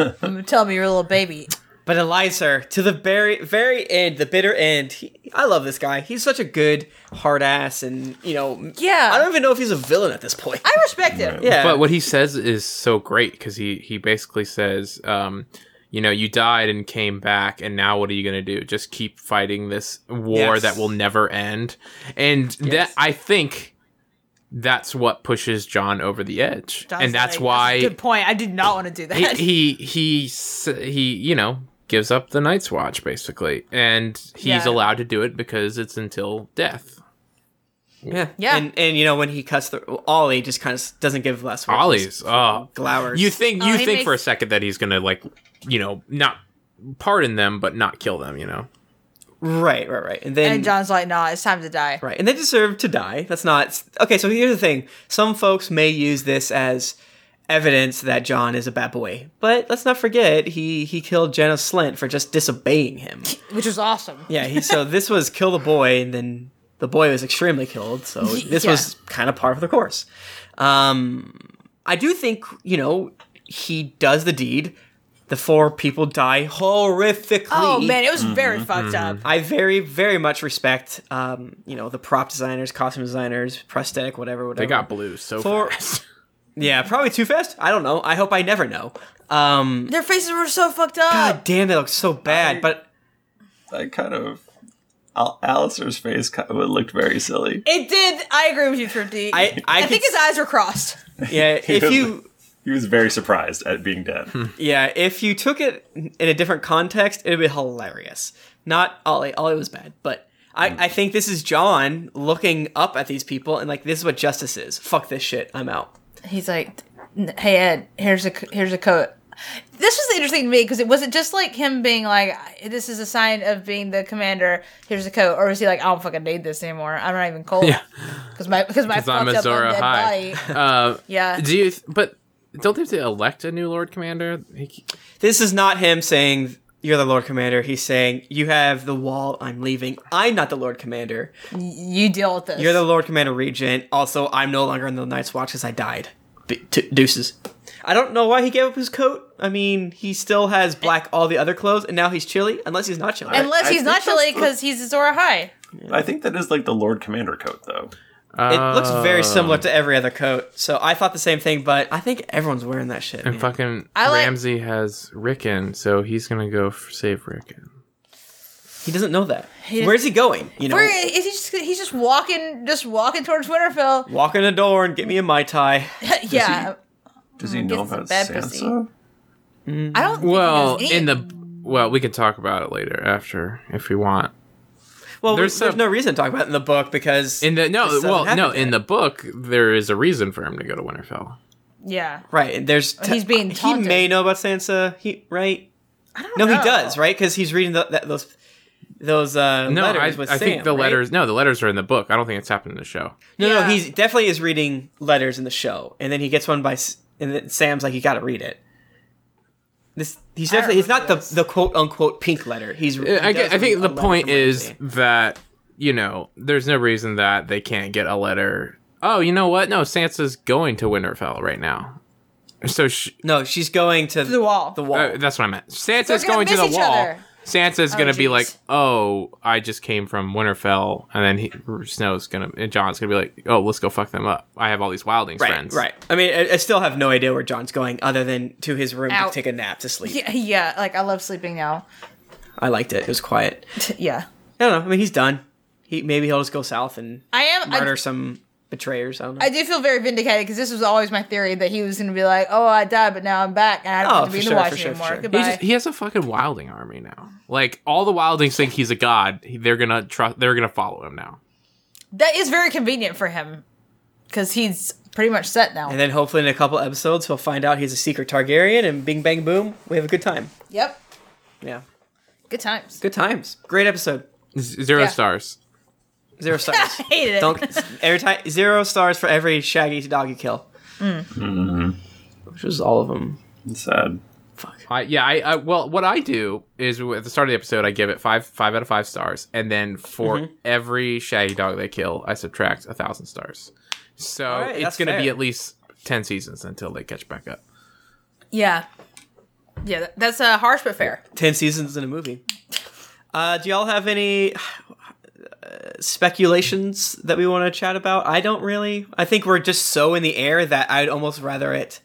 Speaker 2: tell me you're a little baby.
Speaker 3: But Elizer, to the very, very end, the bitter end. He, I love this guy. He's such a good hard ass, and you know,
Speaker 2: Yeah.
Speaker 3: I don't even know if he's a villain at this point.
Speaker 2: I respect him.
Speaker 3: yeah,
Speaker 4: But what he says is so great because he he basically says, um, you know, you died and came back, and now what are you gonna do? Just keep fighting this war
Speaker 3: Yes.
Speaker 4: that will never end. And that I think that's what pushes John over the edge,
Speaker 2: John's
Speaker 4: and that's
Speaker 2: like,
Speaker 4: why
Speaker 2: a good point. I did not want to do that.
Speaker 4: he he he s- he you know gives up the Night's Watch basically, and he's
Speaker 2: Yeah.
Speaker 4: allowed to do it because it's until death.
Speaker 3: yeah,
Speaker 2: Yeah.
Speaker 3: and and you know when he cuts the Ollie just kind of doesn't give less. words.
Speaker 4: Ollie's oh
Speaker 3: glowers.
Speaker 4: You think
Speaker 2: Oh,
Speaker 4: you
Speaker 2: he
Speaker 4: think for a
Speaker 2: makes-
Speaker 4: second that he's gonna like, you know, not pardon them but not kill them. You know,
Speaker 3: right, right, right, and then
Speaker 2: and John's like, "Nah, it's time to die."
Speaker 3: Right, and they deserve to die. That's not okay. So here's the thing: some folks may use this as evidence that John is a bad boy, but let's not forget he he killed Jenna Slint for just disobeying him.
Speaker 2: Which is awesome.
Speaker 3: Yeah, he, so this was kill the boy, and then the boy was extremely killed. So this
Speaker 2: yeah.
Speaker 3: was kind of par for the course. Um, I do think you know he does the deed. The four people die horrifically.
Speaker 2: Oh man, it was very fucked up.
Speaker 3: I very, very much respect, um, you know, the prop designers, costume designers, prosthetic, whatever, whatever.
Speaker 4: they got blue so
Speaker 3: For-
Speaker 4: fast.
Speaker 3: yeah, probably too fast. I don't know. I hope I never know. Um,
Speaker 2: Their faces were so fucked up.
Speaker 3: God damn, that looks so bad. But
Speaker 1: I kind of. Al- Alistair's face kind of, it looked very silly.
Speaker 2: It did. I agree with you, Trinity.
Speaker 3: I- I
Speaker 2: think
Speaker 3: could
Speaker 2: his eyes were crossed.
Speaker 3: yeah, if you
Speaker 1: He was very surprised at being dead.
Speaker 3: yeah, if you took it in a different context, it'd be hilarious. Not Ollie. Ollie was bad, but
Speaker 4: Hmm.
Speaker 3: I, I think this is John looking up at these people and like, this is what justice is. Fuck this shit. I'm out.
Speaker 2: He's like, "Hey Ed, here's a here's a coat." This was interesting to me because it wasn't just like him being like, "This is a sign of being the commander." Here's a coat, or is he like, "I don't fucking need this anymore. I'm not even cold."
Speaker 4: Yeah.
Speaker 2: because my because my
Speaker 4: 'Cause I'm
Speaker 2: fucked
Speaker 4: a
Speaker 2: up
Speaker 4: Zora
Speaker 2: undead
Speaker 4: High.
Speaker 2: body.
Speaker 4: Uh,
Speaker 2: Yeah.
Speaker 4: Do you? Th- but don't they have to elect a new Lord Commander? He-
Speaker 3: This is not him saying you're the Lord Commander. He's saying you have the wall. I'm leaving. I'm not the Lord Commander.
Speaker 2: You deal with this.
Speaker 3: You're the Lord Commander Regent. Also, I'm no longer in the Night's Watch because I died. Be- t- deuces. I don't know why he gave up his coat. I mean, he still has black all the other clothes, and now he's chilly, unless he's not chilly.
Speaker 2: unless
Speaker 1: I
Speaker 2: he's
Speaker 1: think
Speaker 2: not
Speaker 1: that's
Speaker 2: chilly
Speaker 1: the-
Speaker 2: because he's a Zora High.
Speaker 1: I think that is like the Lord Commander coat, though.
Speaker 3: it looks very
Speaker 4: Uh,
Speaker 3: similar to every other coat, so I thought the same thing, but I think everyone's wearing that shit.
Speaker 4: And
Speaker 3: man.
Speaker 4: fucking
Speaker 2: I like-
Speaker 4: Ramsey has Rickon, so he's gonna go f save Rickon.
Speaker 3: He doesn't know that.
Speaker 2: doesn't-
Speaker 3: Where's he going? You know,
Speaker 2: Where is he? Just he's just walking, just walking towards Winterfell.
Speaker 3: walk in the door and get me a Mai Tai.
Speaker 2: yeah,
Speaker 1: Does he know
Speaker 2: gets some
Speaker 1: about
Speaker 2: bad
Speaker 1: Sansa?
Speaker 2: pussy. I don't.
Speaker 4: Well,
Speaker 2: think he does
Speaker 4: in
Speaker 2: any-
Speaker 4: the well, we can talk about it later after if we want.
Speaker 3: Well, there's,
Speaker 4: There's
Speaker 3: there's
Speaker 4: some-
Speaker 3: no reason to talk about it in the book because.
Speaker 4: In the no,
Speaker 3: This doesn't
Speaker 4: well,
Speaker 3: happen
Speaker 4: no, in
Speaker 3: yet.
Speaker 4: the book there is a reason for him to go to Winterfell.
Speaker 2: yeah.
Speaker 3: Right, and there's
Speaker 2: he's being
Speaker 3: He
Speaker 2: taunted.
Speaker 3: may know about Sansa. He right?
Speaker 2: I don't
Speaker 3: No,
Speaker 2: know.
Speaker 3: he does, right? Because he's reading the, that, those those uh,
Speaker 4: No, I,
Speaker 3: letters with
Speaker 4: I
Speaker 3: Sam.
Speaker 4: think the
Speaker 3: right?
Speaker 4: letters. No, the letters are in the book. I don't think it's happened in the show.
Speaker 3: No, no,
Speaker 2: Yeah.
Speaker 3: he definitely is reading letters in the show, and then he gets one by, S- and then Sam's like, "You got to read it." This he's
Speaker 2: don't
Speaker 3: definitely it's not the
Speaker 2: remember
Speaker 3: the quote unquote pink letter. He's he
Speaker 4: I,
Speaker 3: does
Speaker 4: I
Speaker 3: read
Speaker 4: think
Speaker 3: a
Speaker 4: the
Speaker 3: letter
Speaker 4: point
Speaker 3: from
Speaker 4: is
Speaker 3: Ramsay.
Speaker 4: that you know there's no reason that they can't get a letter. Oh, you know what? No, Sansa's going to Winterfell right now. So sh
Speaker 3: no, she's going to
Speaker 2: the wall.
Speaker 3: The wall.
Speaker 4: uh, that's what I meant. Sansa's
Speaker 2: Oh. gonna
Speaker 4: going to the
Speaker 2: miss each
Speaker 4: wall.
Speaker 2: other.
Speaker 4: Sansa's gonna be
Speaker 2: jeez.
Speaker 4: like, "Oh, I just came from Winterfell," and then he, Snow's gonna and John's gonna be like, "Oh, let's go fuck them up." I have all these Wildlings
Speaker 3: right,
Speaker 4: friends.
Speaker 3: right. I mean, I, I still have no idea where John's going, other than to his room
Speaker 2: Out.
Speaker 3: to take a nap to sleep.
Speaker 2: Yeah, yeah, like I love sleeping now.
Speaker 3: I liked it. It was quiet.
Speaker 2: yeah.
Speaker 3: I don't know. I mean, he's done. He maybe he'll just go south and
Speaker 2: I am I,
Speaker 3: murder some betrayers. I don't know.
Speaker 2: I do feel very vindicated because this was always my theory that he was going to be like, "Oh, I died, but now I'm back, and I don't
Speaker 3: Oh,
Speaker 2: have to be
Speaker 3: for
Speaker 2: in the
Speaker 3: sure,
Speaker 2: watch
Speaker 3: for sure, for
Speaker 2: anymore."
Speaker 3: sure. He
Speaker 4: He,
Speaker 2: Goodbye.
Speaker 4: just, he has a fucking wilding army now. Like all the wildlings think he's a god. He- They're gonna trust. They're gonna follow him now.
Speaker 2: that is very convenient for him because he's pretty much set now.
Speaker 3: and then hopefully in a couple episodes he'll find out he's a secret Targaryen, and Bing Bang Boom, we have a good time.
Speaker 2: yep,
Speaker 3: Yeah,
Speaker 2: good times.
Speaker 3: good times. Great episode.
Speaker 4: Z- Zero
Speaker 2: Yeah.
Speaker 4: stars.
Speaker 3: Zero stars.
Speaker 2: Hated it.
Speaker 3: Don't every time zero stars for every Shaggy dog you kill, which was all of them.
Speaker 1: It's sad.
Speaker 4: I, yeah, I, I well, what I do is w- at the start of the episode, I give it five five out of five stars, and then for
Speaker 3: Mm-hmm.
Speaker 4: every shaggy dog they kill, I subtract a thousand stars. So
Speaker 3: right,
Speaker 4: it's
Speaker 3: that's
Speaker 4: going to be
Speaker 3: fair.
Speaker 4: at least ten seasons until they catch back up.
Speaker 2: Yeah, yeah, that- that's uh, harsh but fair.
Speaker 3: Ten seasons in a movie. Uh, do y'all have any uh, speculations that we want to chat about? I don't really. I think we're just so in the air that I'd almost rather it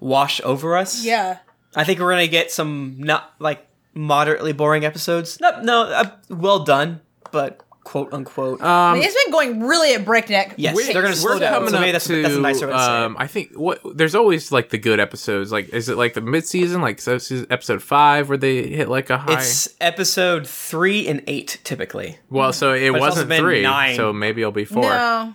Speaker 3: wash over us.
Speaker 2: Yeah,
Speaker 3: I think we're gonna get some not like moderately boring episodes. No, no, uh, well done, but quote unquote.
Speaker 4: Ah.
Speaker 2: I mean, it's been going really at breakneck.
Speaker 3: Yes.
Speaker 2: pace.
Speaker 3: They're gonna slow
Speaker 4: Um, We're
Speaker 3: down,
Speaker 4: coming
Speaker 3: so
Speaker 4: up
Speaker 3: maybe that's-
Speaker 4: to.
Speaker 3: that's a nicer way to say it.
Speaker 4: um, I think what there's always like the good episodes. Like, is it like the mid season, like so se- episode five, where they hit like a high?
Speaker 3: it's episode three and eight typically.
Speaker 4: well, so it
Speaker 3: also
Speaker 4: wasn't
Speaker 3: been
Speaker 4: three,
Speaker 3: nine.
Speaker 4: so maybe it'll be four.
Speaker 2: No.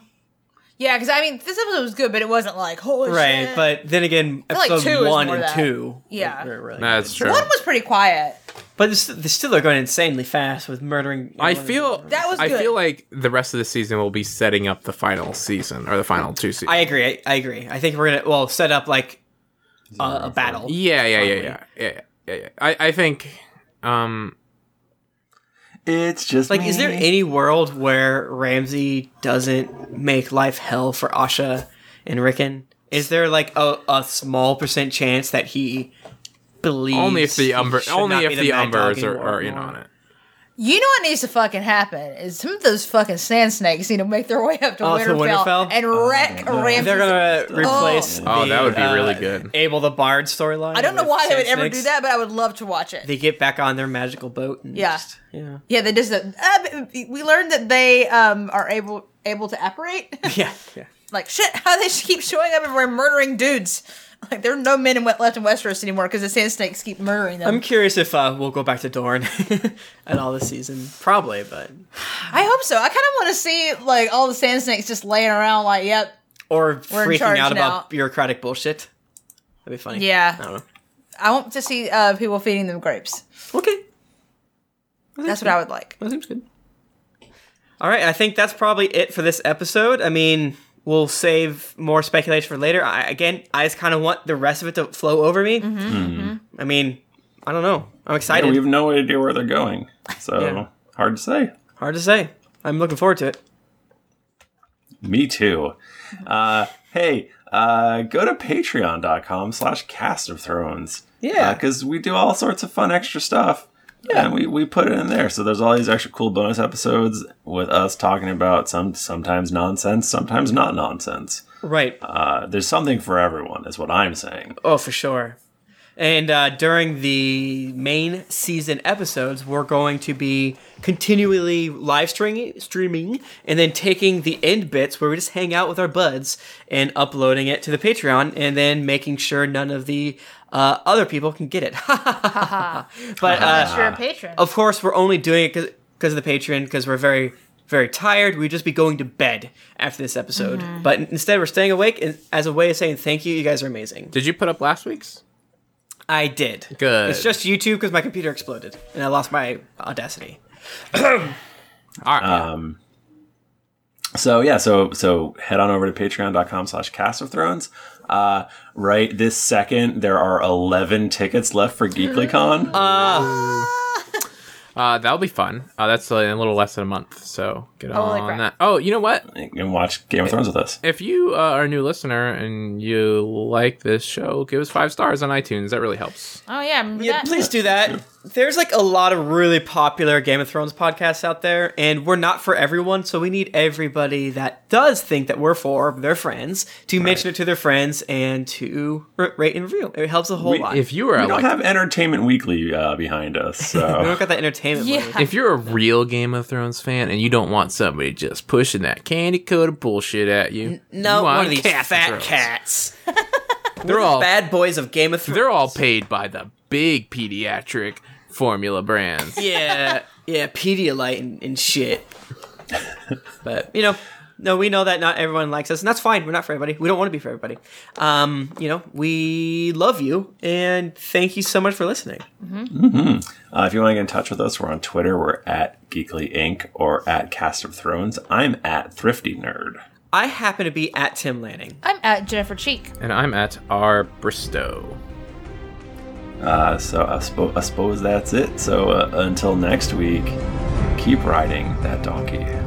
Speaker 2: Yeah, because I mean, this episode was good, but it wasn't like holy
Speaker 3: Right,
Speaker 2: shit.
Speaker 3: but then again,
Speaker 2: feel like
Speaker 3: episode
Speaker 2: two is
Speaker 3: one
Speaker 2: more
Speaker 3: and
Speaker 2: that.
Speaker 3: two,
Speaker 2: Yeah.
Speaker 3: were really
Speaker 4: That's
Speaker 3: good.
Speaker 4: true.
Speaker 2: one was pretty quiet.
Speaker 3: But it's- they still are going insanely fast with murdering.
Speaker 4: I feel
Speaker 2: That was
Speaker 4: I
Speaker 2: good.
Speaker 4: feel like the rest of the season will be setting up the final season or the final two seasons.
Speaker 3: I agree. I, I agree. I think we're gonna well set up like a, a battle.
Speaker 4: yeah, yeah, yeah, yeah, yeah, yeah, yeah. I, I think, um,
Speaker 1: It's just
Speaker 3: Like, is there
Speaker 1: me.
Speaker 3: any world where Ramsey doesn't make life hell for Asha and Rickon? Is there like a, a small percent chance that he believes
Speaker 4: only if the
Speaker 3: he
Speaker 4: umber,
Speaker 3: should
Speaker 4: only
Speaker 3: not
Speaker 4: if
Speaker 3: be
Speaker 4: the
Speaker 3: Mad Dog
Speaker 4: umbers are,
Speaker 3: anymore?
Speaker 4: are in on it.
Speaker 2: You know what needs to fucking happen is some of those fucking sand snakes need to make their way up to,
Speaker 3: Oh, to
Speaker 2: Winterfell,
Speaker 3: Winterfell?
Speaker 2: and wreck oh,
Speaker 3: They're gonna replace.
Speaker 4: Oh,
Speaker 3: the,
Speaker 4: that would be really
Speaker 3: uh,
Speaker 4: good.
Speaker 3: Abel the Bard storyline.
Speaker 2: I don't know
Speaker 3: with
Speaker 2: why they would
Speaker 3: Sand
Speaker 2: ever do
Speaker 3: Snakes.
Speaker 2: that, but I would love to watch it.
Speaker 3: They get back on their magical boat. And
Speaker 2: Yeah.
Speaker 3: just- yeah.
Speaker 2: yeah, they just uh, uh, we learned that they um are able able to apparate.
Speaker 3: Yeah. Yeah.
Speaker 2: like shit, how they keep showing up and we're murdering dudes. Like there are no men in wet left in Westeros anymore because the sand snakes keep murdering them.
Speaker 3: I'm curious if uh, we'll go back to Dorne at all this season. Probably, but
Speaker 2: I hope so. I kind of want to see like all the sand snakes just laying around, like, yep,
Speaker 3: or
Speaker 2: We're in
Speaker 3: freaking
Speaker 2: charge
Speaker 3: out
Speaker 2: now.
Speaker 3: about bureaucratic bullshit. That'd be funny.
Speaker 2: Yeah.
Speaker 3: I don't know.
Speaker 2: I want to see uh, people feeding them grapes.
Speaker 3: Okay.
Speaker 2: That's what I would like.
Speaker 3: That seems good. All right, I think that's probably it for this episode. I mean, we'll save more speculation for later. I, again, I just kind of want the rest of it to flow over me.
Speaker 2: Mm-hmm,
Speaker 3: I mean, I don't know. I'm
Speaker 1: Hmm. Yeah,
Speaker 3: excited.
Speaker 1: we have no idea where they're going, so
Speaker 3: Yeah.
Speaker 1: hard to say.
Speaker 3: Hard to say. I'm looking forward to it.
Speaker 1: Me too. Uh, hey, uh, go to patreon.com slash cast of thrones.
Speaker 3: Yeah.
Speaker 1: Because we do all sorts of fun extra stuff. Yeah. And we, we put it in there. So there's all these extra cool bonus episodes with us talking about some sometimes nonsense, sometimes not nonsense.
Speaker 3: Right.
Speaker 1: Uh, there's something for everyone, is what I'm saying.
Speaker 3: Oh, for sure. And uh, during the main season episodes, we're going to be continually live streaming, streaming, and then taking the end bits where we just hang out with our buds and uploading it to the Patreon, and then making sure none of the uh, other people can get it. but uh,
Speaker 2: You're a patron.
Speaker 3: of course, we're only doing it because of the Patreon because we're very, very tired. We'd just be going to bed after this episode, but instead we're staying awake and as a way of saying thank you. You guys are amazing.
Speaker 4: Did you put up last week's?
Speaker 3: I did.
Speaker 4: Good.
Speaker 3: It's just YouTube because my computer exploded and I lost my Audacity.
Speaker 4: All right.
Speaker 3: Um,
Speaker 1: So yeah, so so head on over to patreon.com slash cast of thrones. Uh, right this second, there are eleven tickets left for GeeklyCon.
Speaker 4: uh, that'll be fun. Uh, that's uh, in a little less than a month, so get
Speaker 2: Holy
Speaker 4: on
Speaker 2: crap.
Speaker 4: that. Oh, you know what?
Speaker 1: and watch Game of Thrones with us.
Speaker 4: If you uh, are a new listener and you like this show, give us five stars on iTunes. That really helps.
Speaker 2: oh yeah, remember
Speaker 3: Yeah,
Speaker 2: that?
Speaker 3: please do that. there's like a lot of really popular Game of Thrones podcasts out there, and we're not for everyone, so we need everybody that does think that we're for their friends to mention it to their friends and to r- rate and review. It helps a whole
Speaker 1: We-
Speaker 3: lot.
Speaker 4: If you were
Speaker 1: We
Speaker 4: a,
Speaker 1: don't
Speaker 4: like,
Speaker 1: have Entertainment Weekly uh, behind us,
Speaker 3: we
Speaker 1: so
Speaker 3: don't got that entertainment.
Speaker 2: Yeah.
Speaker 3: money.
Speaker 4: if you're a real Game of Thrones fan and you don't want somebody just pushing that candy coated bullshit at you,
Speaker 3: No,
Speaker 4: you want
Speaker 3: one of these
Speaker 4: Cats of
Speaker 3: fat
Speaker 4: Thrones.
Speaker 3: cats.
Speaker 4: They're all
Speaker 3: Bad boys of Game of Thrones.
Speaker 4: Oh. they're all paid by the big pediatric formula brands.
Speaker 3: yeah, yeah, Pedialyte and, and shit. But you know, no, we know that not everyone likes us, and that's fine. We're not for everybody. We don't want to be for everybody. Um, you know, we love you, and thank you so much for listening.
Speaker 1: uh, if you want to get in touch with us, we're on Twitter. We're at Geekly Inc. or at Cast of Thrones. I'm at Thrifty Nerd.
Speaker 3: I happen to be at Tim Lanning.
Speaker 2: I'm at Jennifer Cheek.
Speaker 4: And I'm at R Bristow.
Speaker 1: Uh, so I, spo- I suppose that's it. So uh, until next week, keep riding that donkey.